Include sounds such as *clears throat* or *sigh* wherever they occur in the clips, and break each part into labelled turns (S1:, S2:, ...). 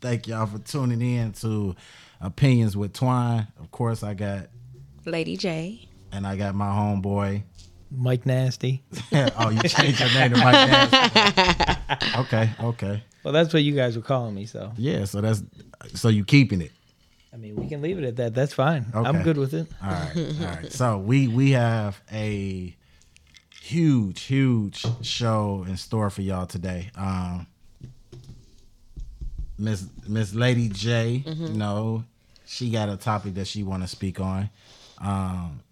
S1: Thank y'all for tuning in to Opinions with Twine. Of course, I got
S2: Lady J.
S1: and I got my homeboy. *laughs*
S3: Mike Nasty.
S1: oh, you changed your name to Mike Nasty. okay, okay.
S3: Well, that's what you guys were calling me. So,
S1: Yeah, so that's so you keeping it.
S3: I mean, we can leave it at that. That's fine.
S1: Okay.
S3: I'm good with it.
S1: All right, all right. So we we have a huge, huge show in store for y'all today. Um Miss Miss Lady J, you know, she got a topic that she wanna speak on. Um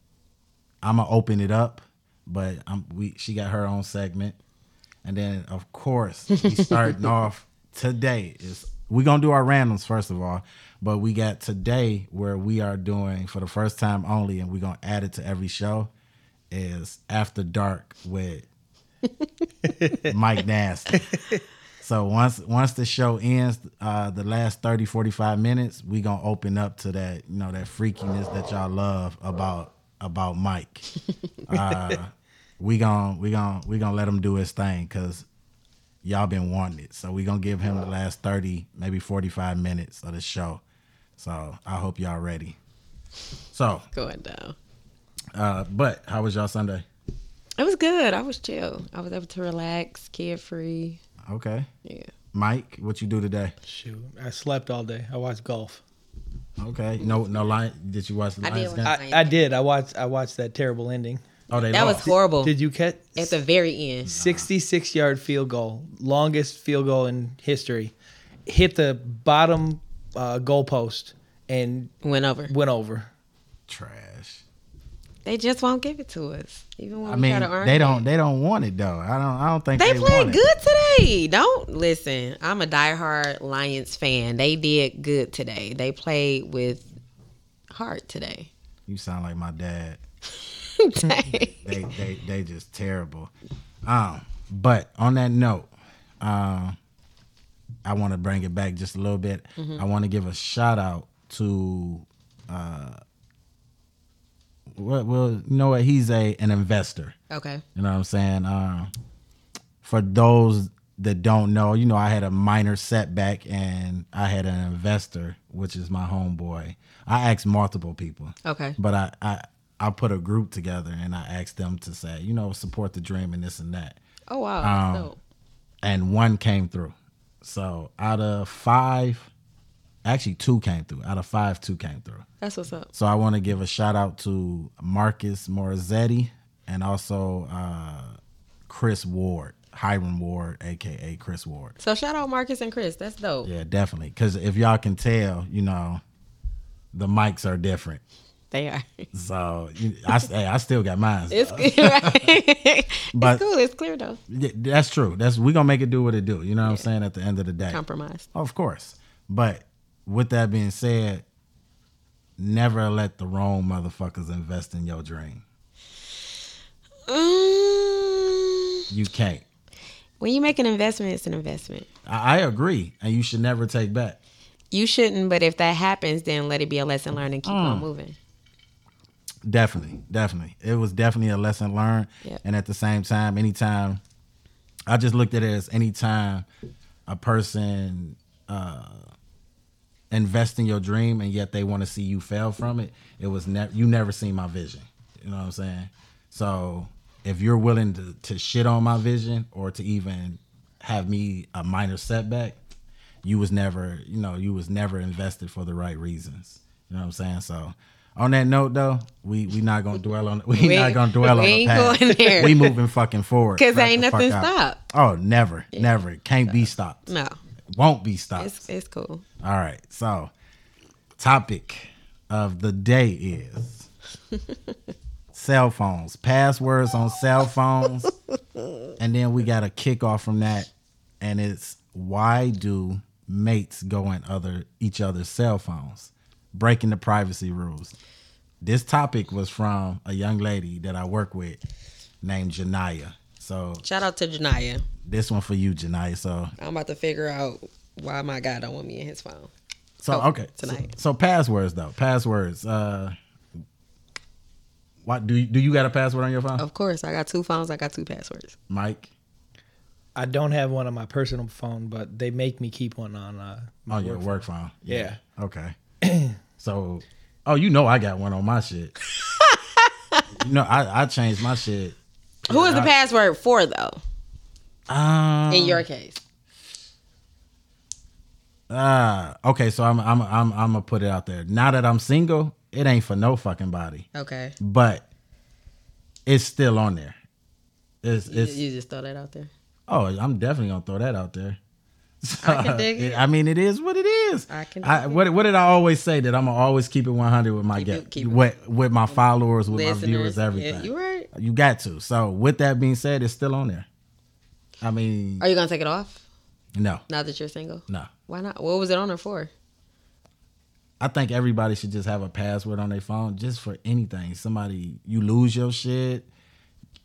S1: I'ma open it up, but I'm we she got her own segment. And then of course we starting off today is we're gonna do our randoms first of all. But we got today where we are doing for the first time only and we're gonna add it to every show is after dark with Mike Nasty. So once once the show ends, uh, the last 30, 45 minutes, we gonna open up to that, you know, that freakiness that y'all love about about Mike. Uh, we gonna we gonna we gonna let him do his thing because y'all been wanting it. So we gonna give him the last 30, maybe 45 minutes of the show. So I hope y'all ready. So,
S2: Going down.
S1: uh, but how was y'all Sunday?
S2: It was good. I was chill. I was able to relax, carefree.
S1: Okay.
S2: Yeah.
S1: Mike, what you do today?
S3: Shoot, I slept all day. I watched golf.
S1: Okay. No, no lion. Did you watch the
S2: I did
S1: Lions
S2: watch
S1: game?
S3: I, I did. I watched. I watched that terrible ending.
S1: Oh, they
S2: That was
S1: lost.
S2: horrible.
S3: Did you catch
S2: At the very end.
S3: 66 yard field goal, longest field goal in history, hit the bottom uh, goal post and
S2: Went over.
S3: went over.
S1: trash.
S2: They just won't give it to us. Even when
S1: I
S2: we
S1: mean,
S2: try to Oh, earn
S1: they
S2: it.
S1: don't. They don't want it though. I don't. I don't think
S2: They
S1: they,
S2: played
S1: want
S2: good today. Don't listen. I'm a diehard Lions fan. They did good today. They played with heart today. *laughs*
S1: It. You sound like my dad.
S2: Dang.
S1: They they they just terrible. Um, but on that note, um, I want to bring it back just a little bit. I want to give a shout out to uh, what? Well, you know what? He's a an investor.
S2: okay.
S1: You know what I'm saying? Um, for those that don't know, you know, I had a minor setback and I had an investor, which is my homeboy. I asked multiple people,
S2: Okay.
S1: but I, I, I put a group together and I asked them to say, you know, support the dream and this and that.
S2: Oh wow.
S1: Um,
S2: So,
S1: And one came through. So out of five, actually two came through. Out of five, two came through.
S2: that's what's up.
S1: So I want to give a shout out to Marcus Morizetti and also uh, Chris Ward, Hiram Ward, aka Chris Ward.
S2: So shout out Marcus and Chris. That's dope.
S1: Yeah, definitely. Because if y'all can tell, you know, the mics are different.
S2: They are. *laughs*
S1: So you- I, *laughs* hey, I still got mine.
S2: It's good,
S1: *laughs*
S2: right?
S1: But-
S2: it's cool. It's clear though.
S1: That's true. That's we gonna make it do what it do. You know what I'm saying? At the end of the day,
S2: Compromise.
S1: Of course. But with that being said, never let the wrong motherfuckers invest in your dream.
S2: Mm,
S1: You can't.
S2: when you make an investment, it's an investment.
S1: I, I agree, and you should never take back.
S2: You shouldn't, but if that happens, then let it be a lesson learned and keep on moving.
S1: Definitely, definitely. It was definitely a lesson learned,
S2: Yep.
S1: and at the same time, anytime I just looked at it as anytime a person uh, invests in your dream and yet they want to see you fail from it, it was never you never seen my vision. You know what I'm saying? So if you're willing to, to shit on my vision or to even have me a minor setback, you was never you know you was never invested for the right reasons. You know what I'm saying? So. On that note, though, we we not gonna dwell on we,
S2: We-
S1: not gonna dwell
S2: we
S1: on the
S2: ain't
S1: past.
S2: going there.
S1: We moving fucking forward
S2: *laughs* 'Cause
S1: Let
S2: ain't
S1: the fuck
S2: nothing
S1: out.
S2: stop.
S1: Oh, never, never. Can't be stopped.
S2: No,
S1: Won't be stopped.
S2: it's it's cool.
S1: All right. So, topic of the day is cell phones, passwords on cell phones. and then we got a kickoff from that. And it's why do mates go in other each other's cell phones? Breaking the privacy rules. This topic was from a young lady that I work with named Janaya. So
S2: Shout out to Janaya.
S1: this one for you, Janaya. So
S2: I'm about to figure out why my guy don't want me in his phone.
S1: So
S2: Oh,
S1: okay, so-
S2: tonight.
S1: So, passwords though, passwords. Uh, what do you, do you got a password on your phone,
S2: Oh. Of course, I got two phones. I got two passwords.
S1: Mike?
S3: I don't have one on my personal phone, but they make me keep one on. Uh, my
S1: on Oh, your work phone.
S3: Yeah.
S1: Okay. so, oh, you know I got one on my
S2: *laughs*
S1: shit. you know I I changed my shit.
S2: Who is the password for though?
S1: Um,
S2: In your case,
S1: ah, okay. So I'm I'm I'm I'm gonna put it out there. Now that I'm single, it ain't for no fucking body,
S2: okay.
S1: but it's still on there. It's
S2: You,
S1: it's
S2: you just throw that out there.
S1: Oh, I'm definitely gonna throw that out there. *laughs*
S2: I can dig it.
S1: I mean, it is what it is.
S2: I can dig
S1: I, what, what did I always say that I'm gonna always keep it 100 with my
S2: Keep
S1: guest,
S2: it- keep it.
S1: with, with my followers, with my viewers,
S2: Yeah,
S1: everything.
S2: you right?
S1: You got to. So, with that being said, it's still on there. I mean,
S2: Are you gonna take it off
S1: no,
S2: now that you're single?
S1: no.
S2: Why not? What was it on her for?
S1: I think everybody should just have a password on their phone just for anything. Somebody, you lose your shit,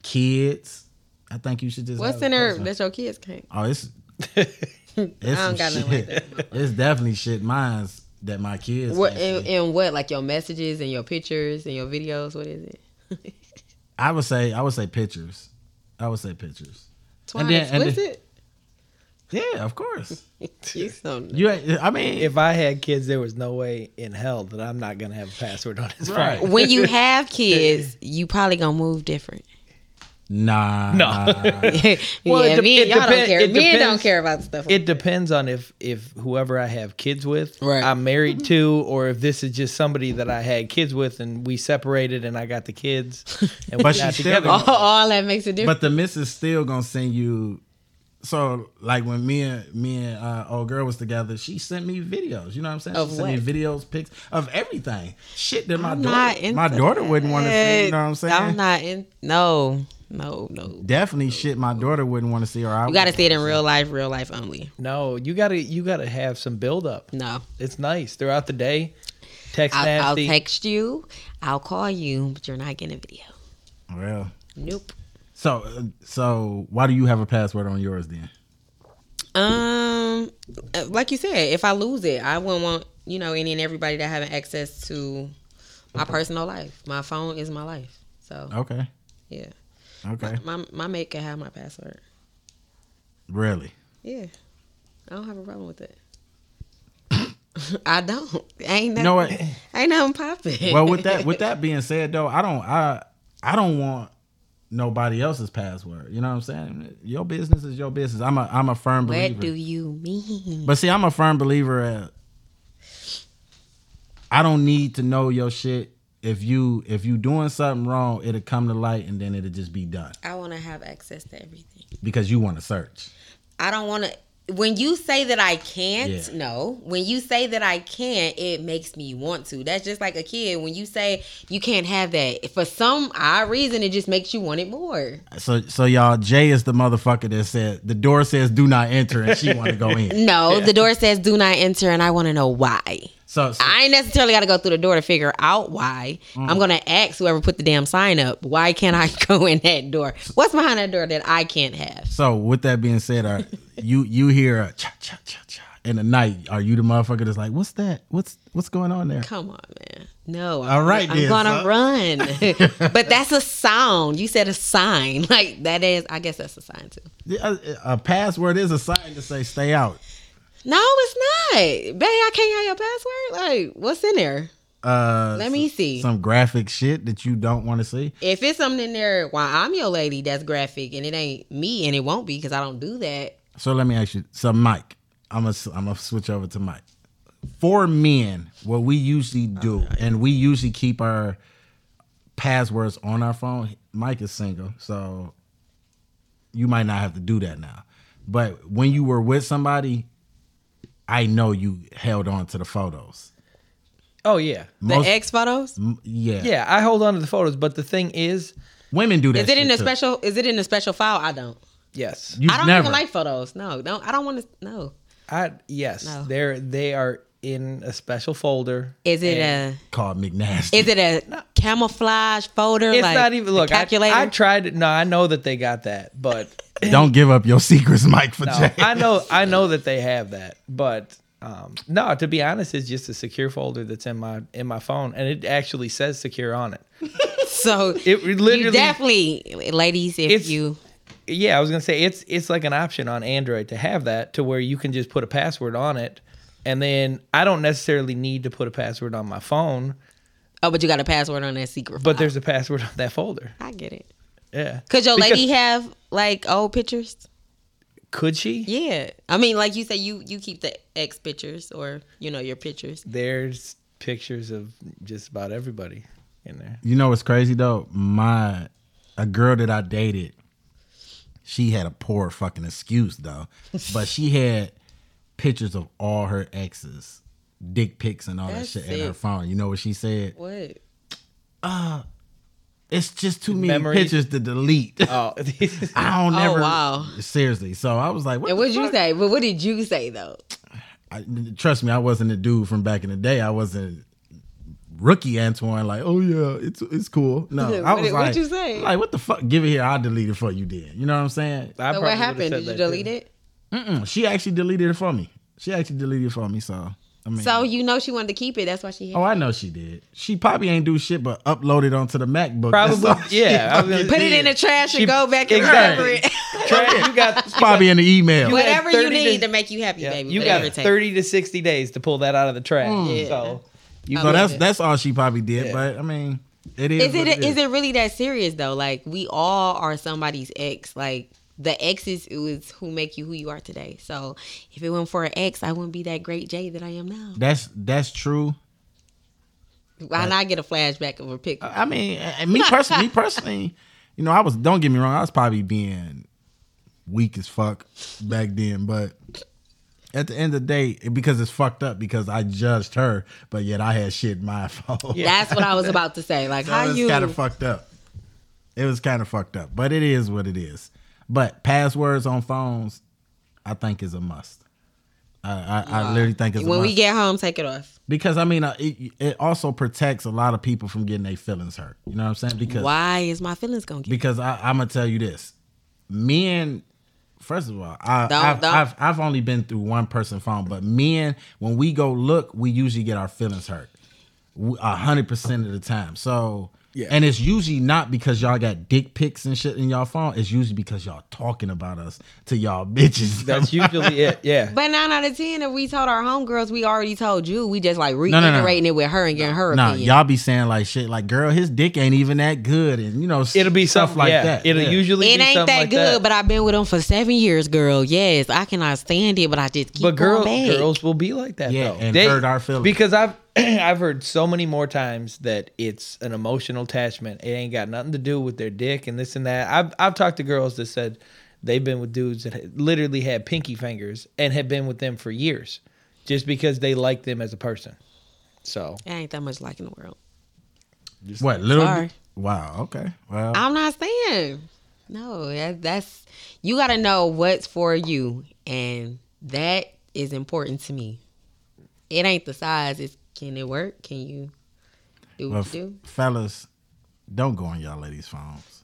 S1: kids. I think you should just.
S2: What's
S1: have a
S2: in her
S1: password.
S2: that your kids can't?
S1: Oh,
S2: *laughs*
S1: it's It's
S2: I don't
S1: some
S2: got nothing like
S1: shit. it's definitely shit. Mine's that my kids.
S2: What
S1: can't
S2: and,
S1: see.
S2: and what like your messages and your pictures and your videos? What is it?
S1: I would say I would say pictures. I would say pictures.
S2: Twine
S1: then- and then-
S2: explicit.
S1: Yeah, of course. *laughs*
S2: you so
S1: You, I mean,
S3: If I had kids, there was no way in hell that I'm not gonna have a password on his
S1: Right.
S2: *laughs*
S3: phone.
S2: when you
S1: *laughs*
S2: have kids, you probably gonna move different.
S1: nah,
S3: No.
S2: *laughs*
S1: nah.
S3: Well,
S2: yeah,
S3: Uh, it de-
S2: men,
S3: it
S2: y'all don't
S3: depend-
S2: care.
S3: it
S2: Men don't
S3: depends.
S2: care about stuff.
S3: It depends on if if whoever I have kids with,
S2: Right.
S3: I'm married to, or if this is just somebody that I had kids with and we separated and I got the
S2: *laughs*
S3: kids and we're
S1: But she
S3: not
S1: still
S3: together.
S1: don't-
S2: *laughs* all, all that makes a difference.
S1: But the missus still gonna send you. So like when me and me and uh, old girl was together, she sent me videos. You know what I'm saying?
S2: Of
S1: she sent me videos, pics of everything. Shit that my
S2: I'm not
S1: daughter,
S2: into
S1: my daughter wouldn't want to see. You know what I'm
S2: that.
S1: saying?
S2: I'm not in. No, no, no.
S1: Definitely shit my daughter wouldn't want to see, or I
S2: You got to see it in real life, real life only.
S3: No, you gotta you gotta have some build up.
S2: No,
S3: It's nice throughout the day. Text
S2: I'll, I'll
S3: nasty.
S2: text you, I'll call you, but you're not getting a video.
S1: Well,
S2: Nope.
S1: so uh, so why do you have a password on yours then?
S2: Um, uh, like you said, if I lose it, I wouldn't want you know any and everybody that having access to my personal life. My phone is my life, so
S1: Okay.
S2: yeah.
S1: Okay.
S2: My my mate can have my password.
S1: Really?
S2: Yeah, I don't have a problem with it. *laughs* I don't. Ain't
S1: You
S2: nothing.
S1: know
S2: *laughs*
S1: what?
S2: Ain't nothing popping.
S1: Well, with that with that being said though, I don't I I don't want nobody else's password. You know what I'm saying? Your business is your business. I'm a I'm a firm
S2: *laughs* What do
S1: believer.
S2: you mean?
S1: But see, I'm a firm believer at I don't need to know your shit. If you if you doing something wrong, it'll come to light and then it'll just be done
S2: I want to have access to everything.
S1: because you want to search.
S2: I don't want to. When you say that I can't,
S1: Yeah.
S2: no. When you say that I can't, it makes me want to. That's just like a kid. When you say you can't have that, for some odd reason, it just makes you want it more.
S1: So so y'all, Jay is the motherfucker that said the door says do not enter and she want to go
S2: *laughs*
S1: in.
S2: No, the door says do not enter, and I want to know why.
S1: So, so
S2: I ain't necessarily got to go through the door to figure out why. I'm going to ask whoever put the damn sign up, why can't I *laughs* go in that door? What's behind that door that I can't have?
S1: So with that being said, are you you hear a cha cha cha cha in the night? Are you the motherfucker that's like, what's that? What's what's going on there?
S2: Come on, man. No. I'm-
S1: All right
S2: I'm
S1: then,
S2: gonna
S1: son. *laughs*
S2: run. *laughs* but that's a sound. You said a sign. *laughs* Like that is I guess that's a sign too.
S1: A, a password is a sign to say stay out.
S2: No, it's not. Babe, I can't have your password. Like, what's in there?
S1: Uh,
S2: Let me see.
S1: some graphic shit that you don't want to see.
S2: If it's something in there while I'm your lady that's graphic and it ain't me and it won't be because I don't do that.
S1: So let me ask you. So Mike, I'm gonna I'm gonna switch over to Mike. For men, what we usually do,
S2: Oh,
S1: and we usually keep our passwords on our phone. Mike is single, so you might not have to do that now. But when you were with somebody, I know you held on to the photos.
S3: Oh yeah.
S2: The
S1: Most-
S2: X photos?
S1: M- Yeah,
S3: Yeah, I hold on to the photos, but the thing is,
S1: Women do that.
S2: Is it in
S1: shit
S2: a
S1: too.
S2: special is it in a special file? I don't.
S3: yes.
S1: You
S2: I don't
S1: never.
S2: even like photos. No, no, I don't want to no.
S3: I yes,
S2: No.
S3: they're they are in a special folder.
S2: Is it a
S1: called McNasty.
S2: is it a camouflage folder?
S3: It's
S2: like
S3: not even
S2: a
S3: look. I,
S2: calculator?
S3: I tried it. No, I know that they got that, but
S1: Don't give up your *laughs* secrets, Mike. For
S2: *laughs*
S3: no,
S1: Jay.
S3: I know I know that they have that, but um, no. To be honest, it's just a secure folder that's in my in my phone, and it actually says secure on it.
S2: So
S3: *laughs* It
S2: you *laughs*
S3: literally
S2: definitely, ladies, if
S3: It's-
S2: you
S3: yeah, I was gonna say it's it's like an option on Android to have that to where you can just put a password on it, and then I don't necessarily need to put a password on my phone,
S2: Oh, but you got a password on that secret.
S3: but
S2: file.
S3: there's a password *laughs* on that folder.
S2: I get it.
S3: Yeah,
S2: Could your
S3: Because-
S2: lady have like old pictures?
S3: Could she?
S2: Yeah, I mean, like you say, you you keep the ex pictures or you know your pictures.
S3: There's pictures of just about everybody in there.
S1: You know what's crazy though? My a girl that I dated, she had a poor fucking excuse
S2: *laughs*
S1: though. But she had pictures of all her exes, dick pics and all
S2: That's
S1: that shit in her
S2: sick.
S1: phone. You know what she said?
S2: What?
S1: It's just too many
S3: Memories.
S1: pictures to delete.
S3: *laughs* Oh,
S1: *laughs* I don't
S2: Oh,
S1: never
S2: wow.
S1: seriously. So I was like, what
S2: And
S1: the
S2: what'd you
S1: fuck?
S2: say? But what did you say though?
S1: I, trust me, I wasn't a dude from back in the day. I wasn't rookie Antoine. Like, oh yeah, it's it's cool. No,
S2: What
S1: I was
S2: did-
S1: like,
S2: what'd you say?
S1: Like, what the fuck? Give it here. I'll delete it for you. Then you know what I'm saying?
S3: I
S2: So
S3: probably
S2: what
S3: would've
S2: happened?
S3: said
S2: Did you
S3: that, too.
S2: delete it?
S1: Mm-mm. She actually deleted it for me. She actually deleted it for me. So I mean,
S2: So you know she wanted to keep it. That's why she. Had
S1: oh, I know she did. She probably ain't do shit but upload it onto the MacBook. That's
S3: Probably,
S1: all she
S3: Oh, yeah. I was
S1: fucking- *laughs*
S3: gonna-
S2: Put it in the trash
S3: She-
S2: and go back and
S3: Exactly.
S2: remember it. *laughs*
S3: Trash, you
S1: *laughs*
S3: got
S1: It's probably in the email.
S3: You- had
S2: Whatever you
S3: 30 to-
S2: need to, make you happy,
S3: yeah,
S2: baby.
S3: you
S2: whatever it
S3: got
S2: takes.
S3: 30 to 60 days to pull that out of the trash.
S1: Mm.
S2: Yeah.
S3: So you
S1: so
S2: Oh,
S1: that's
S2: yeah.
S1: that's all she probably did.
S3: Yeah.
S1: But I mean, it is.
S2: Is
S1: what
S2: it
S1: it
S2: is it really that serious though? Like we all are somebody's ex. Like the exes is who make you who you are today. So if it weren't for an ex, I wouldn't be that great Jay that I am now.
S1: That's that's true.
S2: And I get a flashback of a picture.
S1: I mean, and me personally, me personally, you know, I was. Don't get me wrong, I was probably being weak as fuck back then, but at the end of the day, because it's fucked up because I judged her, but yet I had shit in my *laughs* fault.
S2: That's what I was about to say.
S1: *laughs*
S2: Like
S1: so
S2: how
S1: it's
S2: you
S1: kind of fucked up. It was kind of fucked up, but it is what it is. But passwords on phones, I think is a must. I, I, I literally think it's a
S2: when
S1: must
S2: we get home, take it off.
S1: because I mean uh, it, it also protects a lot of people from getting their feelings hurt. You know what I'm saying? Because
S2: Why is my feelings gonna get?
S1: because I, I'm gonna tell you this. Men, first of all, I,
S2: Don't-
S1: I've,
S2: don't.
S1: I've I've only been through one person phone, but men, when we go look, we usually get our feelings hurt, W- a hundred percent of the time. So.
S3: Yeah.
S1: And it's usually not because y'all got dick pics and shit in y'all phone. It's usually because y'all talking about us to y'all *laughs* bitches. *laughs*
S3: that's usually it. Yeah.
S2: But nine out of ten, if we told our homegirls, we already told you. We just like
S1: no, no.
S2: reiterating it with her and getting her
S1: Nah,
S2: opinion.
S1: y'all be saying like shit, like girl, his dick ain't even that good, and you know
S3: It'll be
S1: stuff
S3: something
S1: like
S3: yeah.
S1: that.
S3: It'll
S1: Yeah.
S3: usually
S2: it
S3: be
S2: ain't that
S3: something like
S2: good,
S3: that.
S2: but I've been with him for seven years, girl. Yes, I cannot stand it, but I just keep
S3: But girls,
S2: going back.
S3: girls will be like that.
S1: Yeah,
S3: though.
S1: and hurt our feelings.
S3: Because I've *clears throat* I've heard so many more times that it's an emotional attachment. It ain't got nothing to do with their dick and this and that. I've I've talked to girls that said they've been with dudes that had literally had pinky fingers and had been with them for years, just because they like them as a person. So
S2: I ain't that much like in the world.
S1: What little?
S2: Sorry.
S1: Wow. Okay. Well,
S2: I'm not saying. No, that, that's you got to know what's for you, and that is important to me. It ain't the size. It's can it work? Can you do
S1: well,
S2: what you do?
S1: f- fellas, don't go on y'all ladies' phones.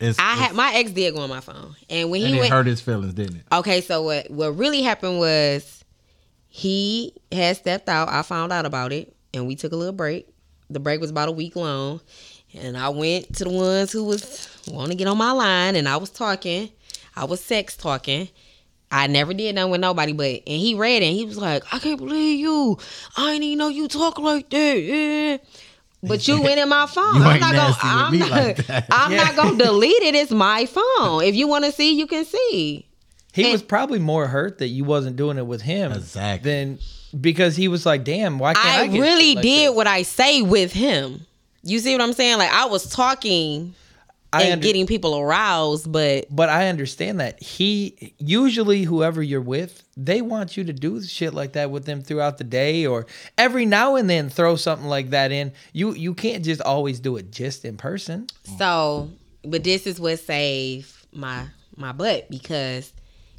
S1: It's,
S2: I
S1: it's-
S2: had my ex did go on my phone, and when he
S1: and it
S2: went,
S1: hurt his feelings, didn't it?
S2: okay. So what what really happened was he had stepped out. I found out about it, and we took a little break. The break was about a week long, and I went to the ones who was want to get on my line, and I was talking. I was sex talking. I never did nothing with nobody, but and he read it. And he was like, "I can't believe you. I didn't even know you talk like that." Yeah. But you went in my
S1: *laughs*
S2: phone.
S1: You
S2: I'm
S1: ain't
S2: not gonna.
S1: nasty with
S2: I'm
S1: me
S2: not,
S1: like that.
S2: I'm
S1: *laughs*
S2: not gonna delete it. It's my phone. If you want to see, you can see.
S3: He
S2: And-
S3: was probably more hurt that you wasn't doing it with him
S1: Exactly.
S3: than because he was like, "Damn, why can't I?"
S2: I,
S3: get shit
S2: really
S3: like
S2: did
S3: this?"
S2: what I say with him. You see what I'm saying? Like I was talking
S3: I
S2: and
S3: under-
S2: getting people aroused, but
S3: but I understand that he usually whoever you're with, they want you to do shit like that with them throughout the day, or every now and then throw something like that in. You you can't just always do it just in person.
S2: so but this is what saved my my butt because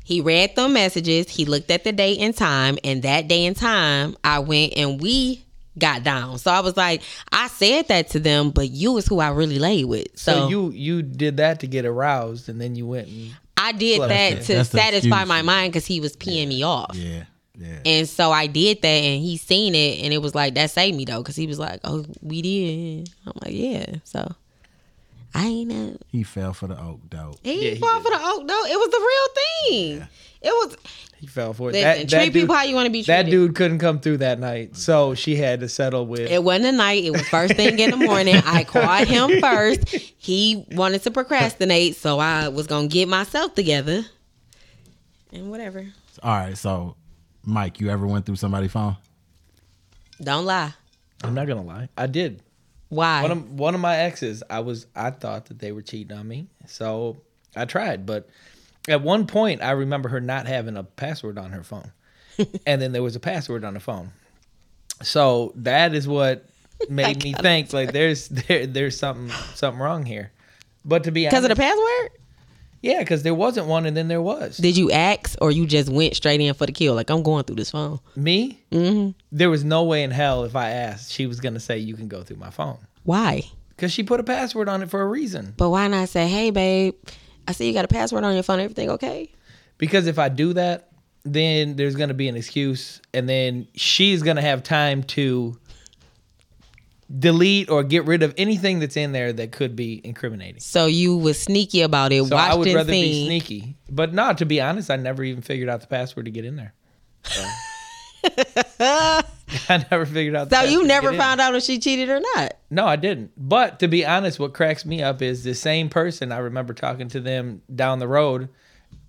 S2: he read the messages, he looked at the date and time, and that day and time I went and we got down. So I was like, I said that to them, but you is who I really laid with. So,
S3: So,
S2: you
S3: you you did that to get aroused, and then you went. And,
S2: I did
S3: Well,
S2: that
S3: that's
S2: to
S1: that's the
S2: satisfy
S1: excuse.
S2: my mind because he was peeing me off.
S1: Yeah. Yeah.
S2: And so I did that, and he seen it, and it was like that saved me though, because he was like, "Oh, we did." I'm like, "Yeah." So I ain't know.
S1: He fell for the oak dope.
S2: He
S3: Yeah, he
S2: fought
S3: did.
S2: for the oak. No, it was the real thing. It was.
S3: He fell for it.
S2: Listen,
S3: that,
S2: treat
S3: that dude,
S2: people how you want to be treated.
S3: that dude couldn't come through that night, so she had to settle with.
S2: It wasn't a night. It was first thing in the morning. I called
S3: *laughs*
S2: him first. He wanted to procrastinate, so I was gonna get myself together. And whatever.
S1: All right, so Mike, you ever went through somebody's phone?
S2: Don't lie.
S3: I'm not gonna lie, I did.
S2: Why?
S3: One of one of my exes, I was I thought that they were cheating on me, so I tried. But at one point, I remember her not having a password on
S2: *laughs*
S3: her phone, and then there was a password on the phone. So that
S2: *laughs*
S3: is what made me think like there's there there's something something wrong here. But to be
S2: Because
S3: honest,
S2: of the password?
S3: yeah, because there wasn't one, and then there was
S2: Did you ask or you just went straight in for the kill? Like I'm going through this phone.
S3: me.
S2: Mm-hmm.
S3: There was no way in hell if I asked, she was gonna say you can go through my phone
S2: Why?
S3: because she put a password on it for a reason.
S2: But why not say, hey babe, I see you got a password on your phone. Everything okay?
S3: Because if I do that, then there's going to be an excuse, and then she's going to have time to delete or get rid of anything that's in there that could be incriminating.
S2: So you was sneaky about it.
S3: So
S2: watched
S3: I would
S2: and
S3: rather be
S2: seen.
S3: sneaky. But no, to be honest, I never even figured out the password to get
S2: *laughs*
S3: in there. *laughs* So. I never figured out.
S2: So you never found out if she cheated or not.
S3: No, I didn't. But to be honest, what cracks me up is the same person. I remember talking to them down the road,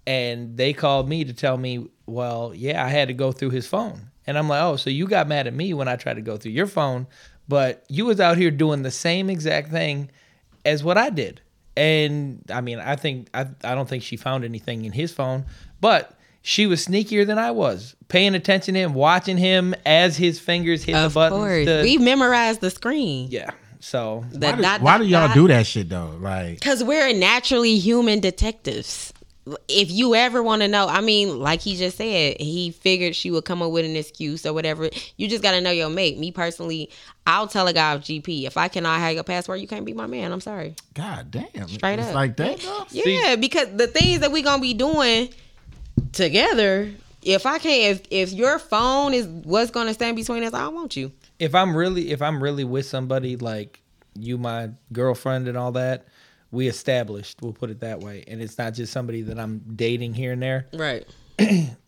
S3: and they called me to tell me, "Well, yeah, I had to go through his phone." And I'm like, "Oh, so you got mad at me when I tried to go through your phone, but you was out here doing the same exact thing as what I did." And I mean, I think I, I don't think she found anything in his phone, but she was sneakier than I was, paying attention to him, watching him as his fingers hit
S2: Of
S3: the buttons.
S2: course.
S3: to-
S2: we memorized the screen.
S3: yeah. So
S1: Why do, why do y'all do that shit though? Like,
S2: Because we're naturally human detectives. If you ever want to know, I mean, like he just said, he figured she would come up with an excuse or whatever. You just got to know your mate. Me personally, I'll tell a guy off GP if I cannot have your password, you can't be my man. I'm sorry.
S1: god damn,
S2: Straight
S1: it's
S2: up.
S1: like that. Though?
S2: Yeah, because the things that we gonna be doing together, if I can't, if if your phone is what's gonna stand between us, I don't want you.
S3: if I'm really if I'm really with somebody like you, my girlfriend, and all that, we established. We'll put it that way, and it's not just somebody that I'm dating here and there.
S2: Right.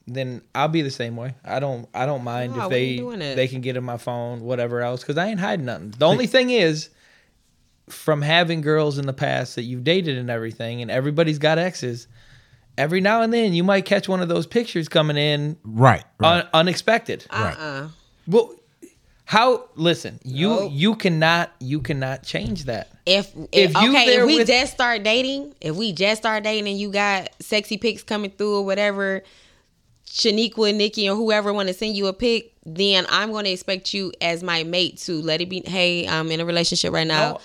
S3: Then I'll be the same way. I don't I don't mind
S2: No,
S3: if
S2: we ain't
S3: they
S2: doing that.
S3: they can get in my phone, whatever else, because I ain't hiding nothing. The only thing is. From having girls in the past that you've dated and everything, and everybody's got exes, every now and then you might catch one of those pictures coming in
S1: Right, right,
S3: un- unexpected.
S1: right.
S2: Uh.
S3: Well, how? Listen, you
S2: Nope.
S3: you cannot you cannot change that.
S2: If,
S3: If
S2: if
S3: you
S2: okay,
S3: there
S2: if we
S3: with-
S2: just start dating, if we just start dating and you got sexy pics coming through or whatever, Shaniqua, Nikki, or whoever want to send you a pic, then I'm going to expect you as my mate to let it be. Hey, I'm in a relationship right now.
S3: No,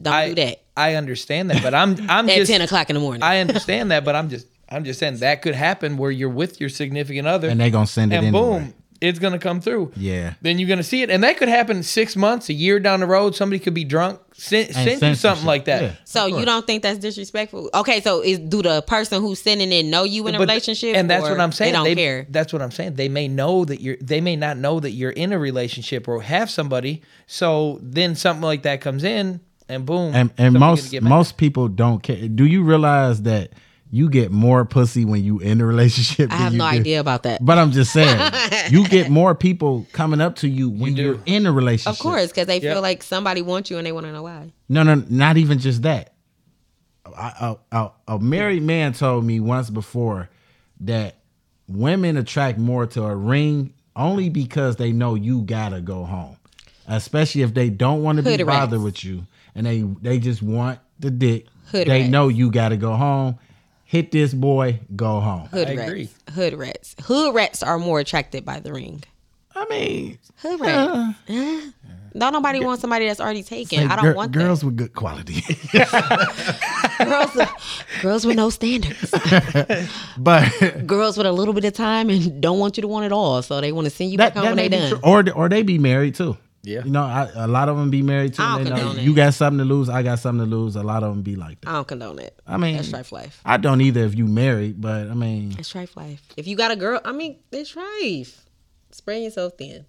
S2: Don't
S3: I
S2: do that
S3: I understand that, but I'm
S2: *laughs*
S3: I'm
S2: at
S3: just
S2: ten o'clock in the morning.
S3: I understand that, but I'm just I'm just saying that could happen where you're with your significant other
S1: And they gonna send it
S3: and boom,
S1: anyway.
S3: it's gonna come through.
S1: Yeah.
S3: Then you're gonna see it, and that could happen six months, a year down the road. Somebody could be drunk, send, send you
S1: send some
S3: something
S1: shit.
S3: like that.
S1: Yeah.
S2: so you don't think that's disrespectful? Okay, so is do the person who's sending it know you in a
S3: But-
S2: relationship?
S3: and that's
S2: or
S3: what i'm saying
S2: They don't care.
S3: that's what i'm saying they may know that you're they may not know that you're in a relationship or have somebody so then something like that comes in and boom
S1: And and
S3: somebody's gonna
S1: most
S3: get mad.
S1: most people don't care. Do you realize that you get more pussy when you in a relationship?
S2: I
S1: than
S2: have
S1: you
S2: no
S1: do-
S2: idea about that.
S1: But I'm just
S2: *laughs*
S1: saying, you get more people coming up to you when
S3: do.
S1: you are in a relationship.
S2: Of course, because they
S3: Yep.
S2: feel like somebody wants you and they want to know why.
S1: No, no, not even just that. I, I, I, a married man told me once before that women attract more to a ring only because they know you gotta go home, especially if they don't want to be
S2: Hood rats.
S1: bothered with you and they they just want the dick.
S2: Hood
S1: they
S2: rats.
S1: know you gotta go home. Hit this boy, go home.
S2: Hood
S3: I
S2: rats.
S3: agree.
S2: Hood rats. Hood rats are more attracted by the ring.
S1: I mean,
S2: Hood rats. Huh? Don't nobody want somebody that's already taken. I don't
S1: gir-
S2: want
S1: girls with good quality, *laughs*
S2: that. girls. girls with no standards.
S1: but
S2: girls with a little bit of time and don't want you to want it all, so they want to send you back home
S1: may
S2: oh, when they
S1: be
S2: done.
S1: true. Or or they be married too.
S3: Yeah.
S1: you know, I, a lot of them be married too.
S2: I
S1: They
S2: don't
S1: know,
S2: condone it.
S1: you got something to lose, I got something to lose. A lot of them be like that.
S2: I don't condone it.
S1: I mean,
S2: that's strife life.
S1: I don't either. If you married, but I mean,
S2: That's strife life. If you got a girl, I mean, it's strife. Spread yourself thin.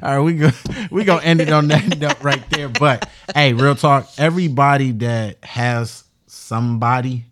S1: *laughs* all right, we go we gonna end it on that note right there. But hey, real talk. Everybody that has somebody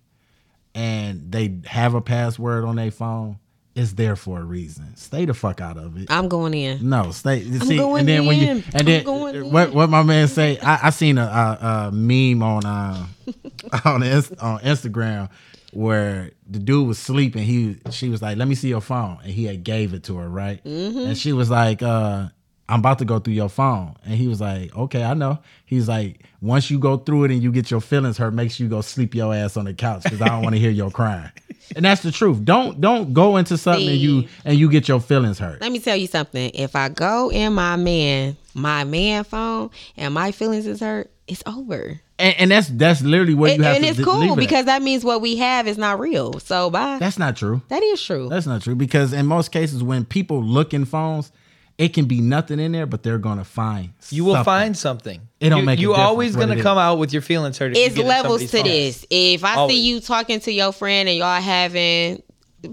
S1: and they have a password on their phone, it's there for a reason. Stay the fuck out of it.
S2: I'm going in.
S1: No, stay. see,
S2: going
S1: and then when you
S2: in.
S1: and
S2: I'm
S1: then uh,
S2: going
S1: what what my man say? I, I seen a, a, a meme on uh, *laughs* on Inst- on Instagram where the dude was sleeping. He she was like, "Let me see your phone," and he had gave it to her, right?
S2: Mm-hmm.
S1: And she was like, uh, "I'm about to go through your phone," and he was like, "Okay, I know." He's like, "Once you go through it and you get your feelings hurt, make sure you go sleep your ass on the couch because I don't want to hear your crying." And that's the truth. Don't don't go into something and you
S2: See.
S1: and you get your feelings hurt.
S2: Let me tell you something. If I go in my man, my man phone, and my feelings is hurt, it's over.
S1: and, and that's that's literally what
S2: And,
S1: you have
S2: and
S1: to
S2: it's
S1: d- leave it
S2: cool
S1: at.
S2: because that means what we have is not real. So bye.
S1: that's not true.
S2: that is true.
S1: That's not true because in most cases when people look in phones, it can be nothing in there, but they're gonna find.
S3: You will
S1: something.
S3: find something.
S1: It don't
S3: you,
S1: make a
S3: You're
S1: difference
S3: always
S1: what
S3: gonna
S1: it is.
S3: come out with your feelings hurt. if you
S2: it's
S3: get in
S2: levels
S3: somebody's
S2: to
S3: phone.
S2: this. If I
S3: Always.
S2: see you talking to your friend and y'all having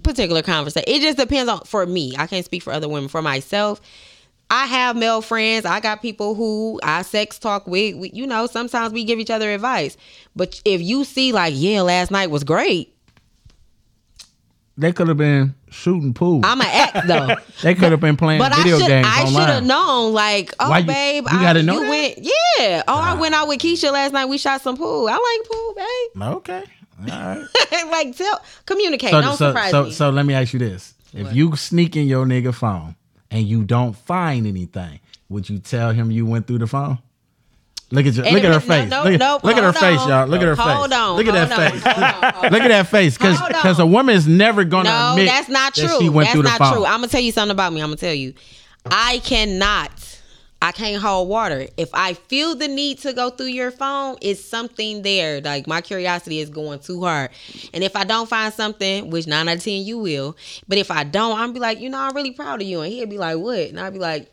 S2: particular conversation, it just depends on for me. I can't speak for other women. For myself, I have male friends. I got people who I sex talk with. We, you know, sometimes we give each other advice. But if you see like, yeah, last night was great.
S1: They could have been shooting pool.
S2: I'm an
S1: *laughs*
S2: act though.
S1: they could have been playing
S2: But I
S1: video
S2: should
S1: games
S2: I should
S1: online.
S2: have known like oh
S1: Why you-
S2: babe
S1: you
S2: I
S1: gotta know that?
S2: went yeah oh I went out with Keisha last night we shot some pool I like pool babe *laughs*
S1: Okay, all right.
S2: like tell communicate.
S1: So
S2: don't
S1: so
S2: surprise
S1: so,
S2: me.
S1: so let me ask you this: If you sneak in your nigga phone and you don't find anything, would you tell him you went through the phone? Look at your,
S2: And
S1: look
S2: it
S1: at her
S2: was- no,
S1: face.
S2: no,
S1: look at,
S2: nope,
S1: look at her
S2: hold
S1: face,
S2: on.
S1: y'all. Look at her face.
S2: Hold on,
S1: Look at
S2: hold
S1: that
S2: on,
S1: face.
S2: hold on, hold
S1: Look at that face, because
S2: Hold on.
S1: because a woman is never gonna
S2: No,
S1: admit
S2: that's not
S1: that
S2: true.
S1: she went
S2: that's
S1: through the
S2: not
S1: phone.
S2: true. I'm gonna tell you something about me. I'm gonna tell you. I cannot. I can't hold water. If I feel the need to go through your phone, it's something there. Like my curiosity is going too hard. And if I don't find something, which nine out of ten you will, but if I don't, I'm be like, you know, I'm really proud of you. And he'll be like, what? And I'll be like,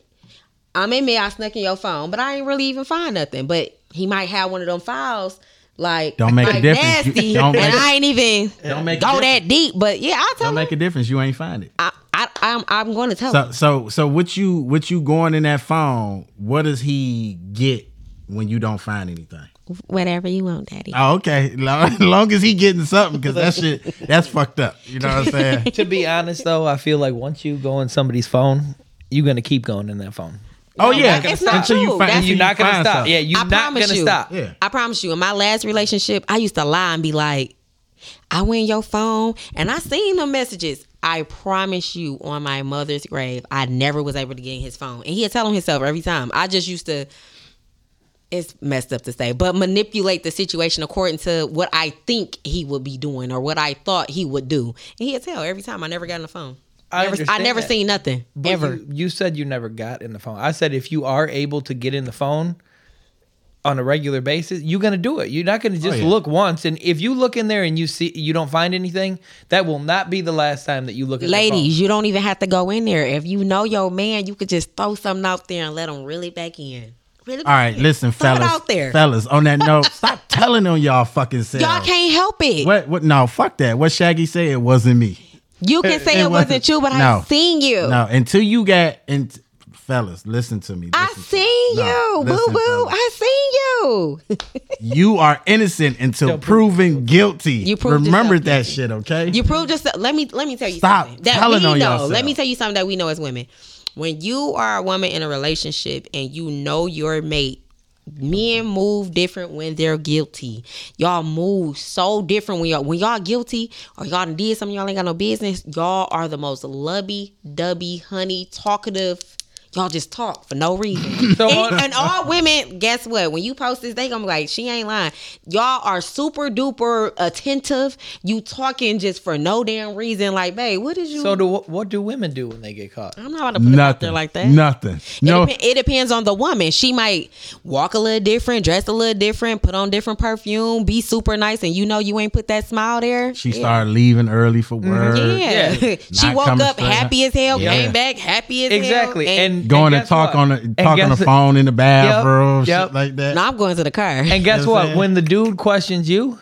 S2: I'm in there. I snuck in your phone, but I ain't really even find nothing. But he might have one of them files. Like
S1: Don't make a
S2: like
S1: difference. You-
S2: Nasty,
S1: don't
S2: and
S1: make-
S2: I ain't even
S1: Don't make a
S2: go
S1: difference.
S2: that deep. But yeah, I tell
S1: Don't
S2: him
S1: make a difference. You ain't find it.
S2: I, I, I'm, I'm going to tell
S1: So
S2: him.
S1: so so what you what you going in that phone? What does he get when you don't find anything?
S2: Whatever you want, Daddy.
S1: Oh, okay. Long, *laughs* long as he getting something, because that shit that's fucked up. You know what I'm saying?
S3: to be honest though, I feel like once you go in somebody's phone, you're gonna keep going in that phone.
S1: oh yeah,
S2: it's not
S1: until you
S2: true.
S1: find
S2: That's-
S1: until
S3: You're
S1: you
S3: not gonna
S1: find
S3: stop.
S1: something.
S3: Yeah, you're
S2: I
S3: not
S2: promise
S3: gonna
S2: you.
S3: stop.
S1: Yeah.
S2: I promise you, in my last relationship, I used to lie and be like, I went in your phone and I seen the messages. I promise you, on my mother's grave, I never was able to get in his phone. And he'd tell him himself every time. I just used to, it's messed up to say, but manipulate the situation according to what I think he would be doing or what I thought he would do. And he'd tell every time I never got on the phone.
S3: I
S2: never, I
S3: understand
S2: never
S3: that.
S2: seen nothing.
S3: But
S2: ever.
S3: You, you said you never got in the phone. I said if you are able to get in the phone on a regular basis, you're gonna do it. You're not gonna just
S1: Oh, yeah.
S3: look once. And if you look in there and you see you don't find anything, that will not be the last time that you look at the phone.
S2: Ladies, you don't even have to go in there. If you know your man, you could just throw something out there and let him really back in. Really
S1: All right, listen,
S2: Throw it
S1: fellas,
S2: out there.
S1: fellas. On that
S2: *laughs*
S1: note, stop telling on y'all fucking selves.
S2: Y'all can't help it.
S1: What? What? No, fuck that. What Shaggy said, it wasn't me.
S2: You can say
S1: It
S2: it, wasn't,
S1: wasn't-
S2: you, but
S1: No.
S2: I seen you.
S1: No, until you got and fellas, listen to me.
S2: I
S1: listen to me.
S2: seen
S1: No,
S2: you.
S1: listen,
S2: Boo boo.
S1: fellas.
S2: I seen you. *laughs*
S1: You are innocent until
S3: Don't prove
S1: proven guilty.
S2: You proved
S1: Remember that
S2: yourself
S1: shit, okay?
S2: you prove yourself. Let me let me tell you
S1: Stop
S2: something. That
S1: telling
S2: we
S1: on
S2: know.
S1: yourself.
S2: Let me tell you something that we know as women. When you are a woman in a relationship and you know your mate men move different when they're guilty. Y'all move so different when y'all when y'all guilty or y'all done did something y'all ain't got no business. Y'all are the most lubby, dubby, honey, talkative. Y'all just talk for
S1: *laughs*
S2: no reason.
S3: So
S2: and,
S3: on-
S2: and all women, guess what? When you post this, they gonna be like, she ain't lying. Y'all are super duper attentive. You talking just for no damn reason. Like, babe, what is you?
S3: So do what, what do women do when they get caught?
S2: I'm not about to put it out
S1: nothing
S2: there like that.
S1: Nothing. No.
S2: It, depen- it depends on the woman. She might walk a little different, dress a little different, put on different perfume, be super nice, and you know you ain't put that smile there.
S1: She started leaving early for work.
S2: Mm-hmm. yeah. *laughs*
S3: Yeah.
S2: she
S1: Not
S2: woke
S1: coming
S2: up
S1: straight.
S2: happy as hell,
S1: Yeah.
S2: came back happy as
S3: Exactly.
S2: hell.
S3: And,
S1: Going
S3: and
S1: to
S3: guess
S1: talk
S3: what?
S1: on the
S3: And
S1: talk on the
S3: guess-
S1: phone in the bathroom,
S3: yep.
S1: shit like that.
S2: now I'm going to the car.
S3: And guess
S1: You know what I'm
S3: what?
S1: saying?
S3: When the dude questions you,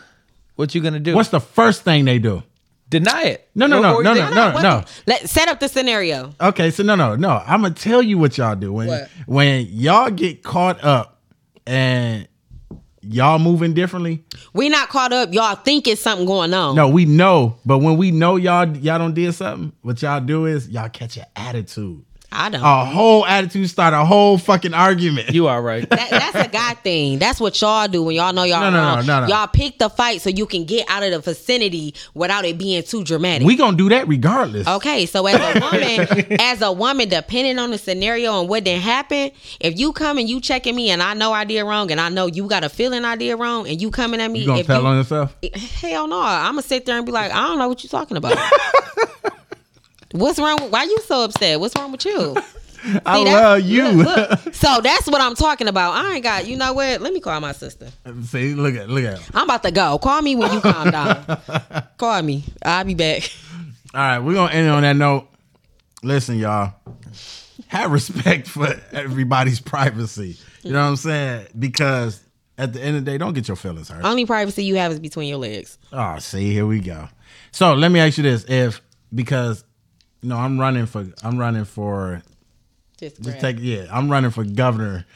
S3: what you gonna do?
S1: What's the first thing they do?
S3: Deny it.
S1: No, no, no,
S3: Or- or
S1: no,
S3: they-
S1: no, no.
S2: What the- let set up the scenario.
S1: Okay, so no, no, no. I'm gonna tell you what y'all do when
S2: What?
S1: when y'all get caught up and y'all moving differently.
S2: We not caught up. Y'all thinking something going on.
S1: No, we know, but when we know y'all y'all don't did something, what y'all do is y'all catch an attitude.
S2: I don't.
S1: A whole attitude start a whole fucking argument.
S3: You are right.
S2: That, that's a
S1: *laughs*
S2: God thing. That's what y'all do when y'all know y'all
S1: No, no, no,
S2: wrong.
S1: no, no.
S2: Y'all pick the fight so you can get out of the vicinity without it being too dramatic.
S1: we gonna do that regardless.
S2: Okay, so as a
S1: *laughs*
S2: woman, as a woman, depending on the scenario and what didn't happen, if you come and you checking me and I know I did wrong and I know you got a feeling I did wrong and you coming at me,
S1: You gonna
S2: if
S1: tell
S2: you-
S1: on yourself?
S2: *laughs* hell no, I'm gonna sit there and be like, I don't know what you're
S1: *laughs*
S2: talking about. What's wrong? With, why you so upset? What's wrong with you?
S1: I
S2: See, that's-
S1: love Oh, you.
S2: look, look. So that's what I'm talking about. I ain't got. You know what? Let me call my sister.
S1: *laughs* See, look at look at. Him.
S2: I'm about to go. Call me when you calm down. call me. I'll be back. *laughs*
S1: All right, we're gonna end on that note. Listen, y'all, have respect for everybody's *laughs* privacy. You know what I'm saying? Because at the end of the day, don't get your feelings hurt.
S2: Only privacy you have is between your legs.
S1: Oh, see, here we go. So let me ask you this: If because you know I'm running for I'm running for
S2: Just,
S1: just
S2: grab.
S1: take yeah I'm running for governor,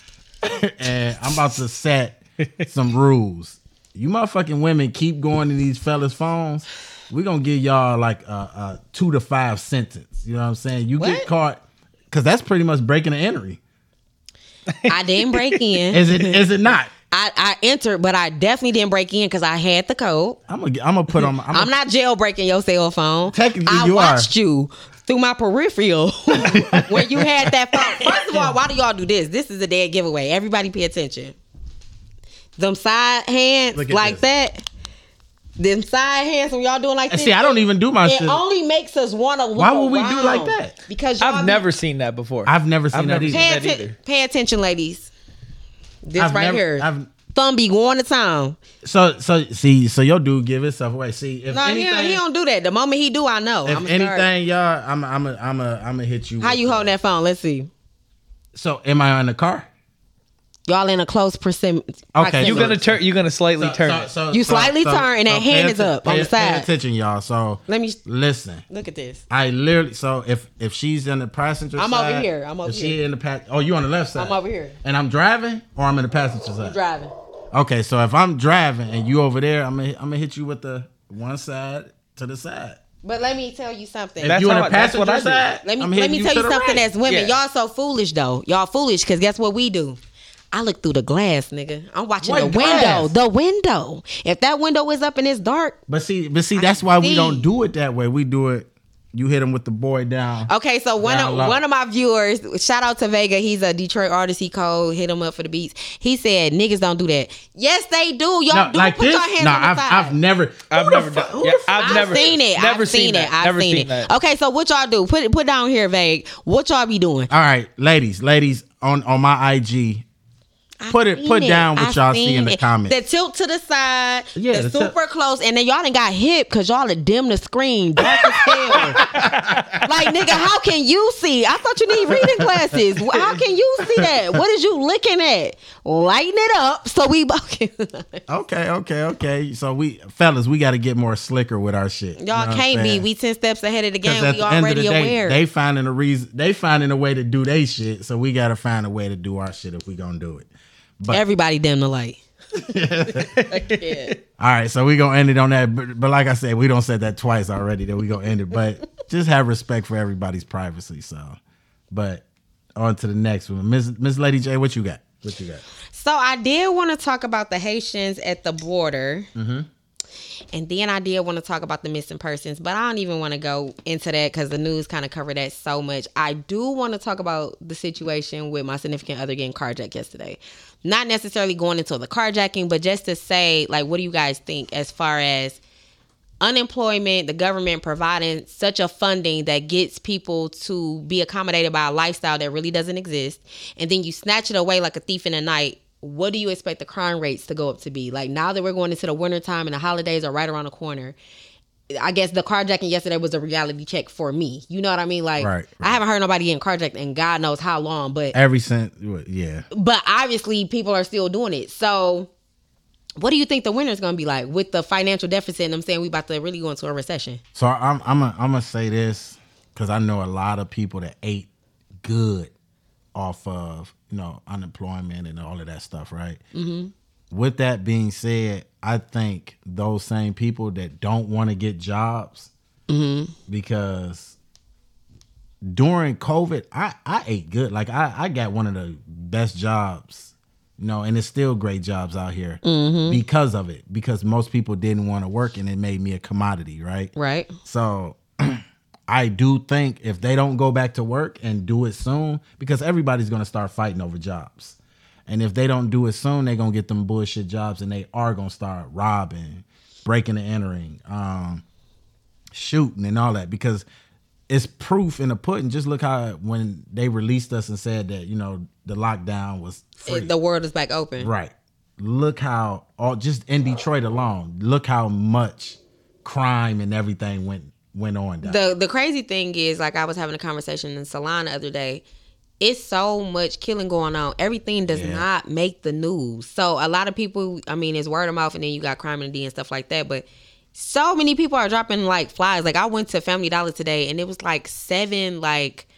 S1: *laughs* and I'm about to set some rules. You motherfucking women keep going to these fellas' phones. We gonna give y'all like a, a two to five sentence. You know what I'm saying? You get
S2: What?
S1: caught because that's pretty much breaking the entry.
S2: I didn't break in.
S1: Is it? is it not?
S2: I, I entered, but I definitely didn't break in because I had the code.
S1: I'm gonna I'm gonna put on. My, I'm,
S2: *laughs* I'm
S1: gonna,
S2: not jailbreaking your cell phone.
S1: Technically,
S2: I
S1: you are.
S2: watched you through
S1: *laughs*
S2: my peripheral when you had that phone. First of all, why do y'all do this? This is a dead giveaway. Everybody pay attention. Them side hands
S1: Look at
S2: like
S1: this.
S2: that. Them side hands when y'all doing like
S1: And
S2: this.
S1: see, I don't even do my
S2: it
S1: shit.
S2: only makes us want to look
S1: Why would we do
S2: around.
S1: like that?
S2: Because y'all
S3: I've
S2: be-
S3: never seen that before.
S1: I've never seen
S3: I've
S1: that
S3: never
S1: either.
S3: seen
S2: Pay,
S3: that
S2: atten-
S3: either.
S2: pay attention, ladies. This
S1: I've
S2: right
S1: never-
S2: here.
S1: I've-
S2: Thumb be going to town.
S1: So so see so your dude give himself away. See if
S2: No, he
S1: anything,
S2: don't, he don't do that. The moment he do, I know.
S1: if
S2: I'ma start-
S1: anything, y'all, I'm I'm a, I'm a, I'm gonna hit you.
S2: How
S1: with
S2: you
S1: that.
S2: holding that phone? Let's see.
S1: So am I on the car?
S2: Y'all in a close percent.
S1: Okay,
S3: You're gonna turn. You're gonna slightly
S1: So-
S3: turn.
S1: so-
S3: it.
S1: so-
S2: You
S1: so-
S2: slightly
S1: so-
S2: turn and
S1: so
S2: that hand
S1: pay
S2: is up on
S1: pay-
S2: the side.
S1: Pay attention, y'all. So
S2: Let me sh-
S1: listen.
S2: look at this.
S1: I literally so if if she's in the passenger
S2: I'm over
S1: side,
S2: here. I'm over
S1: if she
S2: here.
S1: in the pa- oh you on the left side.
S2: I'm over here.
S1: And I'm driving or I'm in the passenger side.
S2: Driving.
S1: Okay, so if I'm driving and you over there, I'm gonna, I'm gonna hit you with the one side to the side.
S2: But let me tell you something.
S1: If
S3: That's
S1: you in
S3: how
S1: the
S3: I- that's
S1: passenger
S3: what I do.
S1: side,
S2: let me
S1: I'm
S2: let
S1: hitting
S2: me
S1: you
S2: tell
S1: to
S2: you
S1: the
S2: something
S1: right.
S2: as women.
S3: Yeah.
S2: Y'all so foolish though. Y'all foolish because guess what we do? I look through the glass, nigga. I'm watching
S1: What
S2: the window.
S1: glass?
S2: The window. If that window is up and it's dark,
S1: But see, but see, that's why we
S2: see.
S1: don't do it that way. We do it. You hit him with the boy down.
S2: Okay, so one
S1: Down
S2: of
S1: low.
S2: one of my viewers, shout out to Vega, he's a Detroit artist. He called, hit him up for the beats. He said, "Niggas don't do that." Yes, they do. Y'all
S1: No,
S2: do.
S1: like
S2: Put
S1: this.
S2: your hands
S1: No,
S2: on the
S1: I've,
S2: side.
S1: I've never. who
S3: I've
S1: the
S3: never
S1: fu-
S3: done-
S1: who the
S3: yeah, I've
S1: fuck-
S3: never-
S2: seen it.
S3: never
S2: I've seen,
S3: seen
S2: it.
S3: that.
S2: I've
S3: Never
S2: seen
S3: seen
S2: it. Oh,
S3: that.
S2: Okay, so what y'all do? Put it put down here, Vague. What y'all be doing?
S1: All right, ladies, ladies on on my IG. put it.
S2: Seen
S1: Put down what
S2: I've
S1: y'all see
S2: seen
S1: in the
S2: it.
S1: comments.
S2: The tilt to the side,
S1: Yeah,
S2: the
S1: the tilt-
S2: super close, and then y'all done got hit because y'all done dim the screen dark as hell.
S3: *laughs*
S2: like nigga, how can you see? I thought you need reading glasses. Wh- How can you see that? What is you looking at? Lighten it up so we *laughs*
S1: okay, okay, okay. So we fellas, we got to get more slicker with our shit. You know
S2: y'all
S1: what I'm
S2: can't be.
S1: saying?
S2: We ten steps ahead of the
S1: 'Cause
S2: game.
S1: at
S2: We
S1: the end of the
S2: already
S1: day,
S2: aware.
S1: they finding a reason. They finding a way to do they shit. So we got to find a way to do our shit if we gonna do it. But
S2: Everybody dim the light.
S1: All right, so we're gonna end it on that. But, but like I said, we don't said that twice already that we gonna end it.
S2: *laughs*
S1: But just have respect for everybody's privacy. So, but on to the next one, Miss Miss Lady J, what you got? What you got?
S2: So I did want to talk about the Haitians at the border. And then I did want to talk about the missing persons, but I don't even want to go into that because the news kind of covered that so much. I do want to talk about the situation with my significant other getting carjacked yesterday. Not necessarily going into the carjacking, but just to say, like, what do you guys think as far as unemployment, the government providing such a funding that gets people to be accommodated by a lifestyle that really doesn't exist, and then you snatch it away like a thief in the night. What do you expect the crime rates to go up to be? Like now that we're going into the wintertime and the holidays are right around the corner, I guess the carjacking yesterday was a reality check for me. You know what I mean? Like
S1: Right,
S2: I haven't heard nobody getting carjacked in God knows how long, but
S1: Every cent, yeah.
S2: but obviously people are still doing it. So what do you think the winter's gonna be like with the financial deficit and I'm saying we about to really go into a recession?
S1: So I'm I'm a, I'm gonna say this because I know a lot of people that ate good off of you know unemployment and all of that stuff, right? Mm-hmm. with that being said, I think those same people that don't want to get jobs because during COVID, I, I ate good. Like I, I got one of the best jobs, you know, and it's still great jobs out here because of it. Because most people didn't want to work and it made me a commodity, right?
S2: Right.
S1: So *clears throat* I do think if they don't go back to work and do it soon, because everybody's gonna start fighting over jobs. And if they don't do it soon, they're gonna get them bullshit jobs and they are gonna start robbing, breaking and entering, um, shooting and all that because it's proof in the pudding. Just look how when they released us and said that, you know, the lockdown was free.
S2: It- the world is back open.
S1: Right. Look how all just in Detroit alone, look how much crime and everything went went on down.
S2: The the crazy thing is, like I was having a conversation in salon the other day. It's so much killing going on. Everything does
S1: Yeah.
S2: not make the news. So a lot of people, I mean, it's word of mouth, and then you got crime and D and stuff like that. But so many people are dropping like flies. Like I went to Family Dollar today, and it was like seven like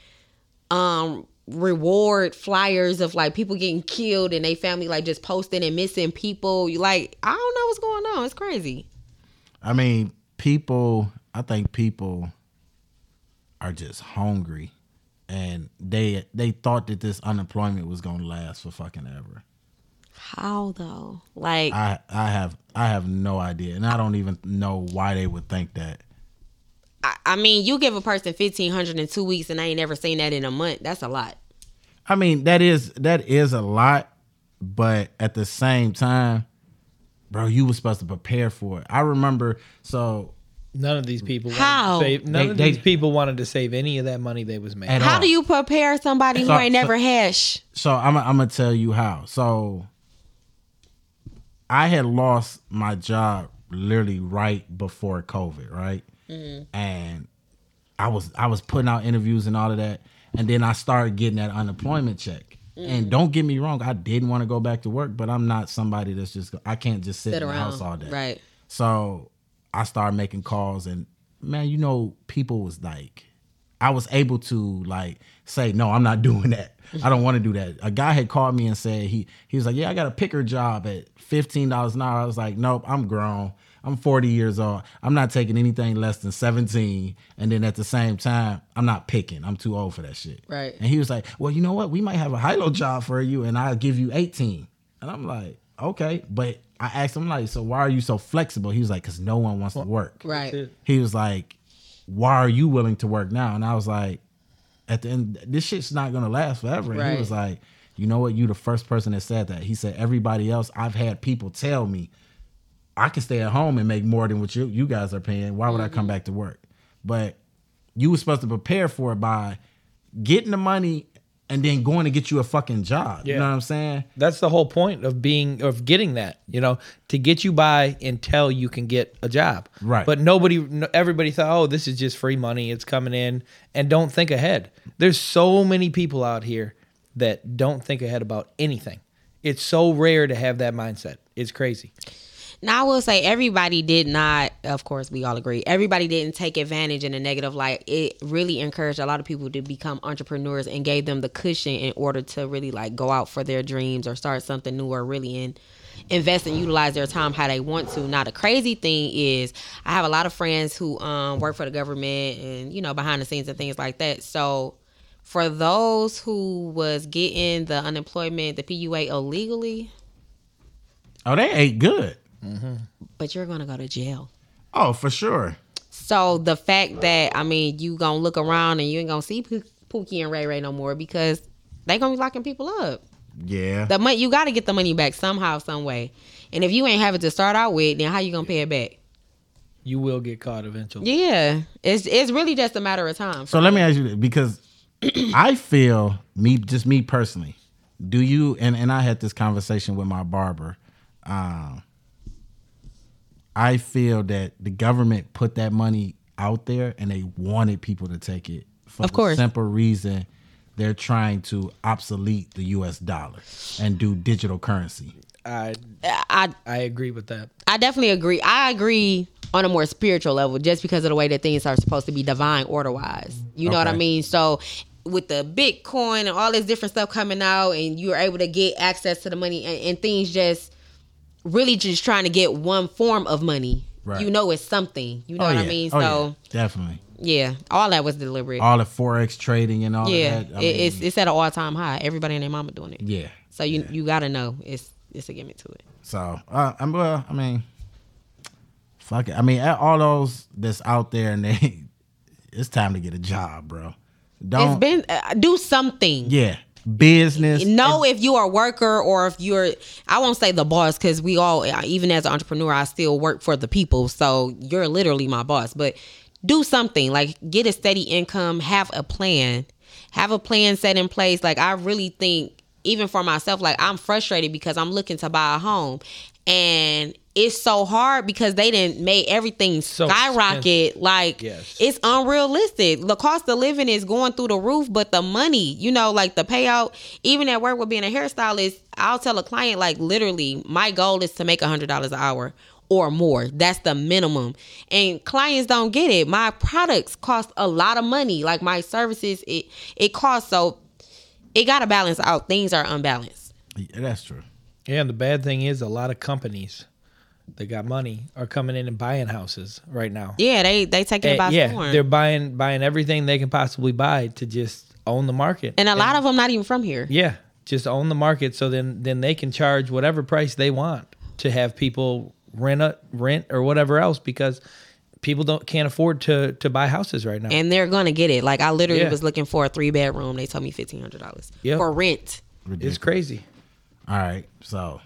S2: um reward flyers of like people getting killed and they family like just posting and missing people. You Like I don't know what's going on. It's crazy.
S1: I mean, people I think people are just hungry and they they thought that this unemployment was gonna last for fucking ever.
S2: How though? Like
S1: I I have I have no idea. And I don't even know why they would think that.
S2: I, I mean, you give a person fifteen hundred in two weeks, and I ain't never seen that in a month. That's a lot.
S1: I mean, that is that is a lot, but at the same time, bro, you were supposed to prepare for it. I remember so
S3: None of these people. wanted to
S2: How?
S3: save- none
S1: They-
S3: of
S1: they-
S3: these people wanted to save any of that money they was making.
S1: At
S2: How
S1: all.
S2: do you prepare somebody who
S1: So-
S2: ain't never had? Sh-
S1: so I'm I'm gonna tell you how. So I had lost my job literally right before COVID, right?
S2: Mm-hmm.
S1: And I was I was putting out interviews and all of that, and then I started getting that unemployment check.
S2: Mm.
S1: And don't get me wrong, I didn't want to go back to work, but I'm not somebody that's just go- I can't just sit,
S2: Sit
S1: in the
S2: around.
S1: house all day.
S2: Right.
S1: So I started making calls, and man, you know, people was like, I was able to like say, no, I'm not *laughs* doing that. I don't want to do that. A guy had called me and said he he was like, yeah, I got a picker job at fifteen dollars an hour. I was like, nope, I'm grown. I'm 40 years old. I'm not taking anything less than 17. And then at the same time, I'm not picking. I'm too old for that shit.
S2: Right.
S1: And he was like, well, you know what? We might have a high-low job for you, and I'll give you 18. And I'm like, okay. But I asked him, like, so why are you so flexible? He was like, because no one wants to work.
S2: Right.
S1: He was like, why are you willing to work now? And I was like, at the end, this shit's not going to last forever. And
S2: Right.
S1: he was like, you know what? You the first person that said that. He said, everybody else, I've had people tell me, I can stay at home and make more than what you you guys are paying. Why would I come back to work? But you were supposed to prepare for it by getting the money and then going to get you a fucking job. You
S3: Yeah.
S1: know what I'm saying?
S3: That's the whole point of being of getting that, you know, to get you by until you can get a job.
S1: Right.
S3: But nobody, no- everybody thought, oh, this is just free money. It's coming in, and don't think ahead. There's so many people out here that don't think ahead about anything. It's so rare to have that mindset. It's crazy.
S2: Now I will say everybody did not. Of course, we all agree. Everybody didn't take advantage in a negative light. It really encouraged a lot of people to become entrepreneurs and gave them the cushion in order to really like go out for their dreams or start something new or really in invest and utilize their time how they want to. Now the crazy thing is I have a lot of friends who um, work for the government and you know behind the scenes and things like that. So for those who was getting the unemployment, the PUA illegally,
S1: Oh, they ain't good.
S2: but you're gonna go to jail.
S1: Oh, for sure.
S2: So the fact that I mean, you gonna look around and you ain't gonna see P- Pookie and Ray Ray no more because they gonna be locking people up.
S1: Yeah.
S2: The money you gotta get the money back somehow, some way. And if you ain't have it to start out with, then how you gonna pay it back?
S3: You will get caught eventually.
S2: Yeah, it's it's really just a matter of time.
S1: So let me ask you this, because *clears throat* I feel me just me personally. Do you and and I had this conversation with my barber. Um, I feel that the government put that money out there and they wanted people to take it for
S2: Of course.
S1: the simple reason they're trying to obsolete the U.S. dollar and do digital currency.
S3: I
S2: I
S3: I agree with that.
S2: I definitely agree. I agree on a more spiritual level, just because of the way that things are supposed to be divine order wise. You know what I
S1: Okay.
S2: mean? So with the Bitcoin and all this different stuff coming out, and you're able to get access to the money and, and things just really just trying to get one form of money.
S1: Right.
S2: You know, it's something. You know
S1: oh,
S2: what
S1: yeah.
S2: I mean?
S1: Oh,
S2: so
S1: yeah. definitely
S2: yeah. all that was deliberate.
S1: all the forex trading and all
S2: yeah,
S1: of that. I
S2: it, it's
S1: mean,
S2: it's at an all time high. Everybody and their mama doing it.
S1: yeah.
S2: So you you gotta know it's it's a gimmick to it.
S1: So uh, I'm well. I mean, fuck it. I mean, a- all those that's out there, and they, *laughs* it's time to get a job, bro.
S2: It's
S1: Don't.
S2: been uh, do something.
S1: yeah, business.
S2: know if you are a worker or if you're i won't say the boss because we all even as an entrepreneur i still work for the people so you're literally my boss but do something like get a steady income have a plan have a plan set in place like i really think even for myself like i'm frustrated because i'm looking to buy a home and it's so hard because they didn't make everything
S3: So
S2: skyrocket like
S3: Yes.
S2: it's unrealistic. The cost of living is going through the roof, but the money, you know, like the payout, even at work with being a hairstylist, I'll tell a client, like, literally, my goal is to make $100 an hour or more. That's the minimum. And clients don't get it. My products cost a lot of money. Like, my services, it, it costs. So it got to balance out. Things are unbalanced.
S1: Yeah, that's true.
S3: Yeah, and the bad thing is a lot of companies that got money are coming in and buying houses right now.
S2: Yeah, they they take
S3: Eh,
S2: it by
S3: yeah,
S2: storm.
S3: they're buying buying everything they can possibly buy to just own the market.
S2: and a lot of them not even from here.
S3: yeah, just own the market so then then they can charge whatever price they want to have people rent a, rent or whatever else because people don't can't afford to to buy houses right now.
S2: and they're gonna get it. Like I literally
S3: Yeah.
S2: was looking for a three bedroom. They told me fifteen hundred dollars
S3: Yep.
S2: for rent.
S3: it's crazy.
S1: All right. So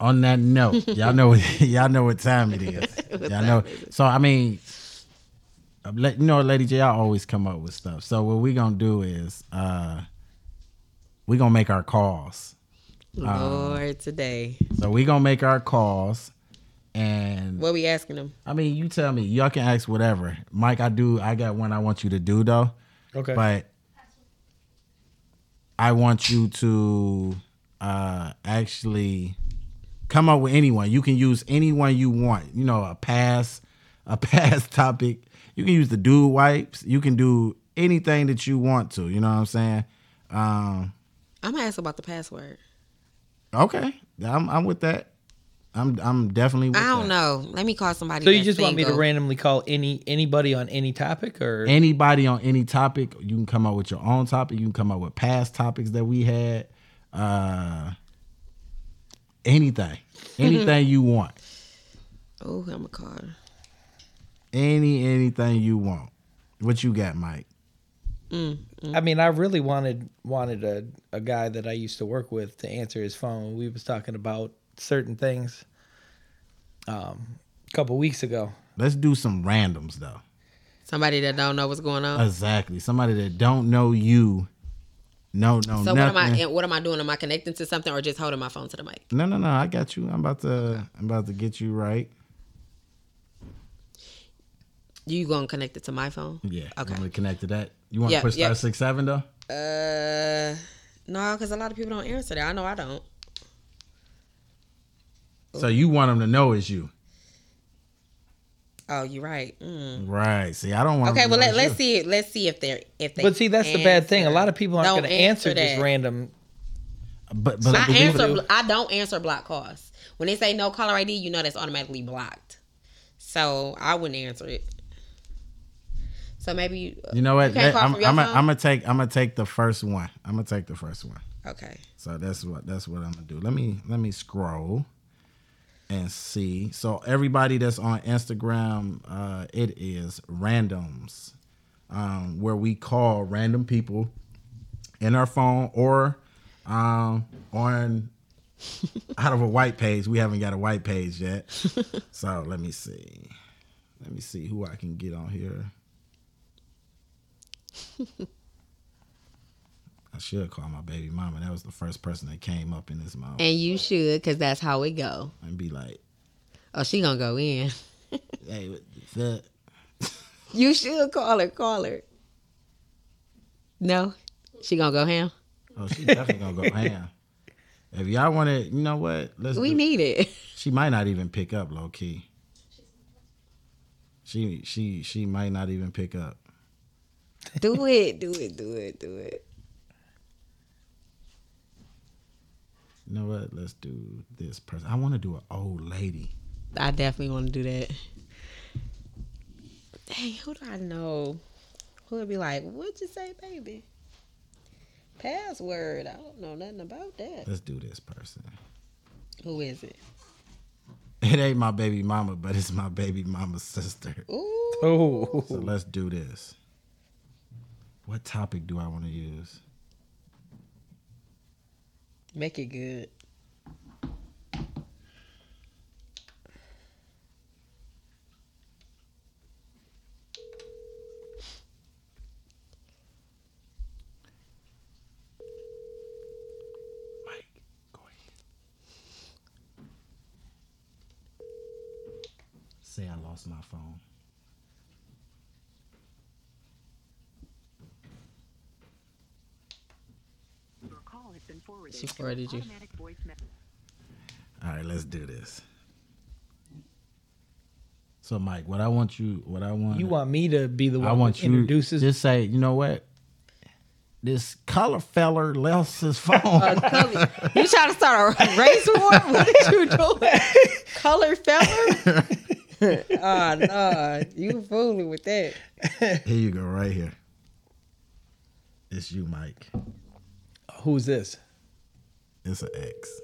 S1: on that *laughs* note, y'all know y'all know *laughs* what time it is. y'all know. So I mean, uh, let- you know, Lady J, I always come up with stuff. So what we gonna do is uh we gonna make our calls. Um,
S2: Lord, today
S1: So we gonna make our calls, and
S2: what we asking them?
S1: I mean, you tell me. Y'all can ask whatever. Mike, I do. I got one I want you to do though.
S3: Okay.
S1: But I want you to uh, actually come up with anyone. You can use anyone you want. You know, a pass, *laughs* a pass topic. You can use the dude wipes. You can do anything that you want to. You know what I'm saying? Um,
S2: I'm gonna ask about the password.
S1: okay, I'm, I'm with that. I'm I'm definitely. With
S2: I don't
S1: that.
S2: know. Let me call somebody.
S3: So you
S2: that's
S3: just want me to
S2: single.
S3: randomly call any anybody on any topic or
S1: Anybody on any topic, you can come up with your own topic. You can come up with past topics that we had. Uh,
S2: *laughs*
S1: anything, anything you want.
S2: Oh, I'm gonna call. her.
S1: Any anything you want. What you got, Mike?
S2: Mm.
S3: I mean, I really wanted wanted a, a guy that I used to work with to answer his phone. We was talking about certain things um, a couple weeks ago.
S1: Let's do some randoms though.
S2: Somebody that don't know what's going on.
S1: Exactly. Somebody that don't know you. No, no,
S2: so
S1: nothing.
S2: what am I? What am I doing? Am I connecting to something or just holding my phone to the mic?
S1: no, no, no. I got you. I'm about to. I'm about to get you right.
S2: You gonna connect it to my phone?
S1: Yeah.
S2: Okay.
S1: I'm gonna connect to that. You want to
S2: Yeah,
S1: push
S2: yeah.
S1: star six seven though?
S2: Uh, no, because a lot of people don't answer that. I know I don't.
S1: So you want them to know it's you,
S2: Oh, you're right. Mm.
S1: right? See, I don't want. 'em
S2: Okay,
S1: to
S2: well
S1: know
S2: let,
S1: it's
S2: let's
S1: you.
S2: see it. Let's see if they're if they.
S3: But see, that's the bad thing. A
S2: answer.
S3: lot of people aren't
S2: Don't
S3: going to answer,
S2: that.
S3: just random.
S1: But but but-
S2: I
S3: people
S2: answer.
S3: do.
S2: bl- I don't answer block calls. When they say no caller ID, you know that's automatically blocked. So I wouldn't answer it. So maybe you.
S1: you know what?
S2: You
S1: That-
S2: can't call
S1: I'm
S2: from your
S1: I'm
S2: phone?
S1: gonna take I'm gonna take the first one. I'm gonna take the first one.
S2: uh, Okay.
S1: So that's what that's what I'm gonna do. Let me let me scroll and see. So everybody that's on Instagram, uh, it is randoms, um, where we call random people in our phone or um, on out of a white page. We haven't got a white page yet. so let me see. Let me see who I can get on here. I should call my baby mama. That was the first person that came up in this mouth
S2: And you should, cause that's how it go.
S1: and be like,
S2: Oh, she gonna go in. *laughs*
S1: hey, what the fuck?
S2: You should call her. Call her. No, she gonna go ham.
S1: Oh, she definitely gonna go ham. If y'all want to, you know what? Let's.
S2: We
S1: do-
S2: need it. *laughs*
S1: She might not even pick up, low key. She she she might not even pick up.
S2: Do it. Do it. Do it. Do it.
S1: You know what? Let's do this person. I want to do an old lady.
S2: I definitely want to do that. Dang, who do I know? Who would be like, what'd you say, baby? Password. I don't know nothing about that.
S1: Let's do this person.
S2: Who is it?
S1: It ain't my baby mama, but it's my baby mama's sister.
S2: Ooh.
S3: Oh,
S1: So let's do this. What topic do I want to use?
S2: Make it good.
S1: Mike, go ahead. Say I lost my phone.
S4: Your call has been forwarded.
S2: She
S4: to an
S2: forwarded you.
S4: automatic voice me-
S1: All right, let's do this. So Mike, what I want you, what I want,
S3: you want me to be the one
S1: I want
S3: that
S1: you
S3: introduces?
S1: just say, you know what? This color feller lost his
S3: *laughs*
S1: phone.
S2: Color- you trying to start a race *laughs* war? What did you do? Color feller? *laughs* oh, no. You fooling with that.
S1: here you go, right here. It's you, Mike.
S3: Who's this?
S1: It's an X.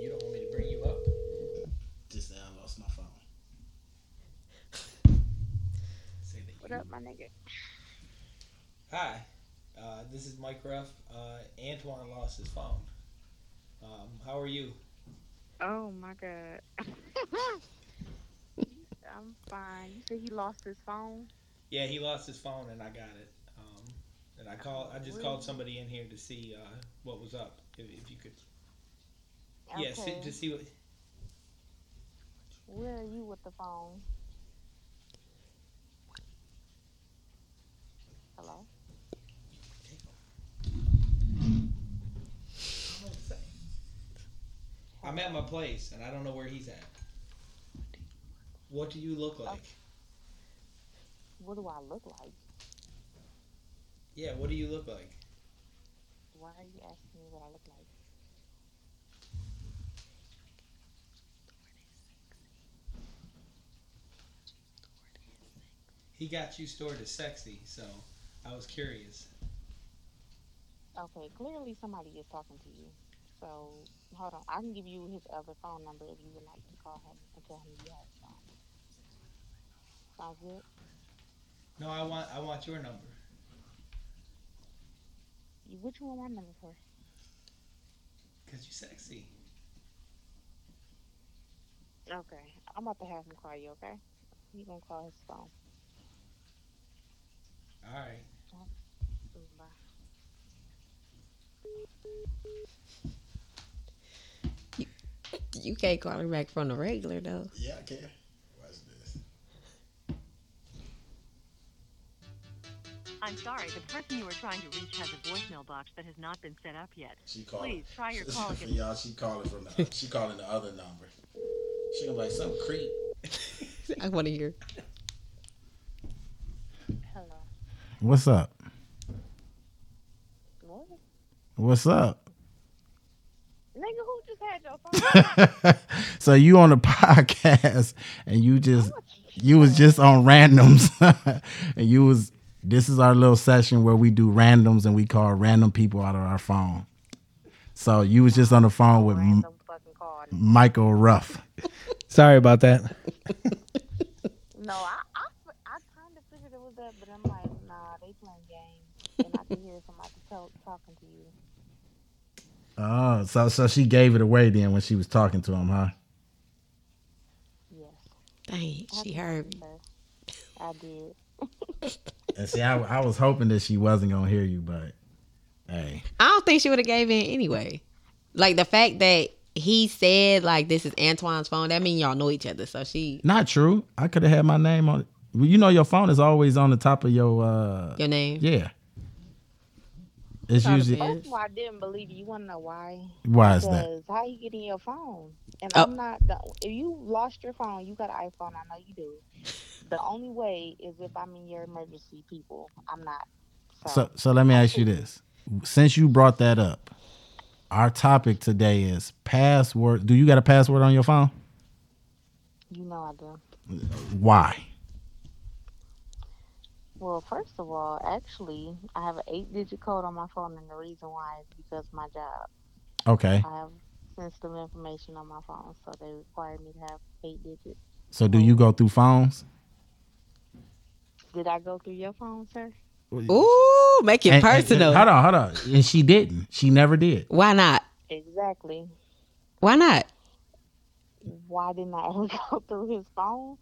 S3: You don't want me to bring you up.
S1: Just say I lost my
S2: *laughs*
S1: phone.
S4: What up, my nigga?
S3: Hi, uh, this is Mike Ruff. Uh, Antoine lost his phone. Um, how are you?
S4: Oh my god. *laughs* I'm fine. You said he lost his phone.
S3: Yeah, he lost his phone, and I got it. Um, and I called. I just called somebody in here to see uh, what was up. If, if you could, yeah, see,
S4: Okay.
S3: to see what.
S4: Where are you with the phone? Hello.
S3: I'm at my place, and I don't know where he's at. What do you look like?
S4: What do I look like?
S3: Yeah, what do you look like?
S4: Why are you asking me what I look like?
S3: He got you stored as sexy, so I was curious.
S4: Okay, clearly somebody is talking to you. So hold on, I can give you his other phone number if you would like to call him and tell him you have his phone. Sounds good.
S3: No, I want I want your number.
S4: You, what you want my number for?
S3: Cause you sexy.
S4: Okay, I'm about to have him call you. Okay, he gonna call his phone.
S3: All right.
S4: Bye.
S2: You can't call her back from the regular, though.
S1: Yeah, I can. Watch this.
S5: I'm sorry, the person you are trying to reach has a voicemail box that has not been set up yet.
S1: She called.
S5: Please try
S1: *laughs*
S5: your call
S1: for
S5: again.
S1: y'all. She calling from the. She calling the other number. She gonna be like some creep.
S2: I want to hear.
S4: Hello.
S1: What's up?
S4: What?
S1: What's up?
S4: Nigga, who just had your phone?
S1: *laughs* so you on the podcast and you just you was just on randoms *laughs* and you was this is our little session where we do randoms and we call random people out of our phone. So you was just on the phone with M-
S4: Random fucking call.
S1: Michael Ruff.
S3: Sorry about that.
S4: No, I, I, fi- I kind of figured it was that, but I'm like, nah, they playing games, and I can hear somebody tell, talking to you.
S1: Oh, so so she gave it away then when she was talking to him, huh?
S4: Yes.
S2: Dang, she heard me.
S4: Yes, I did.
S1: And see, I, I was hoping that she wasn't gonna hear you, but hey,
S2: I don't think she would have gave in anyway. Like the fact that he said like this is Antoine's phone, that means y'all know each other. So she
S1: not true. I could have had my name on it. Well, you know, your phone is always on the top of your. uh
S2: your name.
S1: Yeah, it's
S2: Thought of
S1: usually
S2: it.
S4: That's why I didn't believe you. You want to know why?
S1: why is that?
S4: Because how you getting your phone? And
S2: Oh.
S4: I'm not. The, if you lost your phone, you got an iPhone. I know you do. The only way is if I'm in your emergency people. I'm not.
S1: So so let me ask you this. Since you brought that up, our topic today is password. Do you got a password on your phone?
S4: You know I do.
S1: Why?
S4: Well, first of all, actually, I have an eight-digit code on my phone, and the reason why is because my job.
S1: Okay.
S4: I have sensitive information on my phone, so they require me to have eight digits.
S1: So do you go through phones?
S4: Did I go through your phone, sir?
S2: Ooh, make it
S1: And- and-
S2: personal.
S1: and- hold on, hold on. And she didn't. She never did.
S2: Why not?
S4: Exactly.
S2: Why not?
S4: Why didn't I *laughs* ever go through his phone?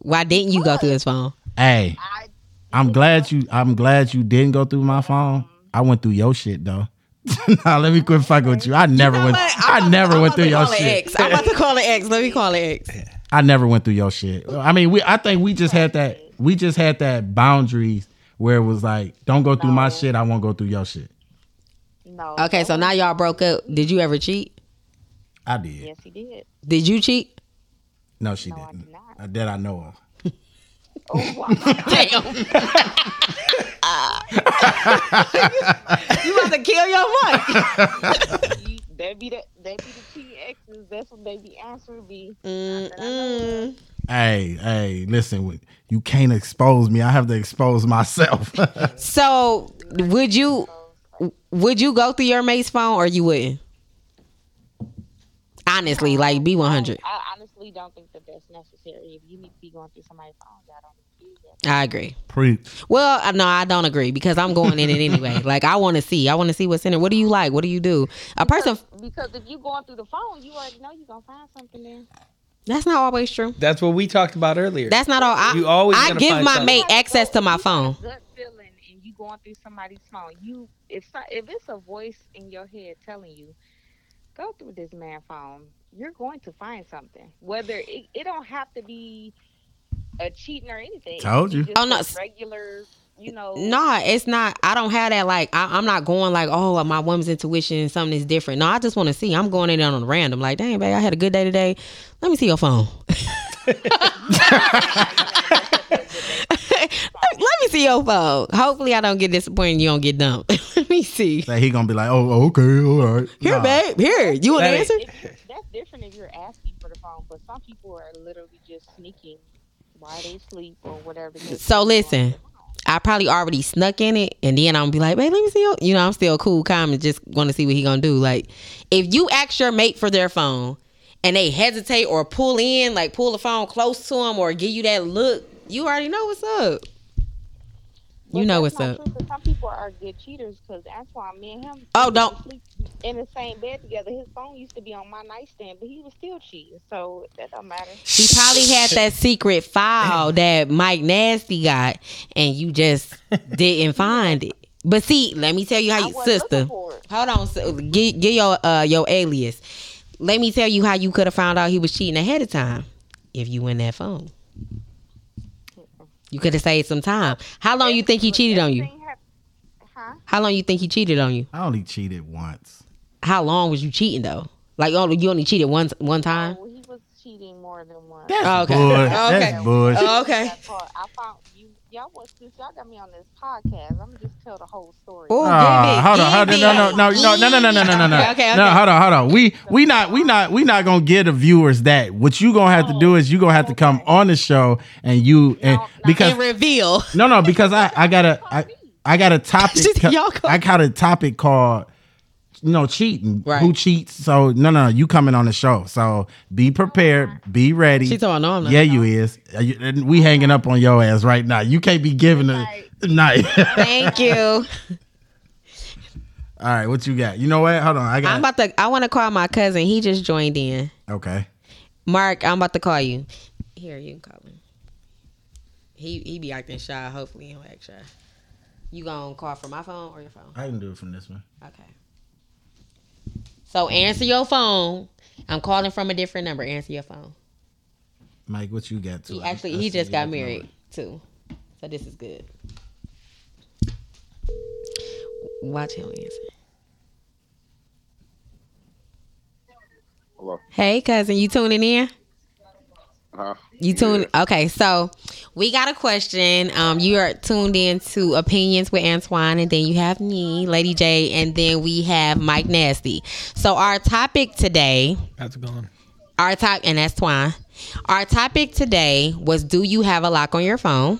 S2: Why didn't you go through his phone?
S1: Hey,
S4: I
S1: I'm glad you. I'm glad you didn't go through my phone. I went through your shit though. *laughs* nah, let me quit fucking with you. I never went. I never went through your shit.
S2: I'm about to call it X. Let me call it X.
S1: I never went through your shit. I mean, we. I think we just had that. We just had that boundaries where it was like, don't go through my
S4: No.
S1: shit. I won't go through your shit.
S4: no.
S2: Okay, so now y'all broke up. Did you ever cheat?
S1: I did.
S4: Yes, he did.
S2: Did you cheat?
S1: No, she
S4: No, I
S1: didn't.
S4: did not.
S1: Uh, That I know of.
S4: Oh, wow.
S2: Damn. you about to kill your wife.
S4: You- they be the they be the TXs. That's what they be answering me.
S2: Mm-mm.
S1: Hey, hey, listen, you can't expose me. I have to expose myself.
S2: So would you would you go through your mate's phone or you wouldn't? Honestly, like be one hundred.
S4: I honestly don't think that that's necessary. If you need to be going through somebody's phone, y'all don't need to do that.
S2: I agree.
S1: *laughs* Preach.
S2: Well, uh, no, I don't agree because I'm going in it
S3: *laughs*
S2: anyway. like I want to see, I want to see what's in it. What do you like? What do you do? A person
S4: Because if you going through the phone, you already know you're gonna find something there.
S2: that's not always true.
S3: That's what we talked about earlier.
S2: That's not all. I,
S3: You always
S2: I
S3: gonna
S2: give
S3: find
S2: my
S3: something.
S2: mate access to my phone.
S4: Gut feeling, and you going through somebody's phone. You if so- if it's a voice in your head telling you, go through this man phone. You're going to find something. Whether it, it don't have to be a cheating or anything. It could
S1: Told
S4: be
S1: you.
S4: just
S2: Oh, no.
S4: a regular. You know.
S2: No, it's not. I don't have that. Like I, I'm not going like, oh, my woman's intuition, something is different. No, I just want to see. I'm going in on a random. Like, dang, babe, I had a good day today. Let me see your phone. *laughs* Let me see your phone. Hopefully, I don't get disappointed. and You don't get dumped. *laughs* Let me see.
S1: Like he gonna be like, oh, okay, all right.
S2: Here,
S1: Nah.
S2: babe. Here, you want to
S3: Hey.
S2: answer?
S4: if you- that's different if you're asking for the phone, but some people are literally just sneaking while they sleep or whatever. the case
S2: So
S4: may be going
S2: listen. I probably already snuck in it, and then I'm gonna be like, "Babe, let me see your." You know, I'm still cool, calm, and just want to see what he gonna do. Like, if you ask your mate for their phone, and they hesitate or pull in, like pull the phone close to them or give you that look, you already know what's up.
S4: on.
S2: you know
S4: But
S2: what's
S4: that's
S2: up.
S4: not true, 'cause Some people are good cheaters because that's why me and him.
S2: Oh,
S4: used to
S2: don't-
S4: sleep in the same bed together. His phone used to be on my nightstand, but he was still cheating, so that don't matter.
S2: He probably had that secret
S4: *laughs*
S2: file that Mike Nasty got, and you just didn't find it. But see, let me tell you how
S4: I
S2: you,
S4: wasn't
S2: sister.
S4: looking for it.
S2: Hold on, so get, get your uh your alias. Let me tell you how you could have found out he was cheating ahead of time if you win that phone. You could have saved some time. How long you think he cheated on you?
S4: Everything hap- Huh?
S2: How long you think he cheated on you?
S1: I only cheated once.
S2: How long was you cheating though? Like you only you only cheated one one time. Oh,
S4: Oh, he was cheating more than once.
S1: That's
S2: Okay.
S1: bull-
S2: Okay.
S1: That's bullshit.
S2: Oh, okay.
S4: That part, I found you. Y'all was since y'all got me on this podcast. I'm just tell the whole story.
S2: Ooh,
S1: Ah,
S2: give it,
S1: hold on, hold
S2: give
S1: on, no,
S2: it.
S1: no, no, no, no, no, no, no, no, no.
S2: Okay, *laughs* okay.
S1: No, hold on, hold on. We we not we not we not gonna give the viewers that. What you gonna have to do is you gonna have to come on the show and you and
S4: No, no.
S1: because
S2: And reveal.
S1: No, no, because I I got a I, I got a topic.
S2: She said, *laughs* "Y'all go."
S1: I got a topic called you know cheating.
S2: Right.
S1: Who cheats? So no, no, you coming on the show. So be prepared, be ready.
S2: She told me, no, I'm not.
S1: yeah, you is. Uh, you- and We hanging up on your ass right now. You can't be giving a *laughs* night. *laughs*
S2: Thank you.
S1: All right, what you got? You know what? Hold on, I got.
S2: I'm about to. I want to call my cousin. He just joined in.
S1: okay.
S2: Mark, I'm about to call you. Here, you can call him. He he be acting shy. Hopefully, he don't act shy. You gonna call from my phone or your phone?
S1: I can do it from this one.
S2: Okay. So answer your phone. I'm calling from a different number. Answer your phone.
S1: Mike, what you got? Too?
S2: He
S1: I-
S2: actually
S1: I
S2: he
S1: see
S2: just
S1: you
S2: got
S1: looking over.
S2: married too, so this is good. Watch him answer.
S6: Hello.
S2: Hey cousin, you tuning in?
S6: Huh?
S2: You tune okay. So We got a question. Um, you are tuned in to Opinions with Antoine, and then you have me, Lady J, and then we have Mike Nasty. So our topic today,
S3: That's gone.
S2: our top, and that's Twine. Our topic today was: Do you have a lock on your phone?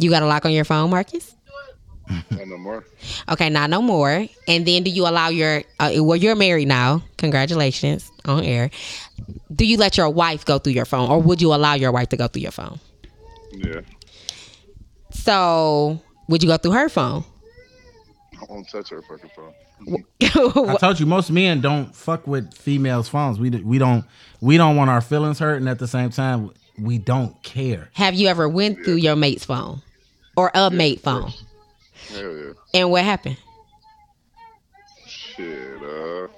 S2: You got a lock on your phone, Marcus?
S6: Not no more.
S2: Okay, not no more. And then do you allow your uh, well, you're married now. Congratulations on air. Do you let your wife go through your phone or would you allow your wife to go through your phone?
S6: Yeah.
S2: So, would you go through her phone?
S6: *laughs*
S2: *laughs*
S6: I won't touch her fucking phone.
S1: I told you most men don't fuck with females' phones. We d- we don't we don't want our feelings hurt, and at the same time, we don't care.
S2: Have you ever went through your mate's phone or a mate phone?
S6: Hell yeah.
S2: And what happened? *laughs*
S6: Shit. Uh,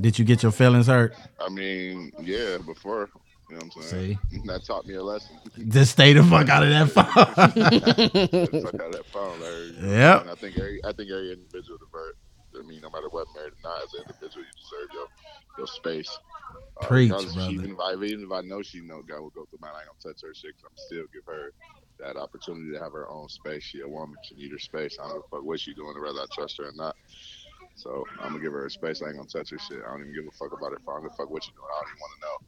S1: Did you get your feelings hurt?
S6: I mean, yeah, before. You know what I'm saying? That taught me a lesson.
S1: Just stay the fuck out of that phone. *laughs*
S6: Get the fuck out of that phone, Larry. You know what I'm
S1: Yep.
S6: saying? I think every, I think every individual deserves. I mean, no matter what, married or not, as an individual, you deserve your your space. Uh,
S1: Preach,
S6: regardless if she-
S1: brother.
S6: Even if, I, even if I know she know God will go through mine, I ain't gonna touch her shit. i I'm still give her that opportunity to have her own space. She a woman, she need her space. I don't give a fuck what she doing, whether I trust her or not. So I'm gonna give her her space. I ain't gonna touch her shit. I don't even give a fuck about her phone. I don't give a fuck what she doing. I don't even want to know.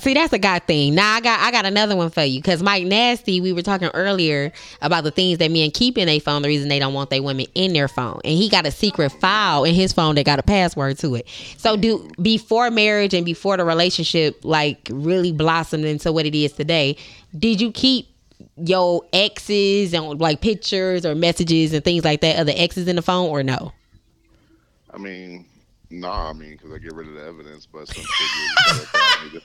S2: See, that's a guy thing. Now I got I got another one for you because Mike Nasty. We were talking earlier about the things that men keep in their phone. The reason they don't want their women in their phone, and he got a secret file in his phone that got a password to it. So do before marriage and before the relationship like really blossomed into what it is today. Did you keep your exes and like pictures or messages and things like that of the exes in the phone or no?
S6: I mean, nah, I mean, because I get rid of the evidence, but some shit really stuck out. I need to-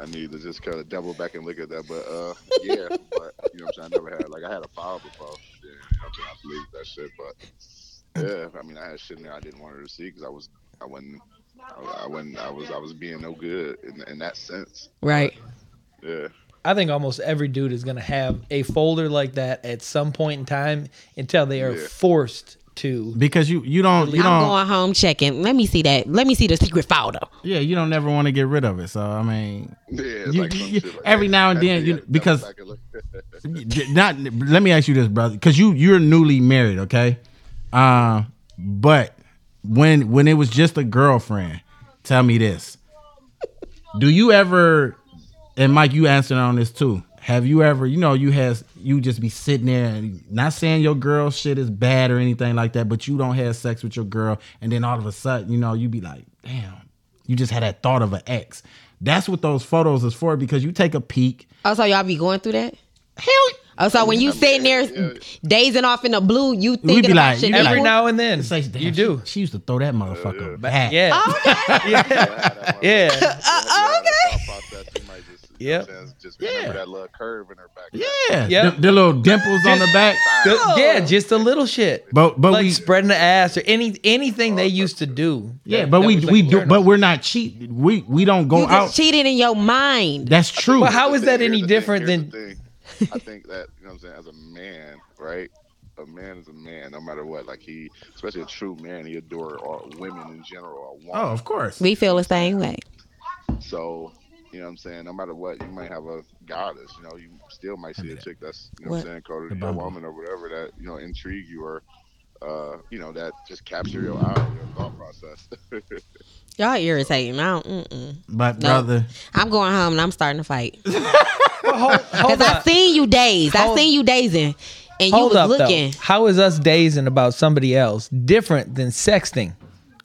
S6: I need to just kind of double back and look at that. But uh, yeah, but you know what I'm saying? I never had, like, I had a file before. Yeah, you know what I'm saying? I believe that shit, but yeah, I mean, I had shit in there I didn't want her to see because I was, I wasn't. I, I wasn't. I was. I was being no good in, in that sense.
S2: Right.
S6: Yeah. *laughs*
S3: I think almost every dude is gonna have a folder like that at some point in time until they are
S6: Yeah.
S3: forced to.
S1: because you you don't you
S2: I'm
S1: don't
S2: going home checking. Let me see that. Let me see the secret file though.
S1: yeah you don't never want to get rid of it. So I mean,
S6: Yeah. it's
S1: You-
S6: like some
S1: you-
S6: shit like
S1: every
S6: that.
S1: now and
S6: After
S1: then,
S6: you
S1: you-
S6: had to double
S1: because-
S6: back and look. *laughs*
S1: not let me ask you this brother because you you're newly married okay uh but when when it was just a girlfriend tell me this do you ever and mike you answered on this too have you ever you know you has you just be sitting there and not saying your girl shit is bad or anything like that but you don't have sex with your girl and then all of a sudden you know you be like damn you just had that thought of an ex that's what those photos is for because you take a peek
S2: Oh, so y'all be going through that?
S1: hell
S2: Oh, so when you sitting there
S6: yeah.
S2: dazing off in the blue, you thinking
S1: be
S2: about
S1: like-
S2: shit.
S1: you be
S2: that
S1: like-
S3: Every
S2: you-
S3: now and then,
S1: It's like, damn,
S3: you do.
S1: She, she used to throw that motherfucker back.
S3: Yeah. *laughs*
S1: *laughs*
S3: yeah.
S6: okay.
S3: Yep.
S6: Just remember
S1: Yeah.
S6: that little curve in her back.
S1: yeah.
S3: Yep.
S1: The, the little dimples on the back.
S3: Good- Yeah, just a little shit.
S1: But but
S3: like
S1: we
S3: spreading the ass or any anything they used to do.
S1: yeah,
S3: that-
S1: but
S3: that
S1: we
S3: was, like,
S1: we do,
S3: weird.
S1: but we're not cheap. We we don't
S2: you
S1: go
S2: just
S1: out.
S2: cheating in
S1: *laughs*
S2: your mind.
S1: That's true.
S3: But how is that
S6: Here's
S3: any
S6: the thing,
S3: different
S6: here's
S3: than?
S6: the
S3: *laughs*
S6: thing. I think that you know what I'm saying as a man, right? A man is a man, no matter what. Like he, especially a true man, he adore all women in general. Or women.
S1: oh, of course.
S2: We feel the same way.
S6: So, you know what I'm saying? No matter what, you might have a goddess, you know, you still might see a chick that's, you know what, I'm
S2: What?
S6: saying, coded
S1: The
S6: your
S1: Bible.
S6: woman or whatever that, you know, intrigue you or, uh, you know, that just capture your eye, your thought process. *laughs*
S2: Y'all irritating. I don't, mm-mm.
S1: but
S2: No.
S1: brother,
S2: I'm going home and I'm starting to fight because
S3: Well, hold, hold
S2: I
S3: up,
S2: seen you dazed. I
S3: Hold-
S2: seen you dazing, and you
S3: hold
S2: was
S3: up
S2: looking.
S3: though. How is us dazing about somebody else different than sexting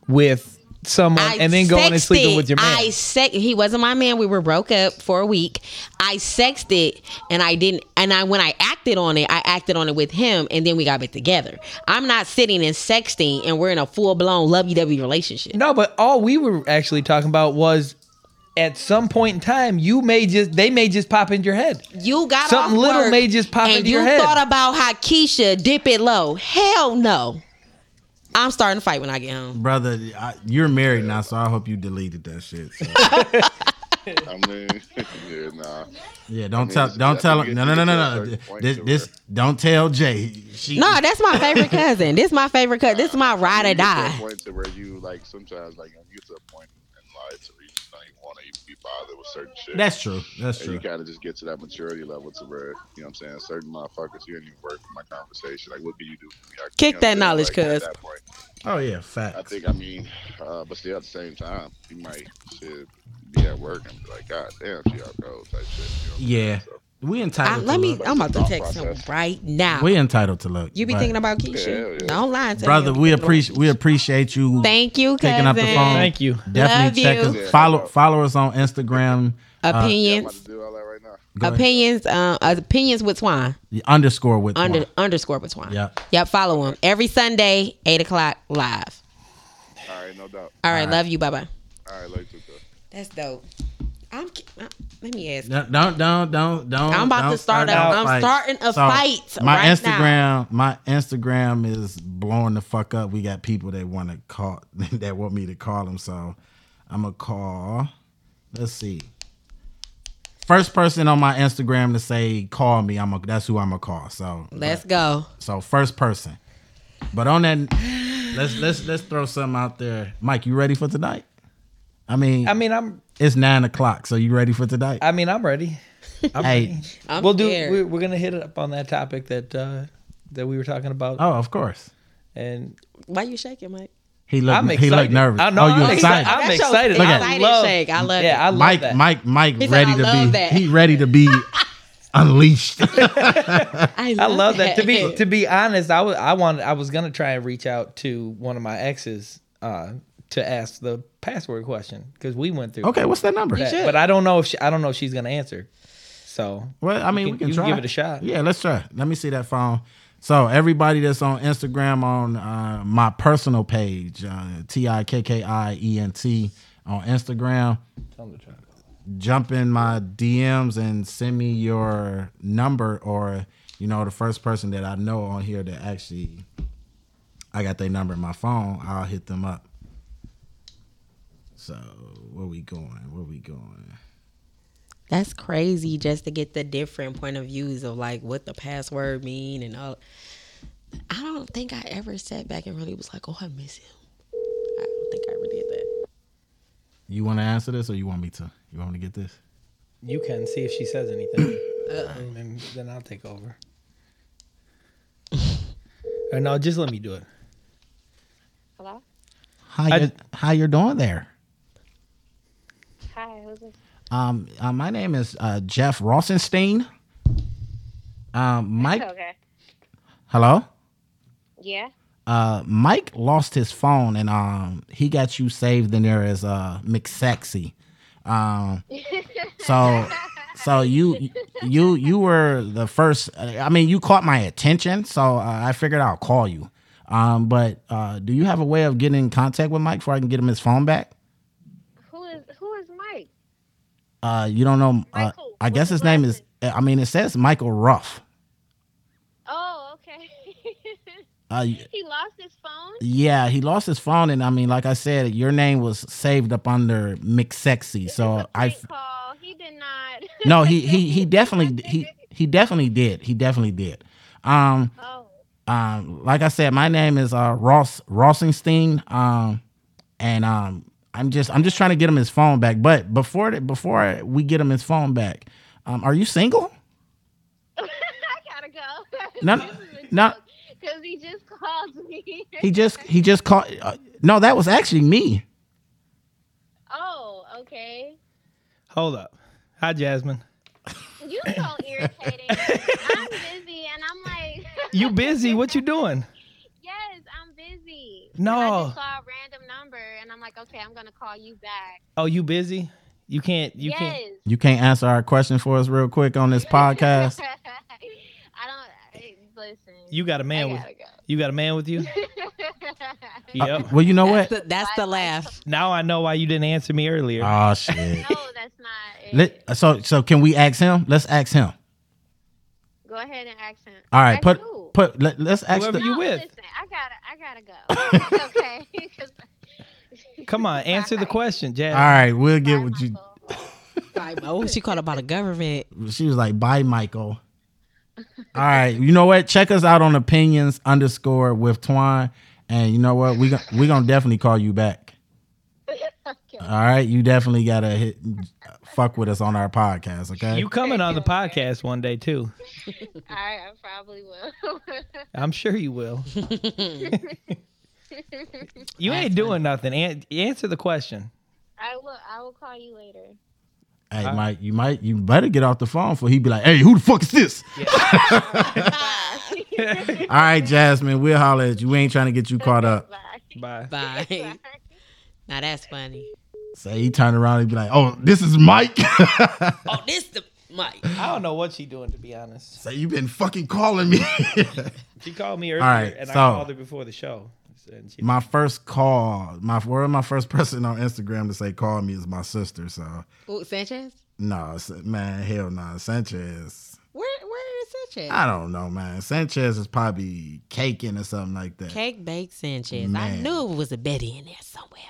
S3: with someone
S2: I
S3: Um, and then going and sleeping with your man?
S2: I sex. He wasn't my man. We were broke up for a week. I sexted, and I didn't. And I when I acted on it, I acted on it with him, and then we got back together. I'm not sitting and sexting, and we're in a full blown lovey dovey relationship.
S3: no, but all we were actually talking about was at some point in time you may just they may just pop into your head.
S2: You got
S3: Something
S2: off
S3: little
S2: work,
S3: may just pop
S2: and
S3: into
S2: you
S3: your head.
S2: thought about how Keisha dip it low. Hell no. I'm starting to fight when I get home.
S1: brother, I, you're married now, so I hope you deleted that shit.
S3: *laughs*
S1: so.
S6: I mean, *laughs* yeah, nah.
S1: Yeah, don't
S6: mean,
S1: tell,
S6: it's-
S1: don't
S6: I
S1: tell
S6: think
S1: him.
S6: it
S1: No, no, no,
S6: gets to
S1: no,
S6: a
S1: no.
S6: certain point
S1: This,
S6: to
S1: this, don't tell Jay. She,
S2: No, that's my favorite cousin. This is my favorite cousin. This is my ride or
S6: You *laughs* get to a
S2: die.
S6: point to where you, like, sometimes, like, you get to a point in life to where you just don't even want to even be bothered with certain shit.
S1: That's true. That's
S6: And you
S1: true.
S6: kind of just get to that maturity level to where, you know what I'm saying? Certain motherfuckers, you ain't even worth my conversation. Like, what can you do for me? I- you
S2: Kick
S6: know what
S2: that
S6: I'm saying?
S2: knowledge,
S6: Like, at
S2: cuz.
S6: that point,
S1: Oh yeah,
S6: I
S1: facts.
S6: think, I mean, uh, but still at the same time, you might shit, be at work and be like, God damn, she out cold type shit. You know what I'm
S1: Yeah,
S6: saying? So,
S1: we
S2: I,
S1: entitled.
S2: Uh, let
S1: to
S2: me.
S1: Look.
S2: I'm about to
S6: Thought
S2: text him
S6: process.
S2: right now.
S1: We entitled to look.
S2: you be
S1: but-
S2: thinking about Keisha.
S6: Hell, yeah.
S2: Don't lie. and tell me
S1: brother.
S2: you be
S1: We
S2: thinking about
S1: appreciate we
S2: Keisha.
S1: appreciate you.
S2: Thank you, cousin.
S1: Picking up the phone.
S3: Thank you.
S1: Definitely
S2: Love
S1: check
S2: you.
S1: us. Follow follow us on Instagram
S6: yeah, I'm about to
S2: Opinions.
S6: do all that right now.
S1: Uh, Go ahead.
S2: opinions. Uh, opinions with Twine.
S1: underscore with
S2: Under
S1: one.
S2: underscore with Twine.
S1: Yep.
S2: Yep. Follow him every Sunday, eight o'clock live.
S6: All right, no doubt.
S2: All right. Love you. Bye bye.
S6: All right, later. though.
S2: That's dope. I'm. ki- uh, Let me ask.
S1: Don't don't don't don't. don't-
S2: I'm about to
S1: don't
S2: start
S1: out
S2: a- I'm
S1: fights.
S2: starting a fight
S1: My
S2: right
S1: Instagram, my Instagram is blowing the fuck up. We got people that want to call *laughs* that want me to call them. So I'm gonna call. Let's see. First person on my Instagram to say call me, I'm a, that's who I'm gonna call. So
S2: Let's go.
S1: so first person. But on that, let's let's let's throw something out there. Mike, you ready for tonight? I mean,
S3: I mean, I'm.
S1: it's nine o'clock, so you ready for tonight?
S3: I mean, I'm ready. I'm
S1: hey,
S2: I'm
S3: we'll do.
S2: scared.
S3: We're, we're gonna hit up on that topic that uh, that we were talking about,
S1: oh, of course.
S3: and
S2: Why you shaking, Mike?
S1: He looked
S3: I'm
S1: he looked
S3: excited.
S1: nervous.
S3: I know,
S1: oh, you
S3: I'm
S1: excited?
S3: excited. I'm
S2: That's your
S3: excited.
S1: Look at-
S2: excited shake. I love
S3: yeah,
S2: it.
S3: I love
S1: Mike,
S3: that.
S1: Mike, Mike,
S2: He said,
S1: ready
S2: "I
S1: to
S2: love
S1: be
S2: that."
S1: he ready to
S3: *laughs*
S1: be unleashed.
S2: I love,
S3: I love that. To be to be honest, I was I wanted I was gonna try and reach out to one of my exes uh, to ask the password question because we went through.
S1: okay, what's that number?
S3: that, but I don't know if she, I don't know if she's gonna answer. So
S1: Well, I mean,
S3: can-
S1: we can
S3: you can
S1: try.
S3: give it a shot.
S1: Yeah, let's try. Let me see that phone. So everybody that's on Instagram on uh, my personal page, uh, T I K K I E N T on Instagram,
S3: tell them to try.
S1: jump in my DMs and send me your number or you know the first person that I know on here that actually I got their number in my phone, I'll hit them up. So where we going? Where we going?
S2: That's crazy just to get the different point of views of like what the password mean and all. I don't think I ever sat back and really was like, oh, I miss him. I don't think I ever did that.
S1: You want to answer this or you want me to? You want me to get this?
S3: You can see if she says *coughs* anything, and then- then I'll take over. or no, just let me do it.
S4: Hello?
S1: How you how you're doing there?
S4: Hi, who's this?
S1: Um, uh, my name is uh, Jeff Rosenstein. Um, Mike,
S4: Okay.
S1: hello.
S4: Yeah?
S1: Uh, Mike lost his phone and um, he got you saved in there as uh McSexy. Um, so so you you you were the first. I mean, you caught my attention, so uh, I figured I'll call you. Um, but uh, do you have a way of getting in contact with Mike before I can get him his phone back?
S4: Who is who is Mike?
S1: Uh, you don't know. Uh,
S4: Michael,
S1: I guess his
S4: what's his
S1: name
S4: last
S1: is. I mean, it says Michael Ruff.
S4: Oh, okay. *laughs*
S1: Uh,
S4: he lost his phone?
S1: yeah, he lost his phone, and I mean, like I said, your name was saved up under McSexy. So I
S4: Prank call. He did not.
S1: no, he he he definitely he he definitely did. He definitely did. Um
S4: *laughs* Oh,
S1: um, like I said, my name is uh Ross Rossenstein. Um, and um, I'm just I'm just trying to get him his phone back. But before the, before we get him his phone back, um, are you single?
S4: Oh. *laughs* I gotta go.
S1: No,
S4: *laughs*
S1: no.
S4: Because he just called me.
S1: He just he just called. Uh, no, that was actually me.
S4: *laughs* oh, okay.
S3: Hold up. Hi, Jasmine.
S4: You so irritating. I'm busy, and I'm like, *laughs*
S3: You busy? What you doing?
S4: yes, I'm busy.
S3: No.
S4: And I just saw a random number, and I'm like, okay, I'm gonna call you back.
S3: Oh, you busy? You can't. You
S4: yes.
S3: can't.
S1: You can't answer our question for us real quick on this podcast.
S4: *laughs* I don't I, listen.
S3: You got a
S4: I
S3: man with.
S4: gotta
S3: You got a man with
S1: *laughs*
S3: you?
S4: go.
S1: Uh,
S3: *laughs* Yep.
S1: well, you know
S2: That's
S1: what?
S2: the, *laughs* that's the laugh.
S3: now I know why you didn't answer me earlier.
S1: Oh shit.
S4: no, that's not it.
S1: Let- so so can we ask him? Let's ask him.
S4: go ahead and accent.
S1: All right,
S4: Ask
S1: put
S4: who?
S1: put let, let's ask
S3: Whoever
S1: the,
S3: who you with?
S4: Listen, I
S1: *laughs*
S4: gotta, I gotta go. okay. *laughs* 'Cause-
S3: Come
S4: *laughs*
S3: on, answer the
S4: Bye.
S3: question, Jazz.
S1: All right, we'll get
S4: Bye,
S1: what you
S4: Michael. *laughs*
S2: Oh, she called about a government. *laughs*
S1: she was like, bye, Michael. All right. You know what? Check us out on opinions underscore with Twine. And you know what? We gon' we gonna definitely call you back.
S4: okay.
S1: All right, you definitely gotta hit, fuck with us on our podcast, okay?
S3: You coming on the podcast one day too?
S4: I, I probably will. *laughs*
S3: I'm sure you will.
S2: *laughs*
S3: You ain't doing nothing. An- answer
S2: *laughs*
S3: the question.
S4: I will. I will call you later.
S1: hey, Mike, you might, you better get off the phone for he be like, hey, who the fuck is this? All right, Jasmine, we'll holler at you. We ain't trying to get you *laughs* caught up.
S4: *laughs* Bye.
S3: Bye.
S2: Bye. now that's funny.
S1: Say he turn around and be like, oh, this is Mike. *laughs*
S2: Oh, this the Mike.
S3: I don't know what she doing to be honest.
S1: Say you been fucking calling me. *laughs*
S3: She called me earlier,
S1: right,
S3: and
S1: so-
S3: I called her before the show. And she-
S1: my first call, my one of my first person on Instagram to say call me is my sister. So
S2: Ooh, Sanchez.
S1: no, s- man, hell no, Sanchez.
S2: Where where is Sanchez?
S1: I don't know, man. Sanchez is probably caking or something like that.
S2: Cake baked Sanchez. I
S1: Man.
S2: knew it was a Betty in there somewhere.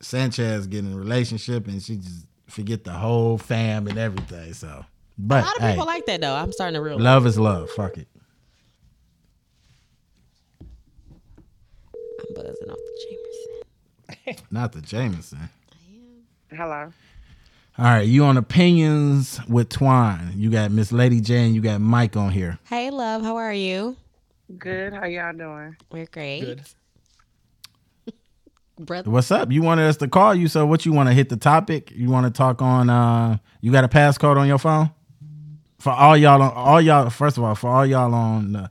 S1: Sanchez getting in a relationship and she just forget the whole fam and everything. So,
S2: A
S1: but
S2: lot of
S1: hey,
S2: people like that though. I'm starting to realize.
S1: love is love. Fuck it.
S2: I'm buzzing off the Jamerson.
S1: Not the Jameson.
S7: Hello.
S1: All right, you on opinions with Twine. You got Miss Lady J and you got Mike on here.
S2: Hey, love. How are you?
S7: Good. How y'all doing?
S2: We're great.
S3: Good.
S2: Brother.
S1: What's up? You wanted us to call you, so what you want to hit the topic? You want to talk on? uh You got a passcode on your phone? For all y'all, on all y'all. First of all, for all y'all on uh,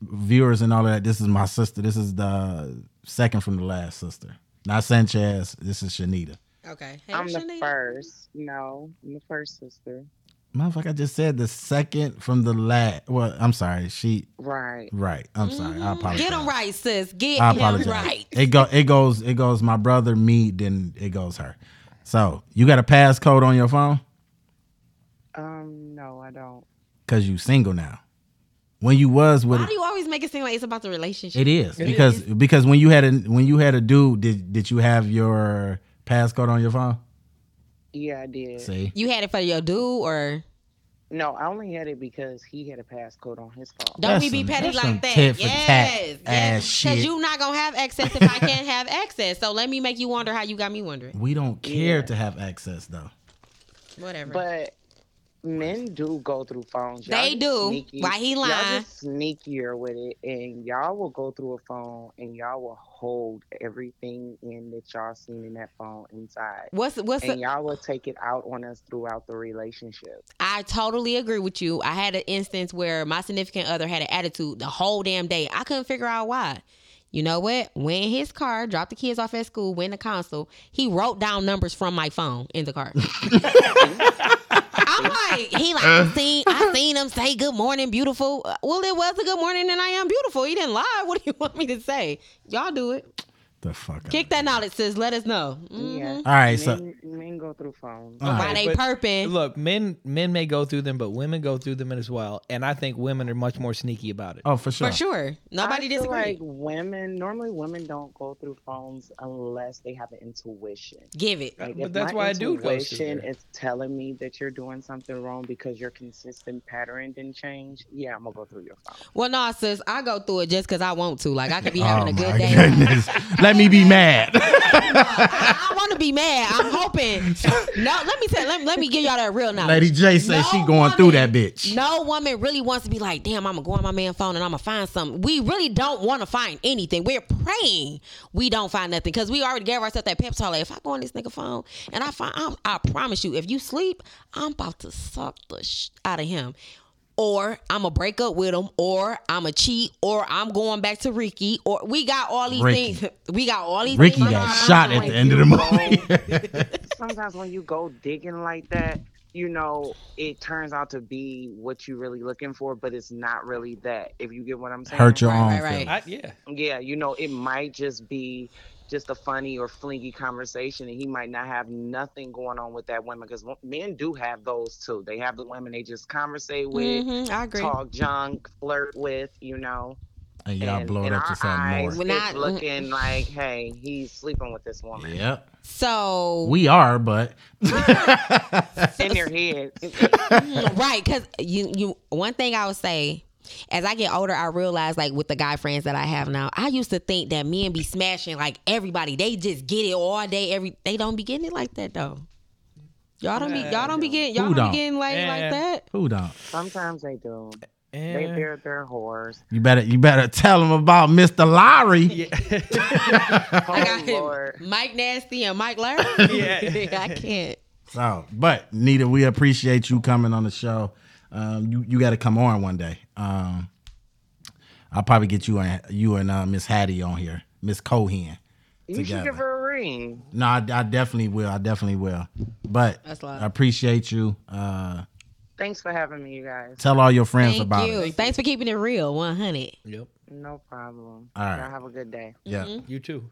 S1: viewers and all of that, this is my sister. This is the second from the last sister, not Sanchez. This is Shanita.
S2: Okay. Hey,
S7: I'm the
S2: Shanita.
S7: first. No, I'm the first sister.
S1: Motherfucker, I just said the second from the last. Well, I'm sorry. She
S7: Right.
S1: right. I'm sorry. I apologize.
S2: Mm-hmm. Get him right, sis. Get
S1: I
S2: him
S1: apologize.
S2: right.
S1: It go it goes it goes my brother me then it goes her. So you got a passcode on your phone
S7: Um. No, I don't.
S1: because you single now. When you was with
S2: Why
S1: it,
S2: do you always make it seem like it's about the relationship?
S1: it is because because when you had a when you had a dude did did you have your passcode on your phone?
S7: Yeah, I did.
S1: See,
S2: You had it for your dude, or
S7: No, I only had it because he had a passcode on his phone.
S2: don't
S1: That's
S2: we be
S1: some-
S2: petty
S1: that's
S2: like
S1: some
S2: that?
S1: tit for tat
S2: yes,
S1: ass
S2: Because
S1: shit.
S2: you're not gonna have access if I can't have access. So let me make you wonder how you got me wondering.
S1: we don't care
S7: Yeah.
S1: to have access though.
S2: Whatever.
S7: But men do go through phones. Y'all
S2: They
S7: just
S2: do.
S7: Sneaky.
S2: Why he
S7: Y'all
S2: lying?
S7: just sneakier with it, and y'all will go through a phone, and y'all will hold everything in that y'all seen in that phone inside,
S2: what's what's
S7: and
S2: a,
S7: y'all will take it out on us throughout the relationship.
S2: I totally agree with you. I had an instance where my significant other had an attitude the whole damn day. I couldn't figure out why. You know what? Went in his car, dropped the kids off at school, went to console. He wrote down numbers from my phone in the
S7: *laughs*
S2: car. I'm like, he like, I seen, I seen him say good morning, beautiful. Uh, Well, it was a good morning, and I am beautiful. He didn't lie. What do you want me to say? Y'all do it.
S1: The fuck. out
S2: Kick
S1: of
S2: that
S1: here.
S2: knowledge, sis. Let us know. Mhm.
S7: Yeah.
S1: All right, so
S7: Men, men go through phones.
S1: all
S2: Why
S1: right.
S2: they
S3: but-
S2: perping?
S3: Look, men men may go through them, but women go through them as well. And I think women are much more sneaky about it.
S1: Oh, for sure.
S2: For sure. Nobody
S7: I feel
S2: disagrees.
S7: Like women, normally women don't go through phones unless they have an intuition.
S2: Give it.
S7: Like,
S3: Uh, But
S7: if
S3: that's
S7: my
S3: why a dude goes through
S7: intuition
S3: there.
S7: is telling me that you're doing something wrong because your consistent pattern didn't change. Yeah, I'm gonna go through your phone.
S2: Well, no, sis, I go through it just because I want to. Like, I could be
S1: *laughs* Oh
S2: having
S1: my
S2: a good day. *laughs*
S1: goodness. Let me be mad.
S2: I, I want to be mad. I'm hoping.
S1: *laughs*
S2: No, let me tell. Let, let me give y'all that real knowledge.
S1: Lady J says
S2: No
S1: she going through that
S2: woman-
S1: bitch.
S2: No woman really wants to be like, damn, I'm gonna go on my man's phone and I'm gonna find something. We really don't want to find anything. We're praying we don't find nothing because we already gave ourselves that pep talk. Like, if I go on this nigga phone and I find, I'm, I promise you, if you sleep, I'm about to suck the sh- out of him. Or I'm gonna break up with him, or I'm gonna cheat, or I'm going back to Ricky, or we got all these
S1: Ricky.
S2: things. *laughs* We got all these.
S1: Ricky
S2: things.
S1: got shot at the end
S2: *laughs*
S1: of the movie.
S7: Sometimes when you go digging like that, you know, it turns out to be what you're really looking for, but it's not really that. If you get what I'm saying.
S1: Hurt your
S2: Right,
S1: own
S2: right, right.
S1: feelings.
S3: I, yeah.
S7: Yeah, you know, it might just be just a funny or flingy conversation, and he might not have nothing going on with that woman because men do have those too. They have the women they just conversate with,
S2: Mhm, I agree.
S7: talk junk, flirt with, you know.
S1: And y'all
S7: and
S1: blow it
S7: in
S1: up
S7: our
S1: to something
S7: eyes,
S1: more.
S2: We're
S7: it's
S2: not-
S7: looking like, hey, he's sleeping with this woman
S1: Yep.
S2: So
S1: We are, but
S7: in their heads.
S2: Mm, right because you you one thing i would say as I get older, I realize like with the guy friends that I have now, I used to think that men be smashing like everybody. They just get it all day. Every they don't be getting it like that though. Y'all don't be y'all don't be getting y'all
S1: Who
S2: don't
S1: don't?
S2: be getting like
S3: Yeah.
S2: like that.
S1: Who don't?
S7: *laughs* Sometimes they do. They,
S3: Eh.
S7: they're, they're
S1: *laughs*
S7: whores.
S1: You better you better tell him about Mr.
S2: *laughs*
S1: Lowry.
S7: Oh,
S2: I got
S7: Lord.
S2: Mike Nasty and Mike Larry.
S3: *laughs*
S2: *laughs*
S3: Yeah.
S2: I can't.
S1: So, but Nita, we appreciate you coming on the show. Um, you you got to come on one day. Um, I'll probably get you and you and uh, Miss Hattie on here, Miss Cohen.
S7: You should
S1: Together.
S7: give her a ring.
S1: No, I, I definitely will. I definitely will. But
S2: That's a lot.
S1: I appreciate you. Uh,
S7: Thanks for having me, you guys.
S1: tell all your friends
S2: Thank
S1: about
S2: you.
S1: it.
S2: Thanks for keeping it real. One hundred.
S3: Yep.
S7: No problem.
S1: All right.
S7: Y'all have a good day.
S1: Yeah.
S3: You too.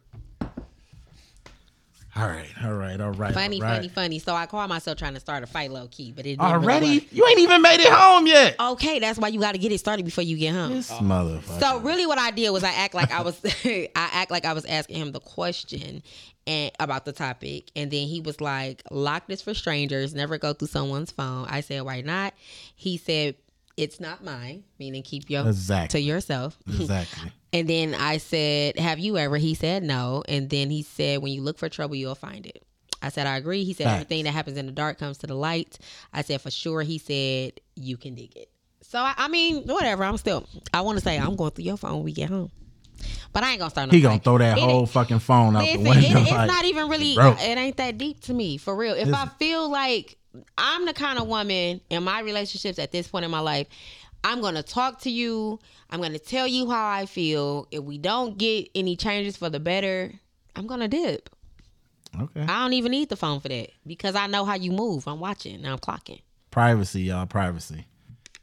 S1: All right. All right. All right.
S2: Funny,
S1: all right.
S2: funny, funny. So I call myself trying to start a fight low key, but Oh. it didn't really
S1: Already?
S2: work.
S1: You ain't even made it home yet.
S2: okay. That's why you got to get it started before you get home.
S1: This motherfucker.
S2: So really, what I did was I act like I was, *laughs* I act like I was asking him the question and about the topic, and then he was like, "Lock this for strangers. Never go through someone's phone." I said, "Why not?" He said, "It's not mine," meaning keep your to
S1: Exactly.
S2: yourself.
S1: Exactly.
S2: and then I said, "Have you ever?" He said, "No." And then he said, "When you look for trouble, you'll find it." I said, "I agree." He said,
S1: Facts.
S2: "Everything that happens in the dark comes to the light." I said, "For sure." He said, "You can dig it." So I, I mean, whatever. I'm still. I want to say I'm going through your phone when we get home, but I ain't gonna start. No
S1: He gonna
S2: fight.
S1: throw that
S2: It-
S1: whole fucking phone out
S2: Listen,
S1: the window.
S2: it- it's
S1: like-
S2: not even really.
S1: broke.
S2: It ain't that deep to me, for real. If I
S1: Listen.
S2: feel like I'm the kind of woman in my relationships at this point in my life, I'm gonna talk to you. I'm gonna tell you how I feel. If we don't get any changes for the better, I'm gonna dip. e-
S1: okay.
S2: I don't even need the phone for that because I know how you move. I'm watching. Now I'm clocking.
S1: privacy, y'all, privacy.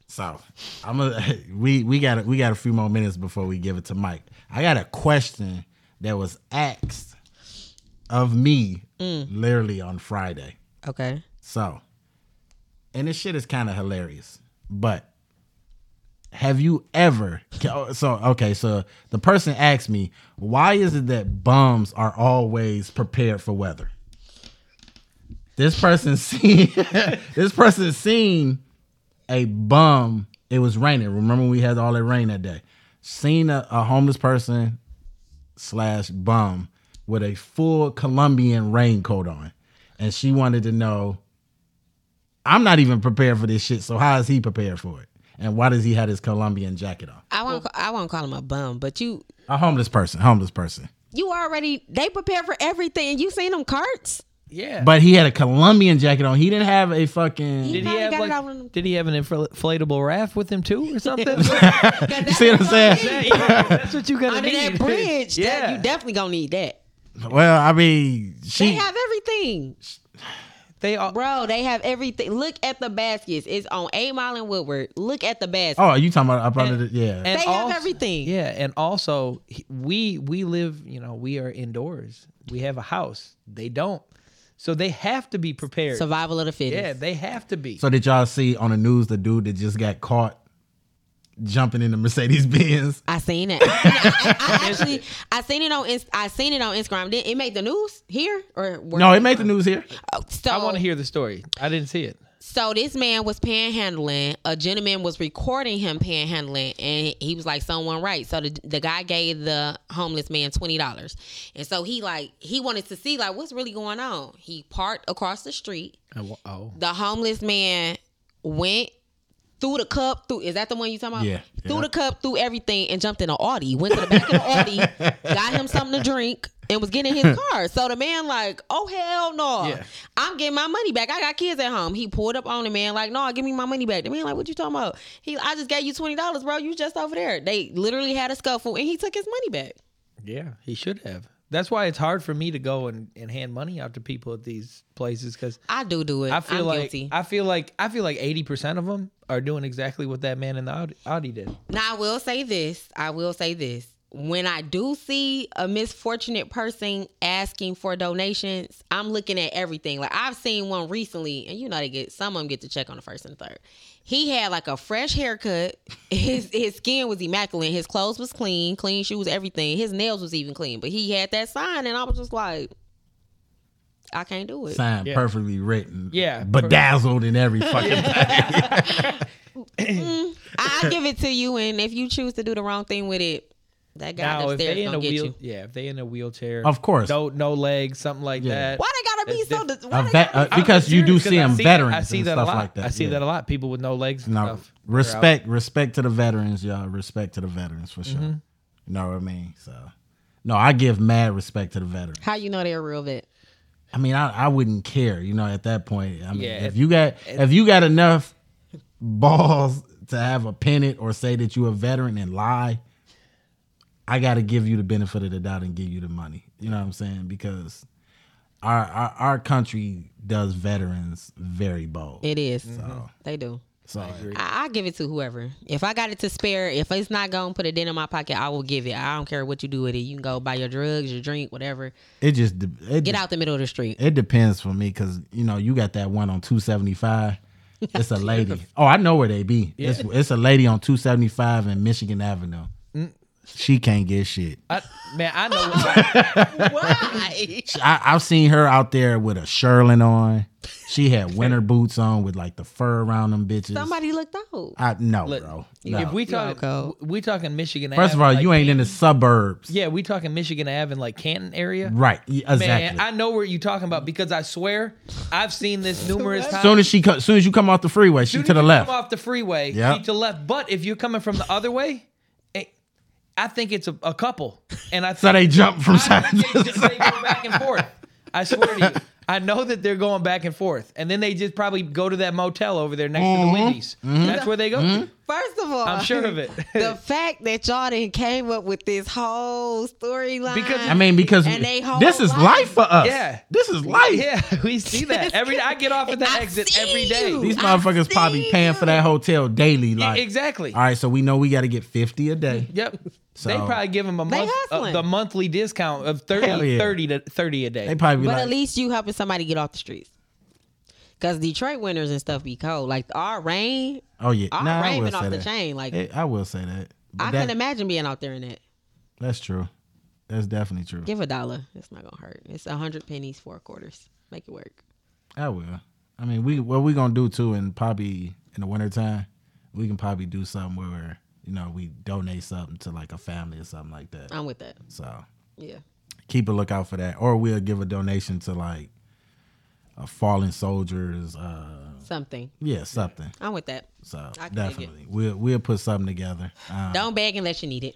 S1: So I'm a *laughs* we we got a, we got a few more minutes before we give it to Mike. I got a question that was asked of me
S2: Mm.
S1: literally on Friday.
S2: Okay.
S1: So, and this shit is kind of hilarious, but have you ever? *laughs* oh, So okay, so the person asked me, why is it that bums are always prepared for weather? This person *laughs* seen this person seen a bum. It was raining. Remember we had all that rain that day. Seen a, a homeless person slash bum with a full Colombian raincoat on, and she wanted to know. I'm not even prepared for this shit. So how is he prepared for it? And why does he have his Colombian jacket on?
S2: I won't. ca- I won't call him a bum, but you.
S1: A homeless person, homeless person.
S2: You already. They prepare for everything. You seen them carts?
S3: Yeah.
S1: But he had a Colombian jacket on. He didn't have a fucking.
S3: did he
S2: Probably
S3: have
S2: got it
S3: like,
S2: out on-
S3: Did he have an infl- inflatable raft with him too, or something?
S1: *laughs*
S2: *laughs*
S1: You see what I'm saying?
S3: Yeah, that's what you gotta
S2: Under
S3: need. *laughs*
S2: that bridge, yeah.
S3: yeah.
S2: you definitely gonna need that.
S1: Well, I mean, she.
S2: They have everything,
S3: they all.
S2: bro. They have everything. Look at the baskets. It's on A Mile and Woodward. Look at the basket.
S1: oh, you talking about up under the yeah?
S2: they
S3: And
S2: have
S3: also-
S2: everything.
S3: Yeah, and also he- we we live, you know, we are indoors. We have a house. They don't, so they have to be prepared.
S2: Survival of the fittest.
S3: yeah, they have to be.
S1: So did y'all see on the news the dude that just got caught jumping in the Mercedes Benz?
S2: I seen
S3: *laughs*
S2: it. I, I- I actually, I seen it on. Inst- I seen it on Instagram. Did it make the news here or where-
S1: No, it made the news
S3: *laughs*
S1: here.
S2: Oh, So
S3: I want to hear the story. I didn't see it.
S2: So this man was panhandling. A gentleman was recording him panhandling, and he was like, "Someone right." So the, the guy gave the homeless man twenty dollars, and so he like he wanted to see like what's really going on. He parked across the street.
S3: Oh, oh.
S2: The homeless man went through the cup through. Is that the one you talking about?
S1: Yeah,
S2: Through
S1: yeah.
S2: the cup, through everything, and jumped in an Audi. Went to the back of the Audi,
S1: *laughs*
S2: got him something to drink, and was getting
S3: *laughs*
S2: his car. So the man like, oh hell no,
S3: Yeah.
S2: I'm getting my money back. I got kids at home. He pulled up on the man like, no, give me my money back. The man like, what you talking about? He, I just gave you twenty dollars, bro. You just over there. They literally had a scuffle, and he took his money back.
S3: yeah, he should have. That's why it's hard for me to go and, and hand money out to people at these places because
S2: I do do it.
S3: I feel
S2: I'm
S3: like
S2: guilty.
S3: I feel like I feel like eighty percent of them are doing exactly what that man in the Audi, Audi
S2: *laughs*
S3: did. *laughs*
S2: Now I will say this. I will say this. When I do see a misfortunate person asking for donations, I'm looking at everything. Like I've seen one recently, and you know they get some of them get the check on the first and third. He had like a fresh haircut. *laughs* His his skin was immaculate. His clothes was clean, clean shoes, everything. His nails was even clean. But he had that sign, and I was just like, I can't do it.
S1: Sign
S3: Yeah.
S1: perfectly written.
S3: Yeah.
S1: Bedazzled in every
S3: *laughs*
S1: fucking
S2: Mm, I I give it to you, and if you choose to do the wrong thing with it, that guy
S3: now if
S2: upstairs
S3: they in
S2: gonna
S3: a
S2: get
S3: wheel,
S2: you.
S3: yeah, if they in a wheelchair,
S1: Of course.
S3: no no legs, something like
S1: Yeah.
S3: that.
S2: Why they gotta be
S3: It's
S2: so?
S3: diff-
S2: dis-
S1: A
S2: Why they
S1: vet-
S2: gotta
S1: uh,
S2: be-
S3: I'm
S1: because you do
S3: serious, 'cause
S1: see
S3: I
S1: them
S3: that-
S1: veterans
S3: I see
S1: and
S3: that
S1: stuff
S3: a lot.
S1: like that,
S3: I see
S1: yeah.
S3: that a lot. People with no legs. And
S1: No,
S3: stuff. They're out.
S1: respect, respect to the veterans, y'all. Respect to the veterans for sure.
S3: Mm-hmm.
S1: You know what I mean? So, no, I give mad respect to the veterans.
S2: How you know they're a real vet?
S1: I mean, I, I wouldn't care, you know, at that point. I mean,
S3: Yeah,
S1: if
S3: it-
S1: you got if you got enough balls to have a pennant or say that you a veteran and lie, I got to give you the benefit of the doubt and give you the money. You know what I'm saying? Because our our, our country does veterans very bold.
S2: It is.
S1: so,
S2: They do.
S1: so
S2: I, I give it to whoever. If I got it to spare, if it's not gonna put a dent in my pocket, I will give it. I don't care what you do with it. You can go buy your drugs, your drink, whatever.
S1: it just de- it
S2: Get
S1: de-
S2: out the middle of the street.
S1: It depends for me because you know you got that one on two seventy five.
S3: *laughs*
S1: It's a lady. Oh, I know where they be. It's, it's a lady on two seventy five and Michigan Avenue.
S3: Mm.
S1: She can't get shit.
S3: I, man,
S1: *laughs*
S3: I know. *laughs* What,
S2: Why?
S1: I, I've seen her out there with a shirlin on. She
S3: *laughs*
S1: had winter boots on with like the fur around them bitches.
S2: Somebody looked out.
S1: I no,
S3: Look,
S1: bro.
S2: if
S1: No.
S3: if we
S2: You all go.
S3: talking, we talking Michigan.
S1: First of
S3: Ave,
S1: all,
S3: like
S1: you ain't in the suburbs.
S3: Yeah, we talking Michigan Ave in like Canton area.
S1: Right. y- Exactly.
S3: Man, I know what you're talking about because I swear I've seen this numerous times.
S1: soon as she, co- soon as you come off the freeway, she
S3: Soon
S1: to
S3: as
S1: the
S3: you
S1: left.
S3: Come off the freeway,
S1: Yep.
S3: keep to the left. But if you're coming from the other way, eh, I think it's a, a couple, and I
S1: So
S3: think
S1: they jump
S2: *laughs*
S1: from side
S3: I, they,
S1: to
S3: they
S1: side.
S3: go back and forth. I swear to you. I know that they're going back and forth, and then they just probably go to that motel over there next
S2: Mm-hmm.
S3: to the Wendy's. That's where they go. to.
S2: First of all,
S3: I'm sure of it.
S2: Mm-hmm. *laughs* the fact that y'all done came up with this whole storyline
S3: Because-
S1: I mean, because
S2: And they whole
S1: this is life.
S2: life.
S1: for us.
S3: Yeah.
S1: This is life.
S3: *laughs* yeah, we see that every. I get off at that
S2: I
S3: exit
S2: see
S3: every day.
S2: you.
S1: These
S2: I
S1: motherfuckers probably
S2: see
S1: paying for that hotel daily.
S3: E-
S1: Like,
S3: exactly.
S1: All right, so we know we got to get 50 a day.
S3: Yep. they
S1: So-
S3: probably give them a
S2: They
S3: month, uh,
S2: hustling.
S3: the monthly discount of 30,
S1: Hell yeah.
S3: 30 to thirty a day.
S1: They probably be
S2: But
S1: like,
S2: at least you helping somebody get off the streets. Cause Detroit winters and stuff be cold. Like our rain,
S1: oh yeah,
S2: our
S1: nah, I
S2: rain
S1: will
S2: been
S1: say
S2: off the
S1: that.
S2: chain. Like
S1: Eh, I will say that. But
S2: I
S1: that-
S2: couldn't imagine being out there in that.
S1: That's true. That's definitely true.
S2: Give a dollar. It's not gonna hurt. It's a hundred pennies, four quarters. Make it work.
S1: I will. I mean, we what we gonna do too, and probably in the wintertime, we can probably do something where we're, you know we donate something to like a family or something like that.
S2: I'm with that.
S1: So
S2: Yeah.
S1: keep a lookout for that, or we'll give a donation to like a fallen soldiers. Uh,
S2: Something.
S1: yeah, something.
S2: I'm with that.
S1: So
S2: I can dig it.
S1: definitely, we'll we'll put something together. Um,
S2: Don't beg unless you need it.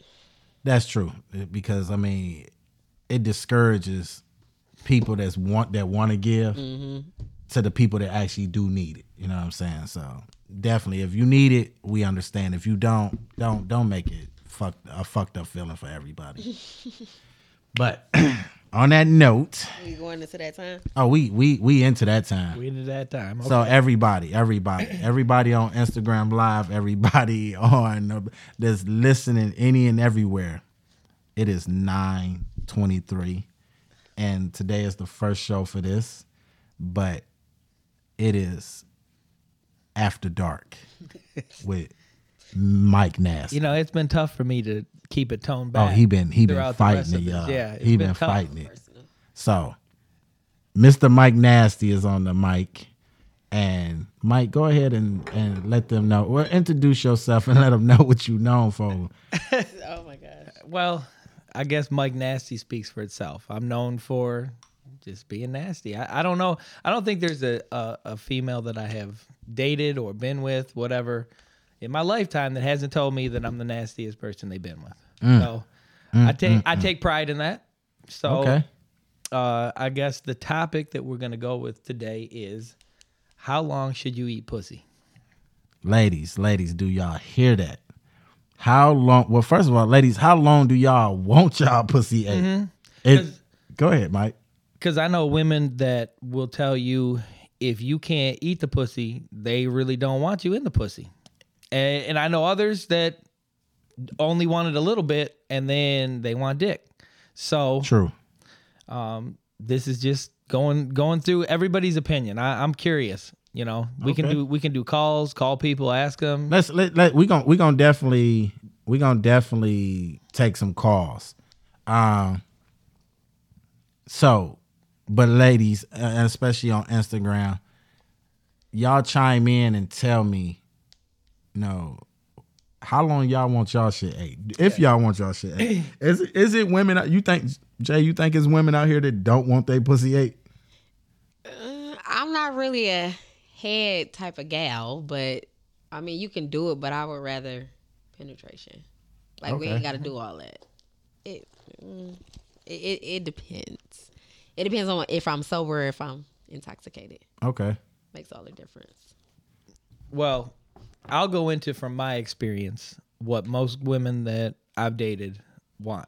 S1: that's true It- because I mean, it discourages people that's want that want to give
S2: Mm-hmm.
S1: to the people that actually do need it. You know what I'm saying? So definitely, if you need it, we understand. If you don't, don't don't make it fuck a fucked up feeling for
S2: *laughs*
S1: everybody. but *clears throat* on that note,
S2: You going into that time?
S1: oh we we we into that time.
S3: We did that time.
S1: So everybody, everybody, everybody on Instagram Live, everybody *laughs* on uh, that's listening any and everywhere. It is nine twenty three, and today is the first show for this, but it is after dark with Mike Nass.
S3: you know, it's been tough for me to keep it toned
S1: oh,
S3: back.
S1: he been he been
S3: throughout the rest
S1: fighting it,
S3: of this.
S1: y'all.
S3: Yeah, it's
S1: he
S3: been
S1: been,
S3: tough.
S1: fighting it. So, Mr. Mike Nasty is on the mic, and Mike, go ahead and and let them know. Well, introduce yourself and *laughs* let them know what you known for.
S2: Oh my gosh.
S3: Well, I guess Mike Nasty speaks for itself. I'm known for just being nasty. I, I don't know. I don't think there's a, a a female that I have dated or been with, whatever, in my lifetime that hasn't told me that I'm the nastiest person they've been with.
S1: Mm.
S3: So I take I take pride in that. So
S1: Okay,
S3: uh, I guess the topic that we're gonna go with today is how long should you eat pussy?
S1: ladies, ladies, do y'all hear that? How long? Well, first of all, ladies, how long do y'all want y'all pussy ate? It,
S3: Mm-hmm. 'Cause-
S1: go ahead, Mike.
S3: Because I know women that will tell you if you can't eat the pussy, they really don't want you in the pussy. And, and I know others that only want it a little bit and then they want dick. So um,
S1: True.
S3: this is just going going through everybody's opinion. I, I'm curious. You know, we can
S1: Okay.
S3: do we can do calls, call people, ask them.
S1: let's let, let we gonna we gonna definitely we gonna definitely take some calls. Um, so But ladies, uh, especially on Instagram, y'all chime in and tell me, no, how long y'all want y'all shit ate? If y'all want y'all shit ate, is is it women? out- You think Jay? You think it's women out here that don't want their pussy ate?
S2: Uh, I'm not really a head type of gal, but I mean, you can do it, but I would rather penetration. Like we
S1: Okay.
S2: ain't got to do all that. It, mm, it it it depends. It depends on if I'm sober, or if I'm intoxicated.
S1: Okay,
S2: Makes all the difference.
S3: Well, I'll go into from my experience what most women that I've dated want.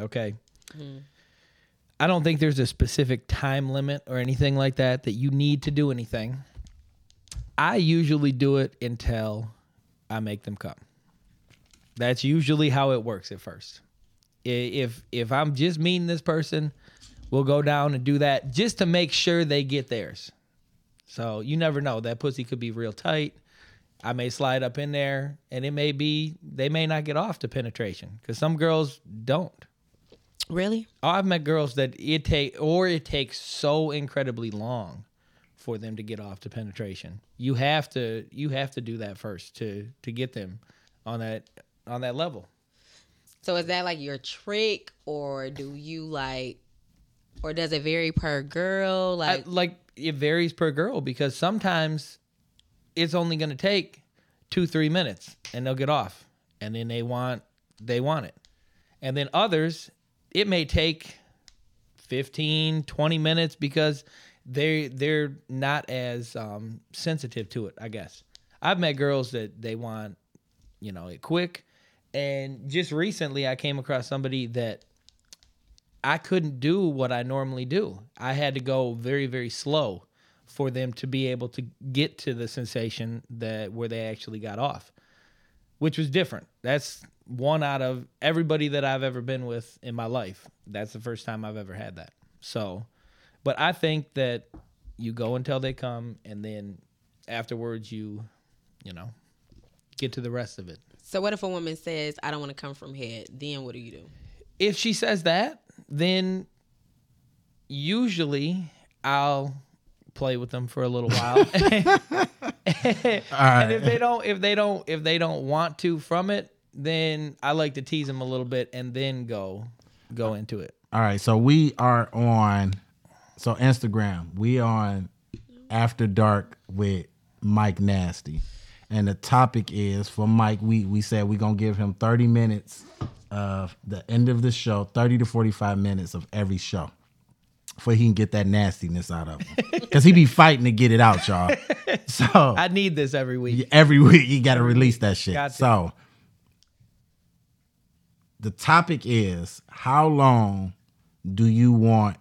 S3: Okay. I don't think there's a specific time limit or anything like that that you need to do anything. I usually do it until I make them come. That's usually how it works at first. I- If if I'm just meeting this person, we'll go down and do that just to make sure they get theirs. So you never know. That pussy could be real tight. I may slide up in there, and it may be they may not get off to penetration because some girls don't.
S2: Really?
S3: Oh, I've met girls that it take or it takes so incredibly long for them to get off to penetration. You have to you have to do that first to to get them on that on that level.
S2: So is that like your trick, or do you like, or does it vary per girl?
S3: I-
S2: Like,
S3: like it varies per girl because sometimes it's only going to take two three minutes and they'll get off and then they want they want it and then others it may take 15 20 minutes because they they're not as um, sensitive to it i guess i've met girls that they want you know it quick and just recently i came across somebody that I couldn't do what I normally do. I had to go very, very slow for them to be able to get to the sensation that where they actually got off, which was different. That's one out of everybody that I've ever been with in my life. That's the first time I've ever had that. So, but I think that you go until they come, and then afterwards you, you know, get to the rest of it.
S2: so what if a woman says, "I don't want to come from head"? Then what do you do?
S3: if she says that, then usually I'll play with them for a
S1: *laughs*
S3: little while. *laughs*
S1: all
S3: and if
S1: right.
S3: they don't if they don't if they don't want to from it, then I like to tease them a little bit and then go go into it.
S1: All right, so we are on so Instagram. We on After Dark with Mike Nasty. And the topic is for Mike, we we said we're gonna give him 30 minutes of the end of the show, 30 to 45 minutes of every show. For he can get that nastiness out of him. Cause he be fighting to get it out, y'all. So
S3: I need this every week.
S1: every week you gotta release that shit.
S3: Got to.
S1: So the topic is how long do you want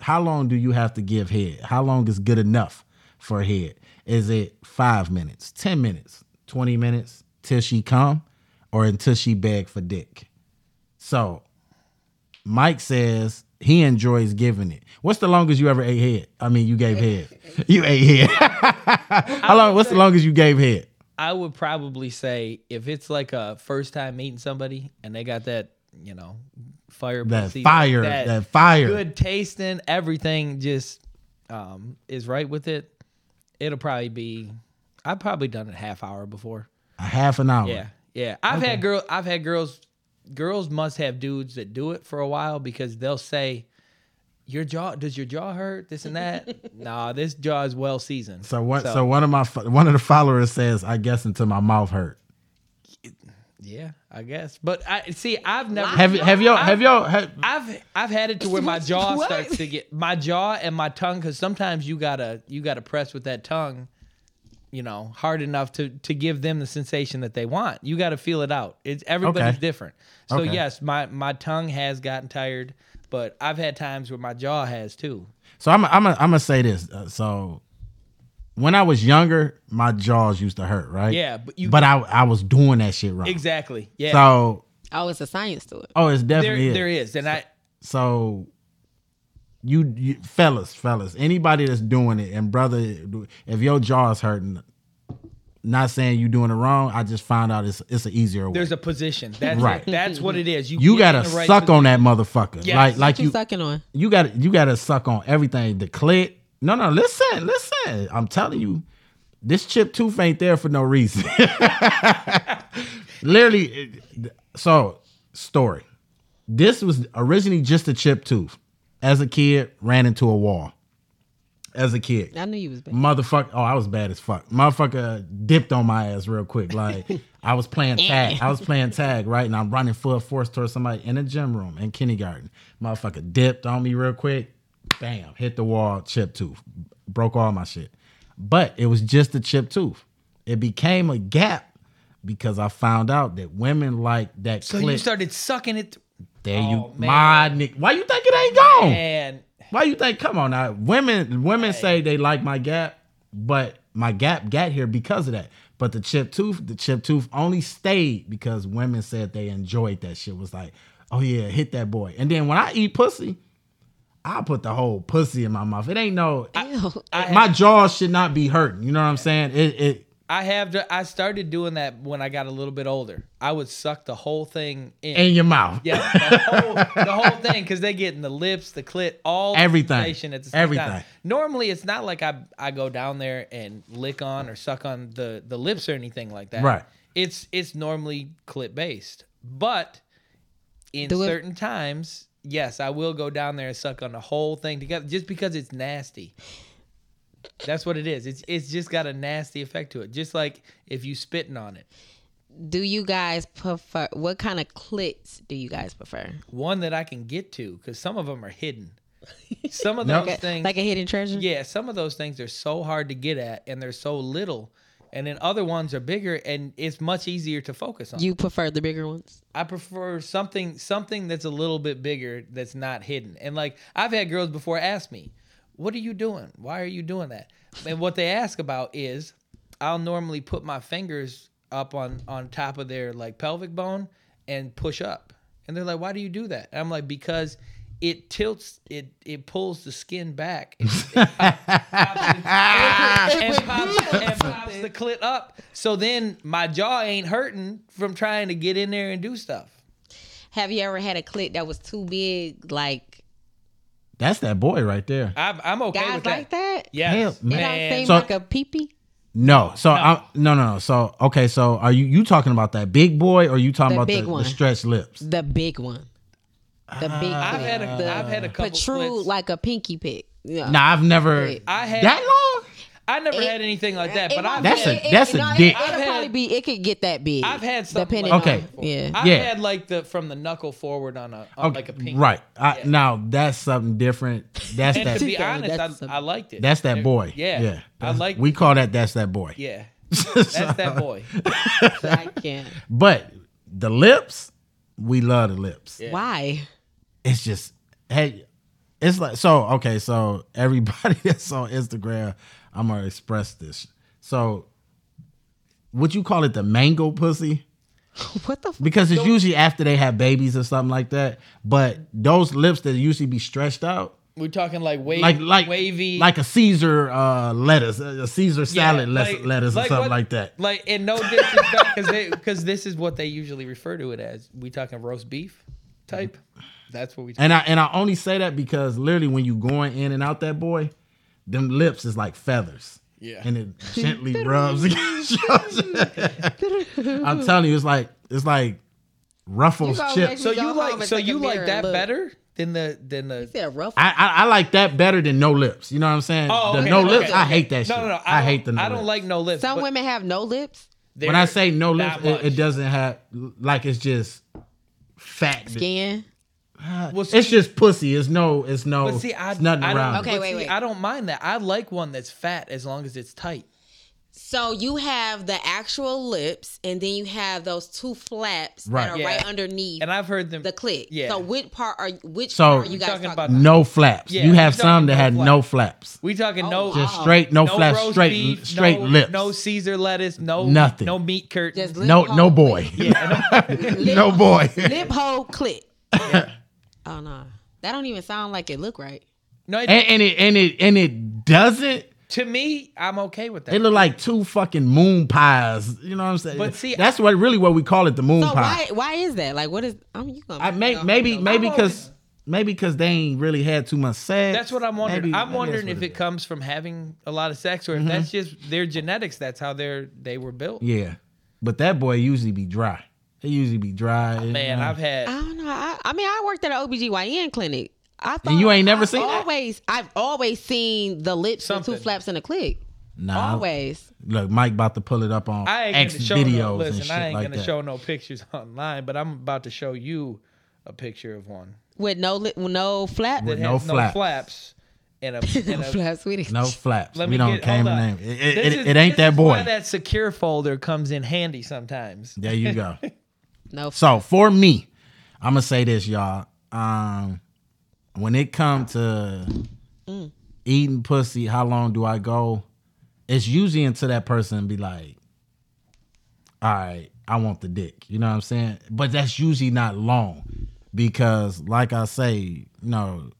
S1: how long do you have to give head? How long is good enough for head? Is it five minutes, ten minutes, twenty minutes till she come or until she beg for dick? So Mike says he enjoys giving it. What's the longest you ever ate head? I mean, you gave head. You ate head. *laughs* How long? What's the longest you gave head?
S3: I would probably say if it's like a first time meeting somebody and they got that, you know, fire
S1: That
S3: pussy,
S1: fire. That, fire.
S3: good tasting. Everything just um, is right with it. It'll probably be. I've probably done it half hour before.
S1: A half an hour.
S3: Yeah, yeah. I've had girl. I've had girls. Girls must have dudes that do it for a while because they'll say, "Your jaw does your jaw hurt? This
S1: *laughs*
S3: and that." nah, this jaw is well seasoned.
S1: So what? So, one of my fo- one of the followers says, "I guess until my mouth hurt."
S3: yeah, I guess. But I see. I've never.
S1: Have have y'all have y'all have,
S3: I've I've had it to where my jaw
S2: What?
S3: starts to get my jaw and my tongue because sometimes you gotta you gotta press with that tongue, you know, hard enough to to give them the sensation that they want. You gotta feel it out. It's everybody's
S1: Okay.
S3: different. So
S1: Okay.
S3: yes, my my tongue has gotten tired, but I've had times where my jaw has too.
S1: So I'm I'm I'm gonna say this. Uh, so when I was younger, my jaws used to hurt, right?
S3: Yeah, but you
S1: But I I was doing that shit wrong.
S3: exactly yeah.
S1: So
S2: Oh, it's a science to it.
S1: oh, it's
S3: there,
S1: definitely it.
S3: there is, and I
S1: So you, you fellas, fellas, anybody that's doing it, and brother, if your jaw's hurting, Not saying you doing it wrong. I just found out it's it's an easier way.
S3: There's a position. That's
S1: Right.
S3: it. That's what it is.
S1: you
S3: get in
S1: gotta
S3: the right
S1: suck
S3: posi-
S1: on that motherfucker.
S3: Yes.
S1: Like like
S2: What you
S1: you
S2: sucking on?
S1: you gotta you gotta suck on everything. The clit. No, no, listen, listen. I'm telling you, this chip tooth ain't there for no reason. *laughs* Literally, it- so story. This was originally just a chip tooth. As a kid, ran into a wall. As a kid,
S2: I knew you was bad.
S1: motherfucker. Oh, I was bad as fuck. Motherfucker dipped on my ass real quick.
S3: *laughs*
S1: Like I was playing
S3: Eh.
S1: tag. I was playing tag, right? And I'm running full force towards somebody in a gym room in kindergarten. Motherfucker dipped on me real quick. Bam, hit the wall, chip tooth. Broke all my shit. But it was just a chip tooth. It became a gap because I found out that women like that
S3: So
S1: clit.
S3: you started sucking it.
S1: there
S3: Oh,
S1: you
S3: man.
S1: my nick. Why you think it ain't gone?
S3: And
S1: Why you think? Come on now, women. Women say they like my gap, but my gap got here because of that. But the chip tooth, the chip tooth only stayed because women said they enjoyed that shit. Was like, oh yeah, hit that boy. And then when I eat pussy, I put the whole pussy in my mouth. It ain't no.
S2: Ew.
S3: I
S1: my jaw should not be hurting. You know what I'm saying? It. it
S3: I have. to- I started doing that when I got a little bit older. I would suck the whole thing in.
S1: in your mouth.
S3: yeah, the whole, the whole thing because they get in the lips, the clit, all the
S1: Everything.
S3: sensation at the same
S1: Everything.
S3: time. Normally, it's not like I I go down there and lick on or suck on the the lips or anything like that. *laughs*
S1: Right.
S3: It's it's normally clit based, but in
S2: Do it.
S3: certain times, yes, I will go down there and suck on the whole thing together just because it's nasty. That's what it is. It's it's just got a nasty effect to it. Just like if you spitting on it.
S2: Do you guys prefer? What kind of clits do you guys prefer?
S3: One that I can get to because some of them are hidden. Some of
S1: No.
S3: those
S1: Okay,
S2: *laughs*
S3: things
S2: Like a hidden treasure?
S3: Yeah, some of those things are so hard to get at and they're so little. And then other ones are bigger and it's much easier to focus on.
S2: You prefer the bigger ones?
S3: I prefer something something that's a little bit bigger that's not hidden. And like I've had girls before ask me, "What are you doing? Why are you doing that?" And what they ask about is I'll normally put my fingers up on on top of their like pelvic bone and push up. And they're like, "Why do you do that?" And I'm like, "Because it tilts it it pulls the skin back and and pops, and pops the clit up. So then my jaw ain't hurting from trying to get in there and do stuff.
S2: Have you ever had a clit that was too big? Like
S1: That's that boy right there.
S3: I'm, I'm okay
S2: guys
S3: with that.
S2: like that?
S1: Hell,
S3: Yes.
S2: It
S1: man.
S2: don't seem
S1: So-
S2: like a peepee.
S1: No, so I'm no, no, no. So okay, so are you you talking about that big boy or you talking
S2: The
S1: about
S2: big
S1: the,
S2: one.
S1: the stretched lips?
S2: The big one. The big.
S3: I've
S2: clit.
S3: had a,
S2: the
S3: have had a couple
S2: protrude
S3: clits.
S2: like a pinky pick. Yeah.
S1: Nah, I've never
S2: Wait.
S3: I had
S1: that long.
S3: I never
S2: it-
S3: had anything like that,
S2: It
S3: but
S2: might
S3: I've
S2: be-
S1: That's a-
S3: had,
S1: that's a
S2: no,
S1: dick.
S2: It,
S3: I've
S2: will
S3: had-
S2: probably be. It could get that big.
S3: *laughs* I've had something
S2: depending.
S3: like
S1: Okay.
S2: on, yeah.
S3: I've
S1: Yeah.
S3: had like the from the knuckle forward on a on like a pink.
S1: Right. I,
S3: Yeah.
S1: Now that's something different. That's
S3: And to
S1: that.
S3: be honest,
S2: That's
S3: I, I liked it.
S1: That's that boy.
S3: Yeah.
S1: Yeah.
S3: I like
S1: We call that that's that boy. *laughs*
S3: Yeah. That's that boy.
S2: I can't.
S1: But the lips, we love the lips.
S2: Why?
S1: It's just hey, it's like so okay. So everybody *laughs* that's on Instagram, I'm gonna express this. So would you call it the mango pussy?
S2: What the? F-
S1: because it's usually after they have babies or something like that. But those lips that usually be stretched out,
S3: We're talking like wavy
S1: like like
S3: wavy
S1: like a Caesar uh, lettuce, a Caesar
S3: Yeah,
S1: salad les-
S3: like-
S1: lettuce or
S3: like
S1: something
S3: what-
S1: like that.
S3: Like, and no disrespect, because this is what they usually refer to it as. We talking roast beef type. That's what we.
S1: And I and I only say that because literally when you going in and out that boy, them lips is like feathers.
S3: Yeah.
S1: And
S3: *laughs*
S1: it gently rubs against
S3: *laughs*
S1: your- I'm telling you, it's like it's like ruffles
S2: You gonna
S1: chips.
S2: make
S3: so
S2: We go
S3: you
S2: home
S3: like
S2: and
S3: so
S2: take a
S3: you
S2: mirror
S3: like
S2: and
S3: that
S2: look.
S3: better than the than the.
S2: said rough.
S1: I, I, I like that better than no lips. You know what I'm saying?
S3: Oh,
S1: the
S3: okay,
S1: no
S3: okay,
S1: lips, I
S3: okay.
S1: hate that shit.
S3: No, no, no.
S1: I,
S3: don't-
S1: hate the no
S3: I don't
S1: lips.
S3: like no lips.
S2: Some
S3: but
S2: women have no lips.
S3: they're-
S1: when I say no lips,
S3: not
S1: it, it
S3: much.
S1: doesn't have like it's just fat.
S2: Skin.
S3: well, see,
S1: It's just pussy. It's no. It's no.
S3: But see, I,
S1: it's nothing
S3: I don't,
S1: around. it.
S2: Okay,
S3: but
S2: wait,
S3: see,
S2: wait.
S3: I don't mind that. I like one that's fat as long as it's tight.
S2: So you have the actual lips, and then you have those two flaps
S1: Right.
S2: that are
S3: Yeah.
S2: right underneath
S3: And I've heard them.
S2: the clit.
S3: Yeah.
S2: So which part are which
S1: So-
S2: part are you guys
S3: Talking
S2: talking
S3: about
S2: about?
S1: No flaps.
S3: Yeah,
S1: you have
S3: you don't
S1: some that
S3: have
S1: had
S3: no
S1: no flaps.
S3: we talking
S2: Oh,
S3: no.
S2: wow.
S1: Just straight no, flaps.
S3: roast
S1: Straight
S3: beef,
S1: straight
S3: no,
S1: lips.
S3: No Caesar lettuce. No
S1: Nothing.
S3: No meat curtain.
S2: Just lip
S1: no,
S2: hole,
S1: no boy. *laughs* no boy.
S2: *laughs*
S1: *laughs*
S2: Lip hole clit. oh no, that don't even sound like it look right.
S3: no, it-
S1: and, and it and it and it doesn't.
S3: To me, I'm okay with that.
S1: They look like two fucking moon pies. You know what I'm saying?
S3: But see,
S1: that's what really what we call it, the moon
S2: So
S1: pie.
S2: why why is that? Like, what is? I'm you gonna
S1: I may,
S2: no,
S1: maybe
S2: no.
S1: maybe
S3: I'm
S1: because maybe because they ain't really had too much sex.
S3: That's what I'm wondering.
S1: Maybe-
S3: I'm
S1: maybe
S3: wondering
S1: that's
S3: if
S1: what
S3: it comes from having a lot of sex or if that's just their genetics. That's how they're they were built.
S1: is. Yeah, but that boy usually be dry. He usually be dry. you
S3: Ah, Man,
S1: know.
S3: I've
S2: I
S3: had
S2: don't know. I, I mean, I worked at an OBGYN clinic. I thought
S1: And you ain't never
S2: I've
S1: seen that?
S2: always I've always seen the lips with two
S3: Something.
S2: flaps and a click.
S1: nah,
S2: Always.
S1: Look, Mike about to pull it up on
S3: I ain't
S1: X
S3: gonna show
S1: videos
S3: no listen,
S1: and shit
S3: I ain't
S1: like
S3: gonna
S1: that.
S3: show no pictures *laughs* online, but I'm about to show you a picture of one.
S2: With no lip with no flap.
S1: With
S3: It
S1: no
S3: has no
S1: flaps.
S3: flaps
S1: *laughs*
S3: and a,
S2: *laughs* no
S3: and a
S2: flap, sweetie.
S1: No flaps.
S3: Let
S1: we
S3: me
S1: don't
S3: get-
S1: came
S3: hold
S1: and
S3: on.
S1: name. It, it,
S3: This
S1: it,
S3: is-
S1: it ain't
S3: this
S1: that
S3: is
S1: boy.
S3: Why that secure folder comes in handy sometimes.
S1: There you
S3: *laughs*
S1: go.
S2: No f-
S1: So for me, I'm gonna say this, y'all. Um, when it comes to eating pussy, how long do I go? It's usually until that person be like, "All right, I want the dick." You know what I'm saying? But that's usually not long, because like I say, you know,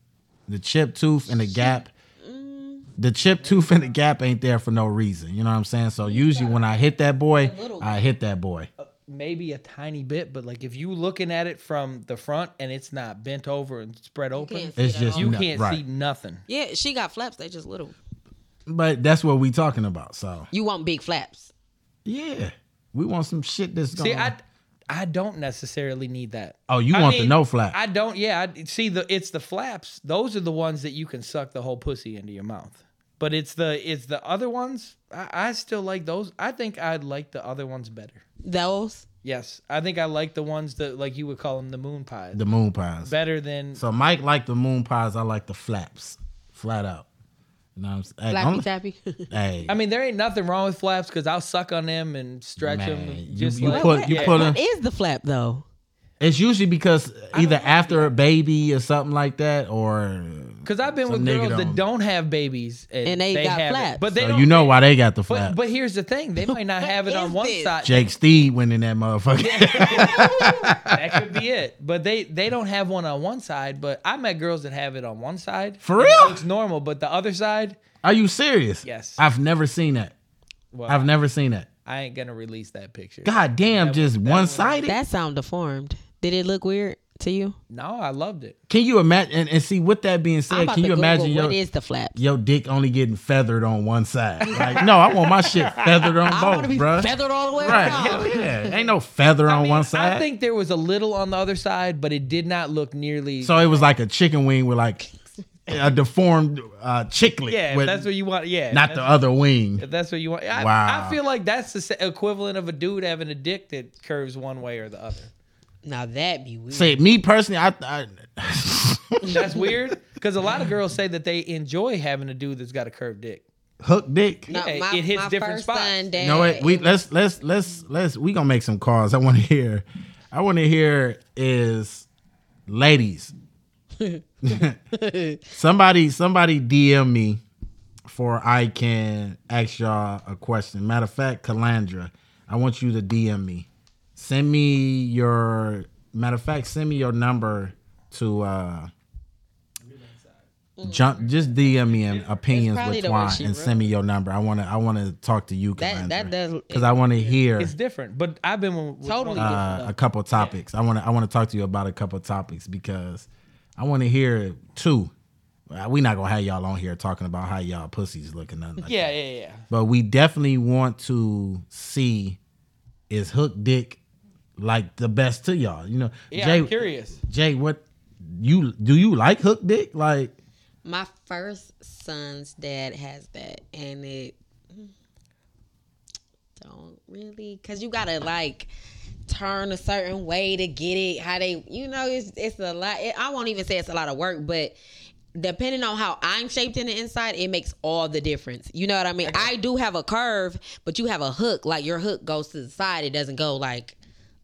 S1: the chip tooth and the gap. The chip tooth and the gap ain't there for no reason. You know what I'm saying? So usually when I hit that boy, I hit that boy.
S3: Maybe a tiny bit, but like if you looking at it from the front and it's not bent over and spread open,
S2: can't see
S1: It's
S2: it at
S1: just
S2: all.
S3: you
S1: no-
S3: can't
S1: right.
S3: see nothing.
S2: Yeah, she got flaps. They just little.
S1: But that's what we talking about. So
S2: You want big flaps.
S1: yeah, we want some shit that's going.
S3: See,
S1: to
S3: I I don't necessarily need that.
S1: oh, you
S3: I
S1: want the
S3: mean,
S1: no flap?
S3: I don't. Yeah, I, see the it's the flaps. Those are the ones that you can suck the whole pussy into your mouth. But it's the it's the other ones. I, I still like those. I think I like the other ones better.
S2: Those.
S3: Yes, I think I like the ones that like you would call them the moon pies
S1: the moon pies.
S3: better than
S1: So Mike like the moon pies. I like the flaps, flat out. You know what I'm saying? Hey,
S2: Flappy
S1: don't- *laughs*
S2: tappy.
S1: hey,
S3: I mean, there ain't nothing wrong with flaps because I'll suck on them and stretch
S1: Man,
S3: them.
S1: you-
S3: Just
S1: you
S3: like,
S1: put- you put
S2: *laughs* what is the flap though?
S1: it's usually because either after a baby or something like that, or
S3: because I've been
S1: some
S3: with
S1: nigga
S3: girls
S1: don't-
S3: that don't have babies and,
S2: And they
S3: they,
S2: got
S3: have
S2: flaps.
S3: it, but they
S1: so
S3: don't.
S1: uh, you know why they got the
S3: but,
S1: flap.
S3: but here's the thing:
S1: *laughs*
S3: they might not have it
S2: What
S3: on
S2: is
S3: one
S2: this?
S3: side.
S1: Jake Steed went in that motherfucker.
S3: that could be it. But they they don't have one on one side. But I met girls that have it on one side.
S1: For
S3: and
S1: real?
S3: it looks normal, but the other side,
S1: *laughs* Are you serious?
S3: Yes.
S1: I've never seen that.
S3: well,
S1: I've never seen that.
S3: I ain't gonna release that picture.
S1: God damn, just one sided.
S2: That sound deformed. Did it look weird to you?
S3: No, I loved it.
S1: Can you imagine? And, and see, with that being
S2: I'm
S1: said,
S2: about
S1: can
S2: to
S1: you
S2: Google
S1: imagine your
S2: what is the flaps?
S1: your dick only getting feathered on one
S3: *laughs*
S1: side? Like, no, I want my shit feathered on
S2: I want to
S1: both,
S2: be
S1: bruh.
S2: feathered all the way
S1: right?
S2: around.
S1: *laughs* Hell yeah, ain't no feather on one side.
S3: I think there was a little on the other side, but it did not look nearly.
S1: so. It was like a chicken wing with like a deformed uh, chicklet.
S3: yeah, if
S1: with-
S3: that's what you want. Yeah,
S1: not
S3: that's,
S1: the other wing.
S3: If that's what you want. I,
S1: Wow.
S3: I feel like that's the se- equivalent of a dude having a dick that curves one way or the other.
S2: Now that be weird.
S1: See, me personally, I, I
S3: *laughs*
S1: *laughs*
S3: That's weird because a lot of girls say that they enjoy having a dude that's got a curved dick.
S1: hook dick.
S2: No,
S3: Yeah, it hits different
S2: first
S3: spots.
S2: son
S1: You know what?
S2: dad-
S1: We let's let's let's let's we gonna make some calls. I want to hear. I want to hear is
S2: *laughs*
S1: ladies. somebody somebody DM me for I can ask y'all a question. Matter of fact, Calandra, I want you to DM me. Send me your matter of fact. Send me your number to. uh Jump, just DM me and opinions
S2: probably
S1: with
S2: the one
S1: Twan
S2: she
S1: and send me your number. I wanna, I wanna talk to you,
S2: That- that
S1: Calandra,
S2: does-
S1: because I want to hear
S3: It's different, but I've been with- with
S2: Totally
S3: one-
S1: uh, a couple topics. I want to I want to talk to you about a couple topics because I want to hear two. Uh, We not gonna have y'all on here talking about how y'all pussies looking. Nothing like
S3: yeah,
S1: that.
S3: yeah, yeah.
S1: But we definitely want to see is hook dick like the best to y'all. You know,
S3: Yeah,
S1: Jay.
S3: I'm curious.
S1: Jay, what you do? You like hook dick? Like
S2: My first son's dad has that, and it don't really because you gotta like turn a certain way to get it. How they, you know, it's it's a lot. It, I won't even say it's a lot of work, but depending on how I'm shaped in the inside, it makes all the difference. You know what I mean? I do have a curve, but you have a hook. Like your hook goes to the side; it doesn't go like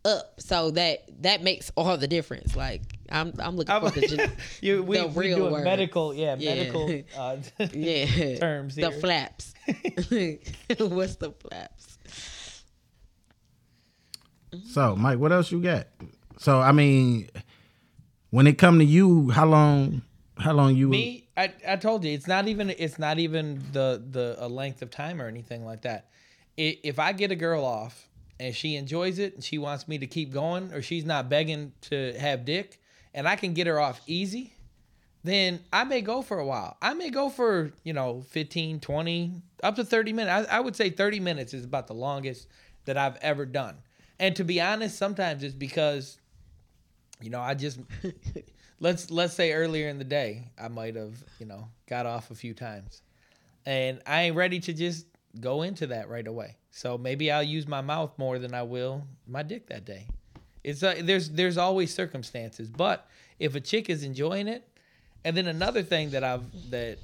S2: up. So that that makes all the difference. Like I'm I'm looking for
S3: *laughs*
S2: the. gen-
S3: you, we,
S2: the
S3: we
S2: real
S3: doing
S2: word.
S3: medical, yeah,
S2: Yeah. *laughs*
S3: medical. Uh, *laughs*
S2: yeah
S3: terms
S2: the
S3: here.
S2: flaps *laughs* what's the flaps
S1: so, Mike. What else you got? So I mean, when it come to you, how long? How long you?
S3: me, I, I told you it's not even it's not even the the a length of time or anything like that. I if I get a girl off and she enjoys it and she wants me to keep going or she's not begging to have dick and I can get her off easy, then I may go for a while. I may go for, you know, 15, 20, up to 30 minutes. I, I would say 30 minutes is about the longest that I've ever done. And to be honest, sometimes it's because you know, I just let's let's say earlier in the day I might have you know got off a few times, and I ain't ready to just go into that right away. So maybe I'll use my mouth more than I will my dick that day. It's uh there's there's always circumstances, but if a chick is enjoying it, and then another thing that I've that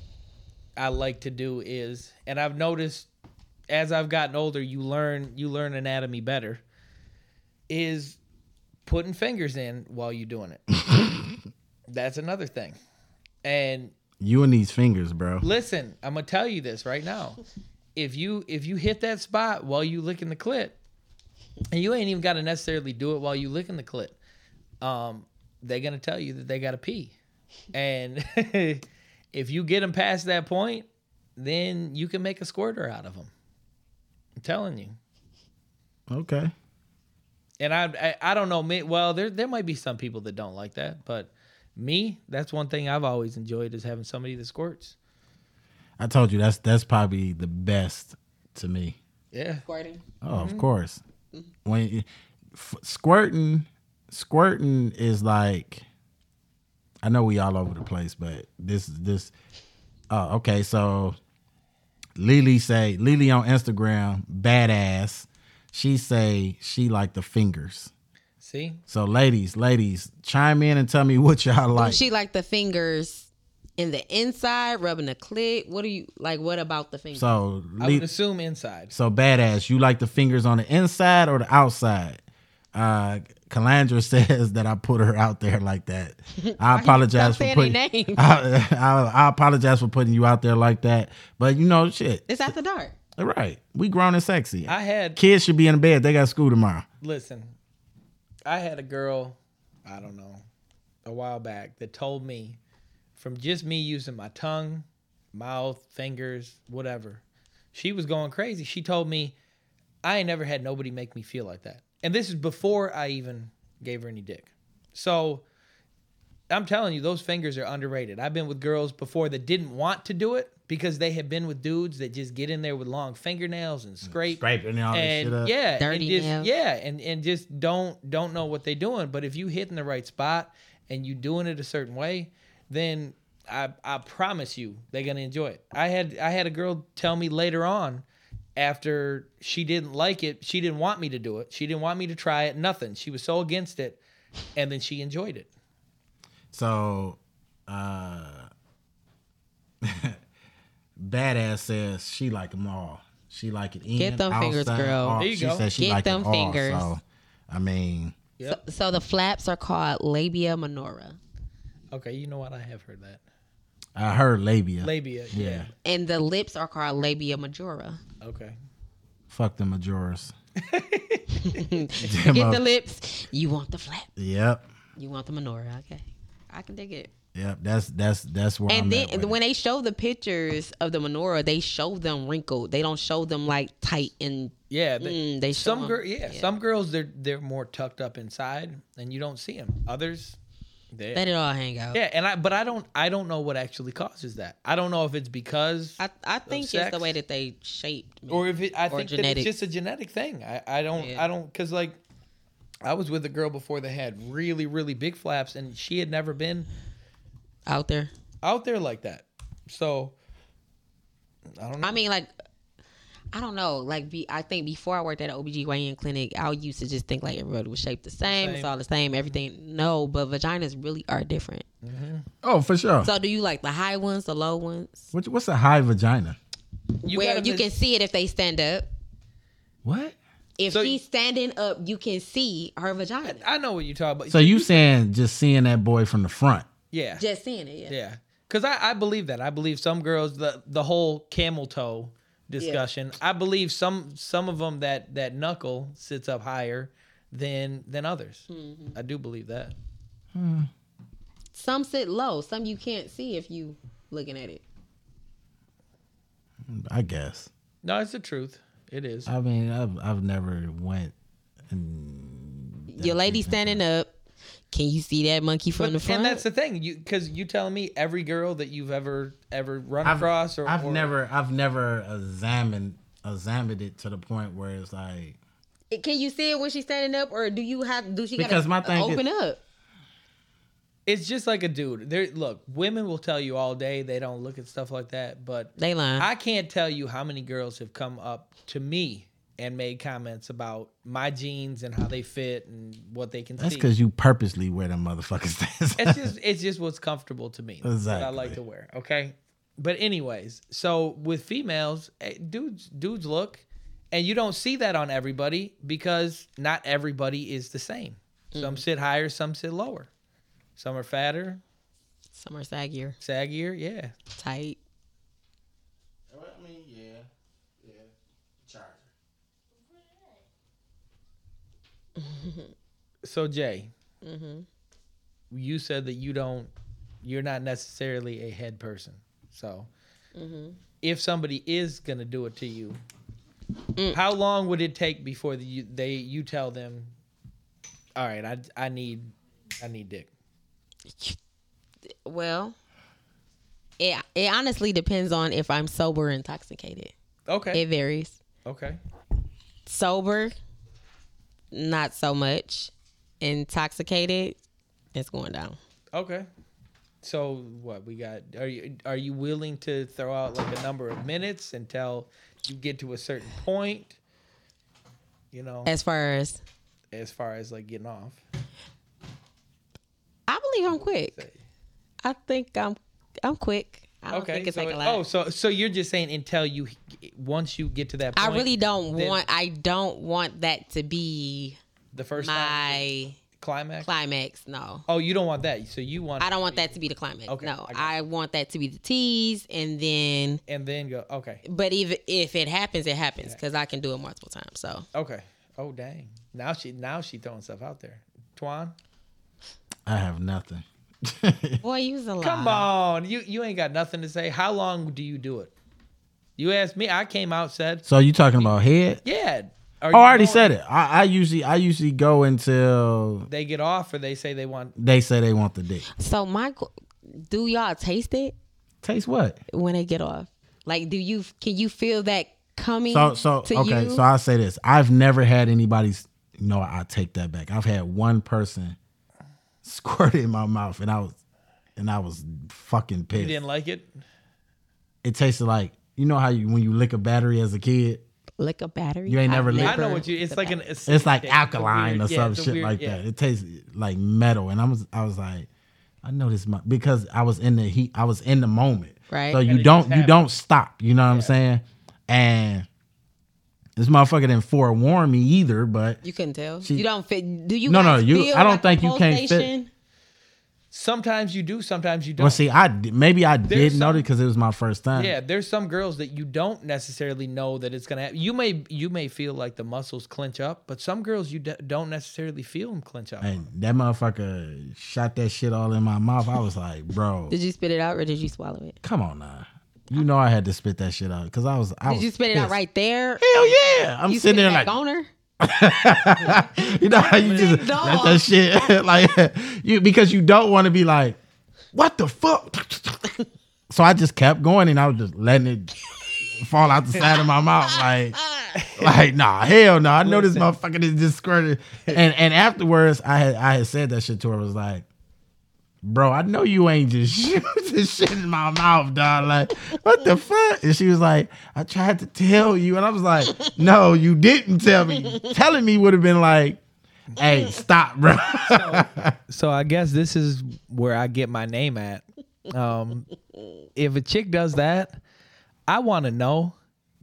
S3: I like to do is, and I've noticed as I've gotten older, you learn you learn anatomy better. Is putting fingers in while you're doing it. That's another thing. And
S1: You and these fingers, bro.
S3: listen, I'm gonna tell you this right now. If you if you hit that spot while you licking the clit, and you ain't even gotta necessarily do it while you licking the clit, um, they're gonna tell you that they gotta pee. And *laughs* if you get them past that point, then you can make a squirter out of them. I'm telling you.
S1: Okay.
S3: and I, I I don't know me. Well, there there might be some people that don't like that, but me, that's one thing I've always enjoyed is having somebody that squirts.
S1: I told you that's that's probably the best to me.
S3: Yeah,
S2: Squirting.
S1: Oh, of course. When you- f- squirting, squirting is like, I know we all over the place, but this this. Oh, okay. So, Lily say Lily on Instagram, badass. She say she like the fingers.
S3: see,
S1: So, ladies, ladies, chime in and tell me what y'all like.
S2: she like the fingers in the inside, rubbing the clit. What do you like? What about the fingers?
S1: so,
S3: I
S1: Li-
S3: would assume inside.
S1: So badass, you like the fingers on the inside or the outside? Uh Calandra *laughs* says that I put her out there like that. I apologize for
S2: saying
S1: putting
S2: their
S1: I, *laughs*
S2: names?
S1: I, I apologize for putting you out there like that. But you know, shit.
S2: it's after dark.
S1: Right. We grown and sexy.
S3: I had
S1: Kids should be in bed. They got school tomorrow.
S3: listen, I had a girl, I don't know, a while back that told me from just me using my tongue, mouth, fingers, whatever, she was going crazy. She told me, I ain't never had nobody make me feel like that. And this is before I even gave her any dick. So I'm telling you, those fingers are underrated. I've been with girls before that didn't want to do it because they had been with dudes that just get in there with long fingernails and scrape
S1: Scraping all this shit
S3: and
S1: up.
S3: yeah,
S2: Dirty
S3: and just,
S2: nails.
S3: yeah, and and just don't don't know what they're doing. But if you hitting the right spot and you doing it a certain way, then I I promise you they're gonna enjoy it. I had I had a girl tell me later on after she didn't like it, she didn't want me to do it, she didn't want me to try it, nothing. She was so against it, and then she enjoyed it.
S1: So, uh, *laughs* badass says she like them all. She like it in.
S2: Get them fingers,
S1: outside,
S2: girl.
S1: all-
S3: There you
S1: she
S3: go.
S1: says she
S2: Get
S1: like
S2: them
S1: it all,
S2: fingers.
S1: so, I mean,
S3: Yep.
S2: So, so the flaps are called labia minora,
S3: Okay, you know what? I have heard that
S1: I heard uh, labia.
S3: labia.
S1: yeah.
S3: Yeah.
S2: and the lips are called labia majora.
S3: Okay.
S1: Fuck them majoras.
S2: *laughs* Get
S1: uh,
S2: the lips. You want the flap.
S1: Yep.
S2: You want the minora. Okay, I can dig it.
S1: Yep. That's that's that's where I'm
S2: And
S1: at with
S2: then
S1: it.
S2: when they show the pictures of the menorah, they show them wrinkled. They don't show them like tight and
S3: Yeah,
S2: Mm, they show
S3: some
S2: 'em.
S3: girl, yeah,
S2: Yeah.
S3: some girls they're they're more tucked up inside, and you don't see them. Others, they
S2: let it all hang out.
S3: yeah, and I but I don't I don't know what actually causes that. I don't know if it's because
S2: I, I think it's
S3: sex?
S2: the way that they shaped. me.
S3: or if it, I
S2: Or
S3: think that
S2: genetic.
S3: it's just a genetic thing. I I don't
S2: Yeah.
S3: I don't because like I was with a girl before that had really really big flaps, and she had never been
S2: out there.
S3: out there like that. So I don't know.
S2: I mean, like, I don't know. Like, be, I think before I worked at an OBGYN clinic, I used to just think like everybody was shaped the same. It's
S3: Same.
S2: all the same. Everything. No, but vaginas really are different.
S1: oh, for sure.
S2: So, do you like the high ones, the low ones?
S1: What, what's a high vagina?
S3: You
S2: Where
S3: gotta
S2: you
S3: mis-
S2: can see it if they stand up.
S1: What?
S2: If
S3: So-
S2: she's standing up, you can see her vagina.
S3: I know what you're talking about.
S1: So you saying just seeing that boy from the front?
S3: yeah,
S2: just seeing it. Yeah.
S3: Yeah, because I, I believe that. I believe some girls the the whole camel toe discussion. I believe some some of them that that knuckle sits up higher than than others. I do believe that.
S2: Some sit low. Some you can't see if you looking at it.
S1: I guess.
S3: No, it's the truth. It is.
S1: I mean, I've I've never went. And
S2: Your lady standing up. Can you see that monkey from
S3: But-
S2: the front?
S3: and that's the thing, you because you telling me every girl that you've ever ever run
S1: I've,
S3: across or
S1: I've
S3: or-
S1: never I've never examined examined it to the point where it's like
S2: Can you see it when she's standing up, or do you have? Do she
S1: Because
S2: gotta
S1: my thing is-
S2: open up?
S3: It's just like a dude. There, look, women will tell you all day they don't look at stuff like that, but
S2: They lying.
S3: *laughs* I can't tell you how many girls have come up to me and made comments about my jeans and how they fit and what they can
S1: that's
S3: see.
S1: because you purposely wear them motherfuckers. *laughs*
S3: it's just it's just what's comfortable to me that I like
S1: Exactly.
S3: to wear. Okay, but anyways, so with females, eh, dudes dudes look, and you don't see that on everybody because not everybody is the same. Some sit higher, some sit lower. Some are fatter,
S2: Summer saggier,
S3: saggier. Yeah,
S2: tight.
S1: I mean, yeah, yeah, charger.
S3: So Jay,
S2: Mhm.
S3: you said that you don't, you're not necessarily a head person. So, if somebody is gonna do it to you, how long would it take before the, you, they you tell them, all right, I I need, I need dick.
S2: Well, it it honestly depends on if I'm sober or intoxicated.
S3: Okay.
S2: It varies.
S3: okay.
S2: Sober, not so much. Intoxicated, it's going down.
S3: Okay. So what we got? Are you are you willing to throw out like a number of minutes until you get to a certain point? You know,
S2: As far as
S3: as far as like getting off.
S2: I believe, I'm quick. I think I'm I'm quick. I don't think it's
S3: so
S2: like
S3: it-
S2: a lot.
S3: Oh, so so you're just saying until you once you get to that
S2: I
S3: point.
S2: really don't
S3: then-
S2: want. I don't want that to be
S3: the first time
S2: my
S3: climax.
S2: climax. No,
S3: oh, you don't want that. So you want
S2: I don't want that to be the climax.
S3: Okay,
S2: no,
S3: I got
S2: I, want that to be the tease, and then.
S3: and then go. Okay,
S2: But if if it happens, it happens because I can do it multiple times. So
S3: okay. Oh dang! Now she now she throwing stuff out there. Twan,
S1: I have nothing. *laughs*
S2: boy, you was a lot.
S3: come on. You you ain't got nothing to say. How long do you do it? You asked me. I came out said
S1: so you talking about head?
S3: yeah. Are
S1: Oh, I already
S3: going-
S1: said it. I, I usually I usually go until
S3: They get off or they say they want.
S1: they say they want the dick.
S2: So Michael, do y'all taste it
S1: Taste what?
S2: when they get off? Like, do you can you feel that coming?
S1: So so
S2: to
S1: okay.
S2: you?
S1: So I'll say this. I've never had anybody's. No, I take that back. I've had one person *laughs* squirt in my mouth, and I was and I was fucking
S3: You
S1: pissed.
S3: didn't like it.
S1: it tasted like you know how you when you lick a battery as a kid.
S2: lick a battery.
S1: You ain't
S2: I've
S1: never licked-
S3: I know what you. It's
S2: the
S3: like an.
S2: battery.
S1: It's like
S3: acidic,
S1: alkaline
S3: weird-
S1: or
S3: yeah,
S1: some
S3: it's a
S1: shit
S3: weird-
S1: like
S3: yeah.
S1: that. It tastes like metal, and I was I was like, I know this mo- because I was in the heat. I was in the moment,
S2: Right.
S1: So
S2: And
S1: you
S3: it
S1: don't
S3: just
S1: you
S3: happened.
S1: don't stop. You know what I'm saying? And this motherfucker didn't forewarn me either, but
S2: You couldn't tell.
S1: She-
S2: you don't fit. Do you?
S1: No, no,
S2: guys
S1: you-
S2: feel
S1: I don't
S2: like the
S1: think you can't fit-
S2: pulsation?
S3: Sometimes you do. Sometimes you don't.
S1: well, see, I di- maybe I did
S3: some-
S1: notice because it was my first time.
S3: Yeah, there's some girls that you don't necessarily know that it's gonna happen. You may you may feel like the muscles clench up, but some girls you d- don't necessarily feel them clench up.
S1: And that motherfucker shot that shit all in my mouth. I was like, bro,
S2: Did you spit it out or did you swallow it?
S1: come on now. You know I had to spit that shit out because I was. I
S2: Did
S1: was
S2: you spit it out
S1: pissed.
S2: right there?
S1: Hell yeah! I'm
S2: you
S1: sitting
S2: spit
S1: there
S2: it
S1: like,
S2: back on her.
S1: *laughs* you know how you just
S2: Ding
S1: let
S2: dong.
S1: that shit *laughs* like you because you don't want to be like, what the fuck? so I just kept going and I was just letting it fall out the side of my mouth like, like nah, hell no. I know this motherfucker is just squirted. And and afterwards, I had I had said that shit to her was like. Bro, I know you ain't just *laughs* shoot this shit in my mouth, dog. Like, what the fuck? And she was like, I tried to tell you. And I was like, no, you didn't tell me. Telling me would have been like, hey, stop, bro. *laughs*
S3: So I guess this is where I get my name at. Um, if a chick does that, I want to know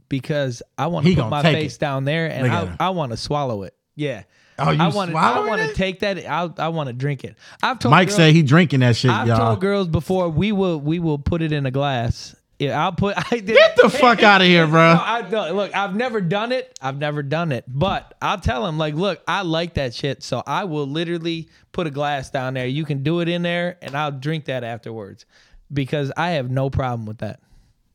S3: because I want
S1: He
S3: to put
S1: gonna
S3: my
S1: take
S3: face
S1: it.
S3: down there and
S1: Look at
S3: I,
S1: him.
S3: I want to swallow it. Yeah.
S1: Oh, you
S3: I want to I
S1: swallowing
S3: want to
S1: it?
S3: take that I I want to drink it. I've told
S1: Mike
S3: girls-
S1: said he drinking that shit,
S3: I've
S1: y'all.
S3: told girls before we will we will put it in a glass. Yeah, I'll put. *laughs* I did.
S1: Get the fuck out of here,
S3: No,
S1: bro.
S3: I, no, look, I've never done it. I've never done it, but I'll tell them like, look, I like that shit, so I will literally put a glass down there. You can do it in there, and I'll drink that afterwards. because I have no problem with that.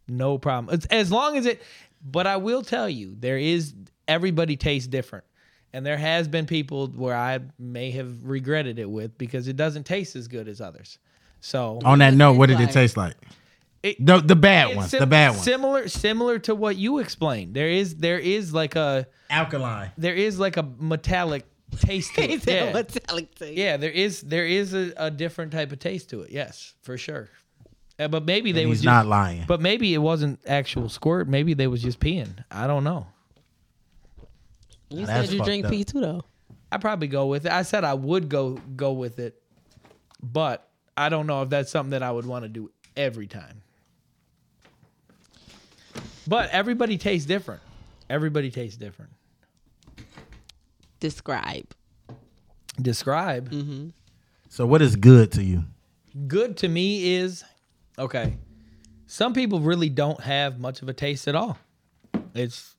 S3: No problem. As, as long as it, but I will tell you, there is, everybody tastes different. And there has been people where I may have regretted it with because it doesn't taste as good as others. So
S1: On that
S2: it
S1: note,
S2: taste
S1: what did it
S2: like?
S1: taste like?
S3: It-
S1: the the Oh, bad
S3: It's
S1: ones. the
S3: sim-
S1: bad ones.
S3: Similar, similar to what you explained. There is, there is like a,
S1: Alkaline.
S3: there is like a metallic taste to it.
S2: *laughs* yeah.
S3: yeah. yeah, there is, there is a, a different type of taste to it. Yes, for sure. Uh, but maybe they
S1: He's
S3: was just,
S1: not lying.
S3: But maybe it wasn't actual squirt. Maybe they was just peeing. I don't know.
S2: You
S1: That's
S2: said you
S1: fucked
S2: drink
S1: up.
S2: pee too though.
S3: I probably go with it. I said I would go go with it, but I don't know if that's something that I would want to do every time. But everybody tastes different. Everybody tastes different.
S2: Describe.
S3: Describe.
S1: So what is good to you?
S3: good to me is okay. Some people really don't have much of a taste at all. It's,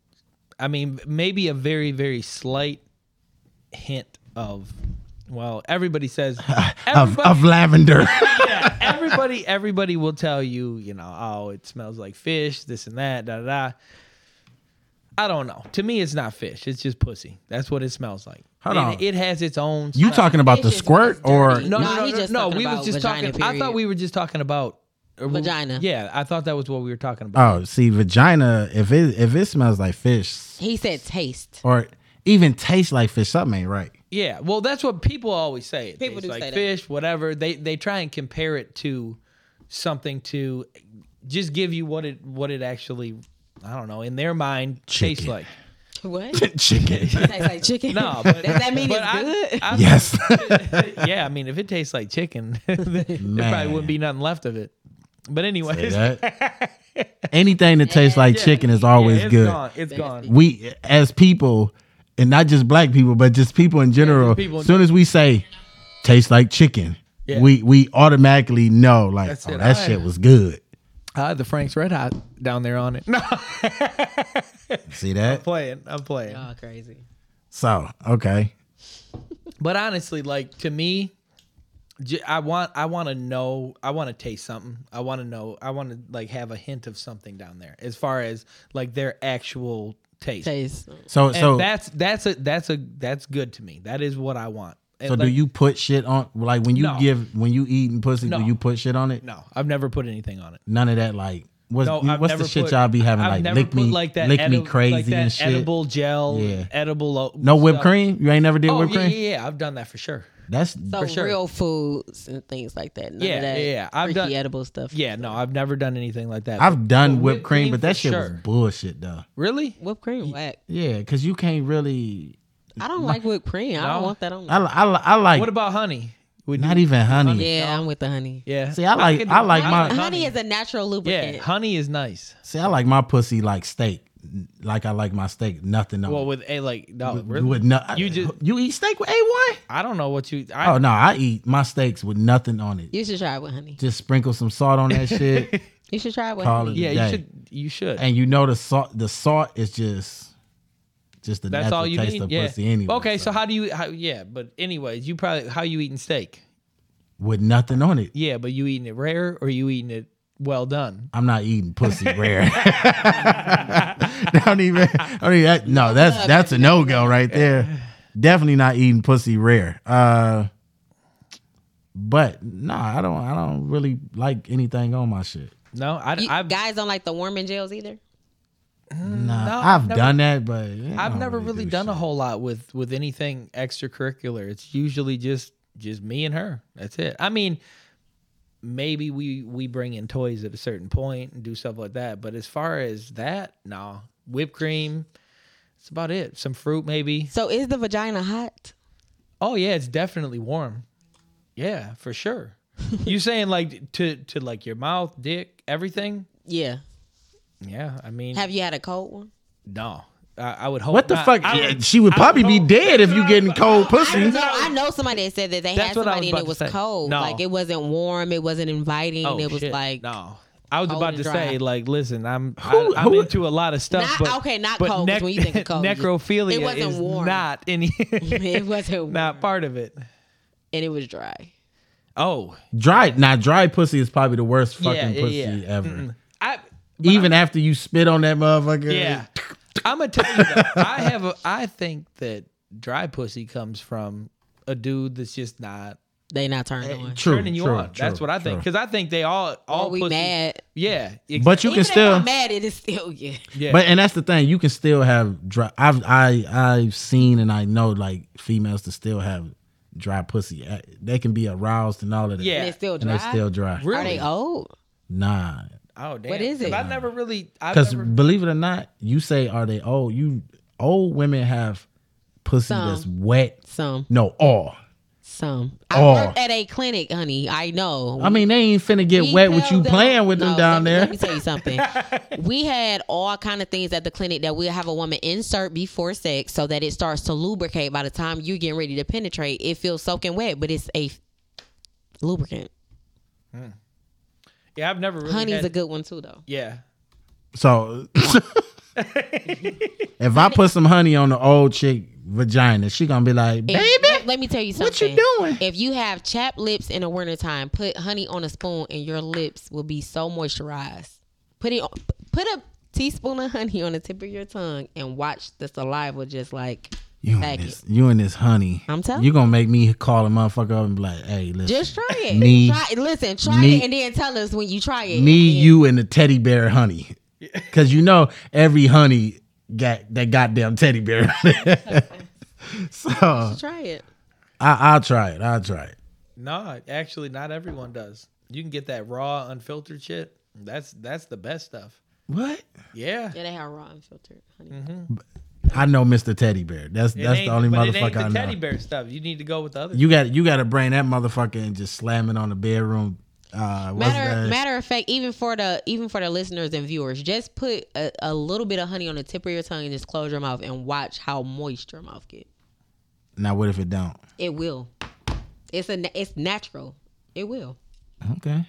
S3: I mean, maybe a very, very slight hint of, well, everybody
S1: *laughs*
S3: says,
S1: Of,
S3: everybody,
S1: of
S3: *laughs*
S1: lavender.
S3: yeah, everybody, everybody will tell you, you know, oh, it smells like fish, this and that, da da da. I don't know. To me, it's not fish. It's just pussy. That's what it smells like.
S1: Hold
S3: And
S1: on.
S3: It, has its own.
S1: you
S3: smell.
S1: talking about the
S2: It's just-
S1: squirt
S2: it's
S1: or
S2: dirty.
S3: No,
S2: No,
S3: no, no,
S2: he
S3: no.
S2: just
S3: no
S2: talking
S3: we
S2: about
S3: was just
S2: vagina,
S3: talking. I thought
S2: period.
S3: we were just talking about or we-
S2: Vagina.
S3: Yeah, I thought that was what we were talking about.
S1: Oh, see, vagina. If it if it smells like fish,
S2: He said taste.
S1: or even tastes like fish, something ain't right.
S3: yeah, well, that's what people always say. It
S2: People
S3: tastes
S2: do
S3: like
S2: say that.
S3: fish, whatever. They they try and compare it to something to just give you what it what it actually. I don't know. In their mind, tastes
S1: Chicken.
S3: like.
S2: What?
S1: Chicken.
S2: Tastes like chicken.
S3: No, but
S2: does that mean
S3: but
S2: it's
S3: I-
S2: good?
S3: I-
S1: *laughs* yes. *laughs*
S3: yeah, I mean, if it tastes like chicken, *laughs* there probably wouldn't be nothing left of it. But anyway,
S1: Say
S3: *laughs*
S1: that. Anything that tastes like chicken is always good.
S3: Gone. It's gone.
S1: We as people, and not just black people, but just people in general.
S3: people in
S1: as soon as we say tastes like chicken,
S3: Yeah.
S1: we we automatically know like
S3: That's
S1: oh,
S3: it.
S1: that
S3: I-
S1: shit was good.
S3: I had the Frank's Red Hot down there on it. *laughs* No,
S1: See that?
S3: playing. I'm playing.
S2: Oh, crazy.
S1: So okay,
S3: But honestly, like to me, j- I want I want to know. I want to taste something. I want to know. I want to like have a hint of something down there as far as like their actual
S2: *laughs*
S3: taste.
S2: Taste.
S1: so
S3: And
S1: so
S3: that's that's a that's a that's good to me. That is what I want. And
S1: so do
S3: like-
S1: you put shit on like when you
S3: No.
S1: give when you eating pussy?
S3: No.
S1: Do you put shit on it?
S3: No, I've never put anything on it.
S1: None of that like. What's,
S3: No, I've
S1: what's
S3: never
S1: the shit
S3: put-
S1: y'all be having
S3: I've
S1: like
S3: never
S1: lick
S3: put
S1: me
S3: like that
S1: lick
S3: edi-
S1: me crazy
S3: like that
S1: and shit
S3: edible gel,
S1: Yeah.
S3: edible. o-
S1: no whipped
S3: stuff.
S1: cream you ain't never did
S3: Oh
S1: whipped
S3: yeah,
S1: cream
S3: yeah, yeah, I've done that for sure.
S1: that's
S2: So
S3: sure.
S2: real foods and things like that. None
S3: Yeah,
S2: of that
S3: yeah, yeah. I've
S2: freaky
S3: done-
S2: edible stuff.
S3: Yeah, no, I've never done anything like that.
S1: I've done
S3: But
S1: whipped, cream, but that
S3: for
S1: shit was
S3: sure.
S1: bullshit though.
S3: really.
S2: Whipped cream, whack.
S1: Yeah, because you can't really.
S2: I don't like whipped cream. I don't
S3: No.
S2: want that on.
S1: I, I, I like
S3: What about honey? Would
S1: not
S3: you-
S1: even honey.
S2: yeah, I'm with the honey.
S3: Yeah.
S1: See, I like-
S3: could
S1: I
S3: do
S1: like my-
S2: honey. is a natural lubricant.
S3: Yeah, honey is nice.
S1: See, I like my pussy like steak, like I like my steak nothing on.
S3: Well,
S1: it.
S3: with a like, no,
S1: With-
S3: really?
S1: with no- uh,
S3: You just-
S1: you eat steak with a one?
S3: I don't know what you. I,
S1: Oh no, I eat my steaks with nothing on it.
S2: You should try it with honey.
S1: Just sprinkle some salt on
S3: *laughs*
S1: that shit,
S2: You should try it with
S1: Call it-
S2: honey.
S3: yeah,
S1: Dang.
S3: you should. You should.
S1: and you know the salt. The salt is just, just the
S3: That's
S1: natural
S3: all you
S1: taste
S3: need.
S1: of
S3: Yeah.
S1: pussy anyway.
S3: okay, so. how do you? How, yeah, but anyways, you probably how you eating steak?
S1: with nothing on it,
S3: Yeah, but you eating it rare or you eating it well done?
S1: I'm not eating pussy
S3: *laughs*
S1: rare. *laughs* don't even. I don't even that- no, that's that's a no go right there. Definitely not eating pussy rare. Uh, but nah, I don't. I don't really like anything on my shit.
S3: No, I,
S2: You-
S3: I've
S2: guys don't like the warming gels either.
S1: Nah,
S3: Mm, no,
S1: I've
S3: never-
S1: done that, but yeah, I
S3: I've
S1: don't
S3: never really
S1: do
S3: done a
S1: shit.
S3: whole lot with with anything extracurricular. It's usually just just me and her. That's it. I mean, maybe we we bring in toys at a certain point and do stuff like that. But as far as that, no whipped cream. That's about it. Some fruit maybe.
S2: So is the vagina hot?
S3: Oh yeah, it's definitely warm. Yeah,
S1: *laughs*
S3: for sure. you saying like to to like your mouth, dick, everything?
S2: Yeah.
S3: Yeah, I mean,
S2: Have you had a cold one?
S3: no. I, I would hope.
S1: What the
S3: not.
S1: fuck?
S3: I
S1: Yeah,
S3: would-
S1: she would
S3: I
S1: probably be
S3: hope-
S1: dead if you getting
S3: *laughs*
S1: cold pussy.
S2: No, I know somebody that said that they
S3: That's
S2: had
S3: what I was
S2: somebody and
S3: about
S2: it
S3: to
S2: was
S3: say.
S2: cold.
S3: No.
S2: Like it wasn't warm. It wasn't inviting.
S3: Oh,
S2: it was
S3: shit.
S2: like
S3: no. I was
S2: cold
S3: about to
S2: and dry.
S3: say like,
S1: *laughs*
S3: listen, I'm
S1: Who-
S3: I, am
S1: who-
S3: into a lot of stuff,
S2: Not-
S3: but
S2: okay, not
S3: but
S2: cold, 'cause
S3: nec-
S2: when you
S3: *laughs*
S2: think of cold, you-
S3: necrophilia
S2: it wasn't
S3: is
S2: warm.
S3: not any
S2: *laughs*
S3: *laughs*
S2: it wasn't warm.
S3: not part of it.
S2: and it was dry.
S3: Oh,
S1: Dry now, dry pussy is probably the worst fucking
S3: yeah,
S1: pussy
S3: yeah, yeah.
S1: ever.
S3: Mm-mm. I
S1: Even after you spit on that motherfucker.
S3: yeah. I'm gonna tell you though, I have a I think that dry pussy comes from a dude that's just not
S2: They not turned
S3: eh,
S2: on.
S1: True,
S3: turning you
S1: true,
S3: on. that's
S1: true,
S3: what I think
S1: true.
S3: because I think they all all
S2: All we
S3: pussy-
S2: mad.
S3: Yeah, ex-
S1: But you
S2: Even
S1: can
S2: if
S1: still
S2: I'm mad, it is still yeah.
S3: yeah.
S1: But and that's the thing, you can still have dry. I've I I've seen and I know like females to still have dry pussy. Uh, They can be aroused and all of that.
S3: Yeah.
S2: And it's still
S1: and
S2: dry.
S1: they still dry.
S3: Really?
S2: Are they old?
S1: Nah,
S3: oh damn,
S2: What is
S3: 'Cause
S2: it?
S3: I never really I
S1: because
S3: never
S1: believe it or not, you say are they old? You old women have pussy
S2: Some.
S1: that's wet.
S2: Some,
S1: No, all.
S2: some. I
S1: Oh.
S2: worked at a clinic, honey. I know.
S1: I mean, they ain't finna get
S2: We
S1: wet with
S2: held
S1: you
S2: them-
S1: playing with them
S2: No,
S1: down
S2: let me-
S1: there.
S2: Let me tell
S1: *laughs*
S2: you something. we had all kind of things at the clinic that we'll have a woman insert before sex so that it starts to lubricate by the time you're getting ready to penetrate. It feels soaking wet, but it's a f- lubricant.
S3: yeah I've never really
S2: Honey's
S3: had-
S2: a good one too though.
S3: yeah *laughs*
S1: So if I put some honey on the old chick vagina, she gonna be like,
S2: And
S1: baby,
S2: let, let me tell you
S1: what you
S2: something.
S1: doing?
S2: If you have chapped lips in the wintertime, put honey on a spoon and your lips will be so moisturized. Put it on, put a teaspoon of honey on the tip of your tongue and watch the saliva just like
S1: You
S2: Pack
S1: and this, you and this honey.
S2: I'm telling
S1: you gonna make me call a motherfucker up and be like, hey, listen,
S2: just try it.
S1: Need-
S2: try it. Listen, try
S1: need-
S2: it and then tell us when you try it.
S1: me,
S2: And-
S1: you, and the teddy bear
S3: *laughs*
S1: honey, because you know every honey got that goddamn teddy bear. *laughs* so I,
S2: try it.
S1: I'll try it. I'll try it.
S3: no actually not everyone does you can get that raw unfiltered shit that's that's the best stuff
S1: What?
S3: yeah
S2: Yeah, they have raw unfiltered honey.
S1: I know Mr. Teddy Bear. That's
S3: It
S1: that's
S3: ain't-
S1: the only
S3: but it
S1: motherfucker
S3: ain't the
S1: I know.
S3: teddy bear stuff you need to go with the other
S1: You got you got to bring that motherfucker and just slam it on the bedroom. Uh, what's
S2: Matter
S1: that?
S2: matter of fact, even for the even for the listeners and viewers, just put a, a little bit of honey on the tip of your tongue and just close your mouth and watch how moist your mouth gets.
S1: now what if it don't?
S2: It will. It's a na- it's natural. It will.
S1: Okay.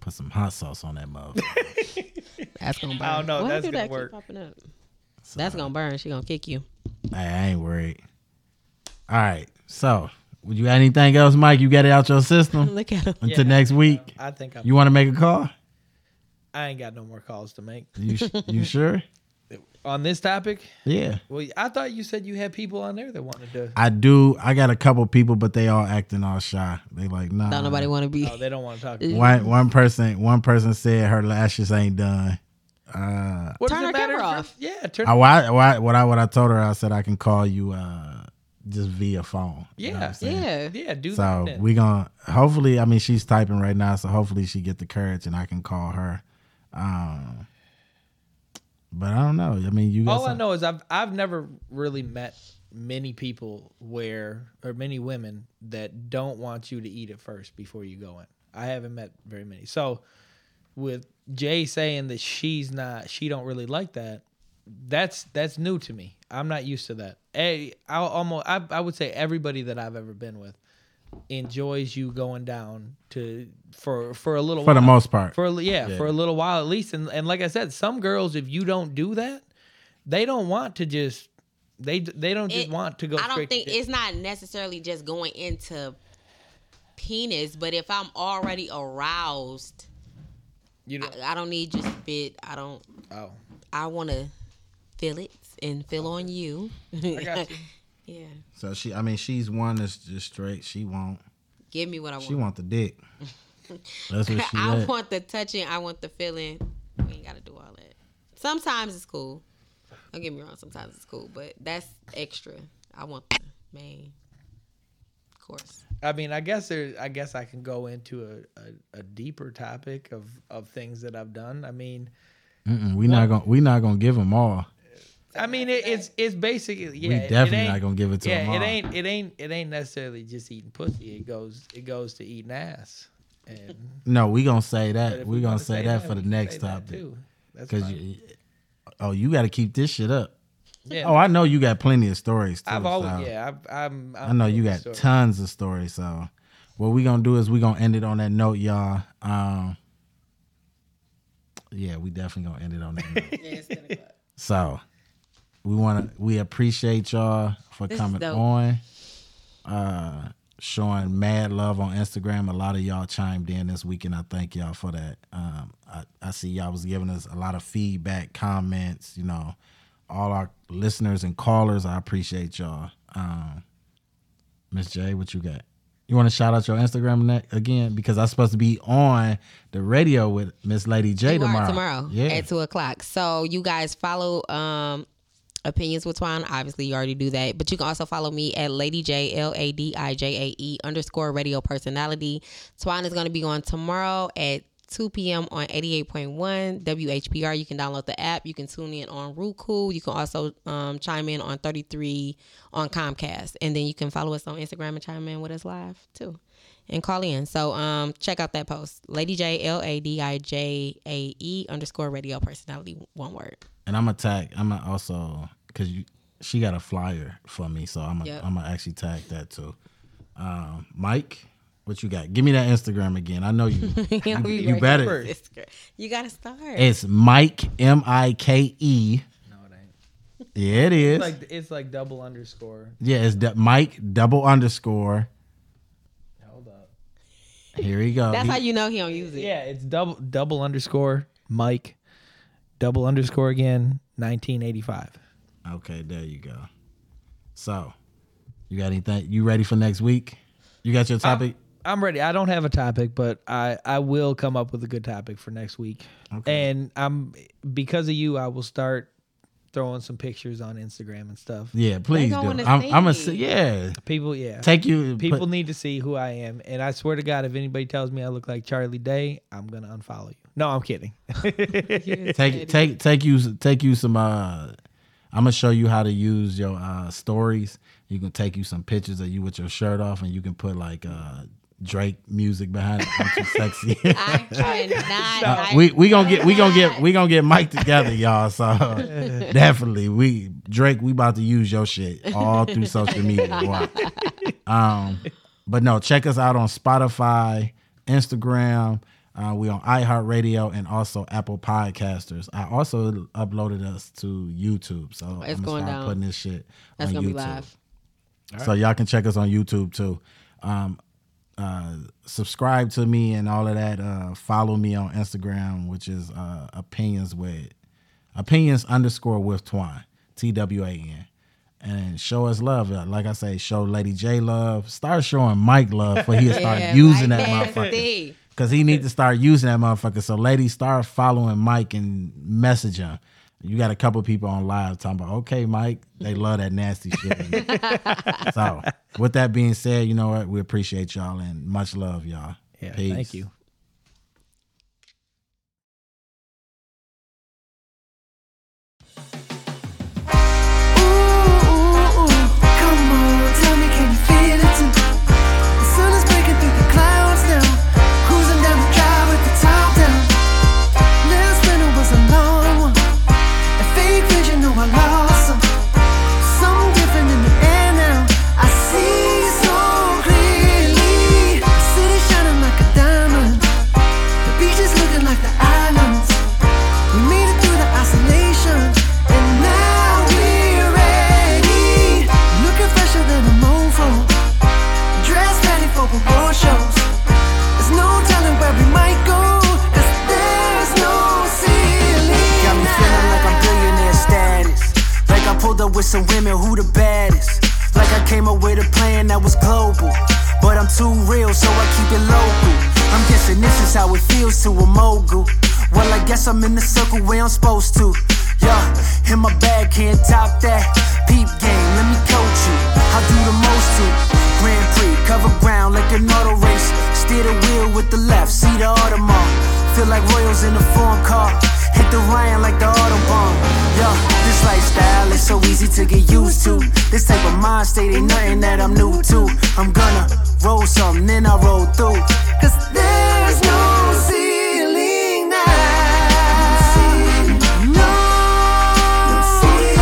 S1: Put some hot sauce on that motherfucker. *laughs*
S2: That's gonna burn.
S3: don't know.
S2: Why
S3: Oh, That's
S2: do
S3: gonna
S2: that keep
S3: work.
S2: popping up? That's gonna burn. She gonna kick you.
S1: I, I ain't worried. All right. So, would you got anything else, Mike? You got it out your
S2: *laughs*
S1: system
S2: Look at him.
S1: until next week.
S3: I think I'm,
S1: You want to make a call?
S3: I ain't got no more calls to make
S1: You sh-
S2: *laughs*
S1: you sure?
S3: on this topic.
S1: Yeah.
S3: Well, I thought you said you had people on there that wanted to.
S1: I do. I got a couple people, but they all acting all shy. They like, nah.
S2: Don't nobody want to be.
S3: Oh, they don't want to talk. To you.
S1: One one person one person said her lashes ain't done. Uh,
S3: What
S2: Turn
S3: does
S2: her
S3: it matter?
S2: camera
S3: if you're-
S2: off.
S3: Yeah, turn.
S1: I, why, why, what I what I told her, I said I can call you uh, just via phone. You know what
S3: Yeah.
S1: I'm saying?
S2: yeah.
S3: yeah, do that.
S1: So
S3: Then.
S1: we gonna hopefully. I mean, she's typing right now, so hopefully she get the courage and I can call her. Um, but I don't know. I mean, you. got
S3: All I
S1: some-
S3: know is I've I've never really met many people where or many women that don't want you to eat it first before you go in. I haven't met very many. So with Jay saying that she's not she don't really like that, that's that's new to me. I'm not used to that. Hey, I almost I, I would say everybody that I've ever been with enjoys you going down to for for a little
S1: for the
S3: while.
S1: most part.
S3: for a li- yeah, for a little while at least and, and like i said some girls if you don't do that they don't want to just they d- they don't just
S2: It-
S3: want to go
S2: I
S3: straight
S2: don't
S3: to
S2: think
S3: dick.
S2: it's not necessarily just going into penis, but if I'm already aroused, *laughs*
S3: you don't,
S2: I, I don't need your spit. I don't.
S3: oh
S2: I want to feel it and feel on you.
S3: i got you
S2: *laughs* yeah.
S1: So she, I mean, she's one that's just straight. She won't.
S2: Give me what I want.
S1: She want the dick. That's
S3: *laughs*
S1: what she.
S2: *laughs* I
S1: at.
S2: want the touching. I want the feeling. We ain't gotta do all that. Sometimes it's cool. Don't get me wrong. Sometimes it's cool, but that's extra. I want the main course.
S3: i mean i guess there i guess i can go into a, a, a deeper topic of of things that i've done i mean
S1: Mm-mm, we not gonna we not gonna give them all.
S3: i mean it, it's it's basically yeah
S1: we
S3: it- it
S1: definitely
S3: ain't-
S1: not gonna give it to them
S3: yeah
S1: all.
S3: it ain't it ain't it ain't necessarily just eating pussy it goes it goes to eating ass and
S1: No, we gonna say *laughs*
S3: but
S1: that.
S3: if
S1: We gonna
S3: wanna
S1: say that for
S3: we
S1: the
S3: can say
S1: next
S3: that
S1: topic.
S3: too. That's
S1: Cause
S3: fine.
S1: you, oh, you got to keep this shit up.
S3: yeah,
S1: Oh, I know you got plenty of stories. Too,
S3: I've always
S1: so.
S3: yeah. I've, I'm, I'm.
S1: I know you
S3: full of
S1: got
S3: stories.
S1: tons of stories. So, what we gonna do is we gonna end it on that note, y'all. Um, yeah, we definitely gonna end it on that
S2: *laughs*
S1: note. so, we wanna we appreciate y'all for
S2: This is
S1: coming
S2: dope.
S1: on. Uh, showing mad love on Instagram. A lot of y'all chimed in this week, and I thank y'all for that. Um, I, I see y'all was giving us a lot of feedback, comments. You know, all our listeners and callers, I appreciate y'all. Um, Miss J, what you got? You want to shout out your Instagram ne- again because I'm supposed to be on the radio with Miss Lady J
S2: You are
S1: tomorrow.
S2: tomorrow
S1: yeah.
S2: at two o'clock. So you guys follow um opinions with Twine. Obviously, you already do that, but you can also follow me at Lady J L A D I J A E underscore radio personality. Twine is going to be on tomorrow at. 2 p.m. on 88.1 WHPR. You can download the app. You can tune in on Roku. You can also um, chime in on 33 on Comcast. And then you can follow us on Instagram and chime in with us live too and call in. So um check out that post. Lady J L A D I J A E underscore radio personality one word. *laughs*
S1: and I'm gonna tag. I'm gonna also because you she got a flyer for me, so I'm gonna
S2: Yep.
S1: I'm gonna actually tag that too. Um, Mike, what you got? Give me that Instagram again. I know
S2: *laughs*
S1: you. you, you
S2: right.
S1: better.
S2: *laughs* This girl- You gotta start.
S1: It's Mike M I K E.
S3: No, it ain't.
S1: Yeah, it is.
S3: It's like it's like double underscore.
S1: yeah, it's du- Mike double underscore.
S3: Hold up.
S1: Here he go.
S2: That's
S1: He-
S2: how you know he don't use it.
S3: Yeah, it's double double underscore Mike, double underscore again, nineteen eighty five.
S1: Okay, there you go. So, you got anything? You ready for next week? You got
S3: Uh,
S1: your topic?
S3: I'm ready. I don't have a topic, but I I will come up with a good topic for next week.
S1: Okay.
S3: And I'm because of you, I will start throwing some pictures on Instagram and stuff.
S1: yeah, please do.
S2: gonna wanna
S1: I'm, I'm a
S2: see.
S1: yeah.
S3: People, yeah.
S1: Take you.
S3: People
S1: put-
S3: need to see who I am, and I swear to God, if anybody tells me I look like Charlie Day, I'm gonna unfollow you. No, I'm *laughs* kidding.
S1: take take take you take you some uh I'm gonna show you how to use your uh stories. You can take you some pictures of you with your shirt off and you can put like uh Drake music behind it.
S2: *laughs*
S1: I'm too sexy. *laughs*
S2: I cannot. I,
S1: we we gonna get we gonna get we gonna get Mike together, y'all. So definitely we Drake, we about to use your shit all
S2: *laughs*
S1: through social media. Watch. Um, but no, check us out on Spotify, Instagram. Uh, we on iHeartRadio and also Apple Podcasters. I also uploaded us to YouTube, so
S2: Oh, It's
S1: I'm gonna
S2: going
S1: start
S2: down.
S1: putting this shit
S2: That's
S1: on
S2: gonna
S1: YouTube.
S2: be live.
S1: So y'all can check us on YouTube too. Um, uh, subscribe to me and all of that. Uh, follow me on Instagram, which is uh, opinions with opinions underscore with twine t w a n, and show us love. Uh, Like I say, show Lady J love. Start showing Mike love for he start
S2: Yeah,
S1: using
S2: like
S1: that
S2: that's
S1: motherfucker.
S2: it.
S1: Cause he need to start using that motherfucker. So ladies, start following Mike and message him. You got a couple people on live talking about, okay, Mike, they love that nasty shit. so with that being said, you know what? We appreciate y'all and much love, y'all.
S3: yeah,
S1: Peace.
S3: thank you.
S8: Like the islands, we made it through the isolation, and now we're ready. Looking fresher than a mofo, dressed ready for award shows. There's no telling where we might go, 'cause there's no ceiling.
S9: Got me feeling like I'm billionaire status. Like I pulled up with some women who the baddest. Like I came up with a plan that was global. But I'm too real, so I keep it local. I'm guessing this is how it feels to a mogul. Well, I guess I'm in the circle where I'm supposed to. Yeah, in my bag, can't top that. Peep game, let me coach you. I'll do the most to. Grand Prix, cover ground like an auto race. Steer the wheel with the left, see the Audemars. Feel like royals in a foreign car. Hit the Ryan like the Autobahn. Yeah, this lifestyle is so easy to get used to. This type of mind state ain't nothing that I'm new to. I'm gonna roll something, then I roll through.
S8: Cause there's no ceiling now. No ceiling, no ceiling.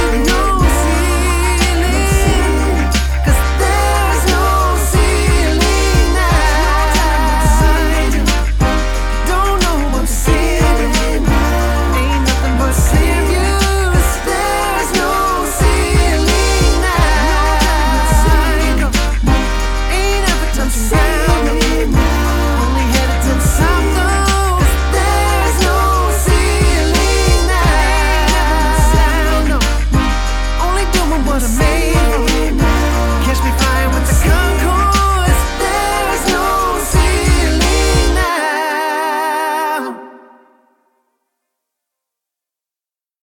S8: 'Cause there's no ceiling now. Don't know what ceiling ain't nothing but serious. There's no ceiling now. Ain't ever what I'm made of. Catch me flying with the gun.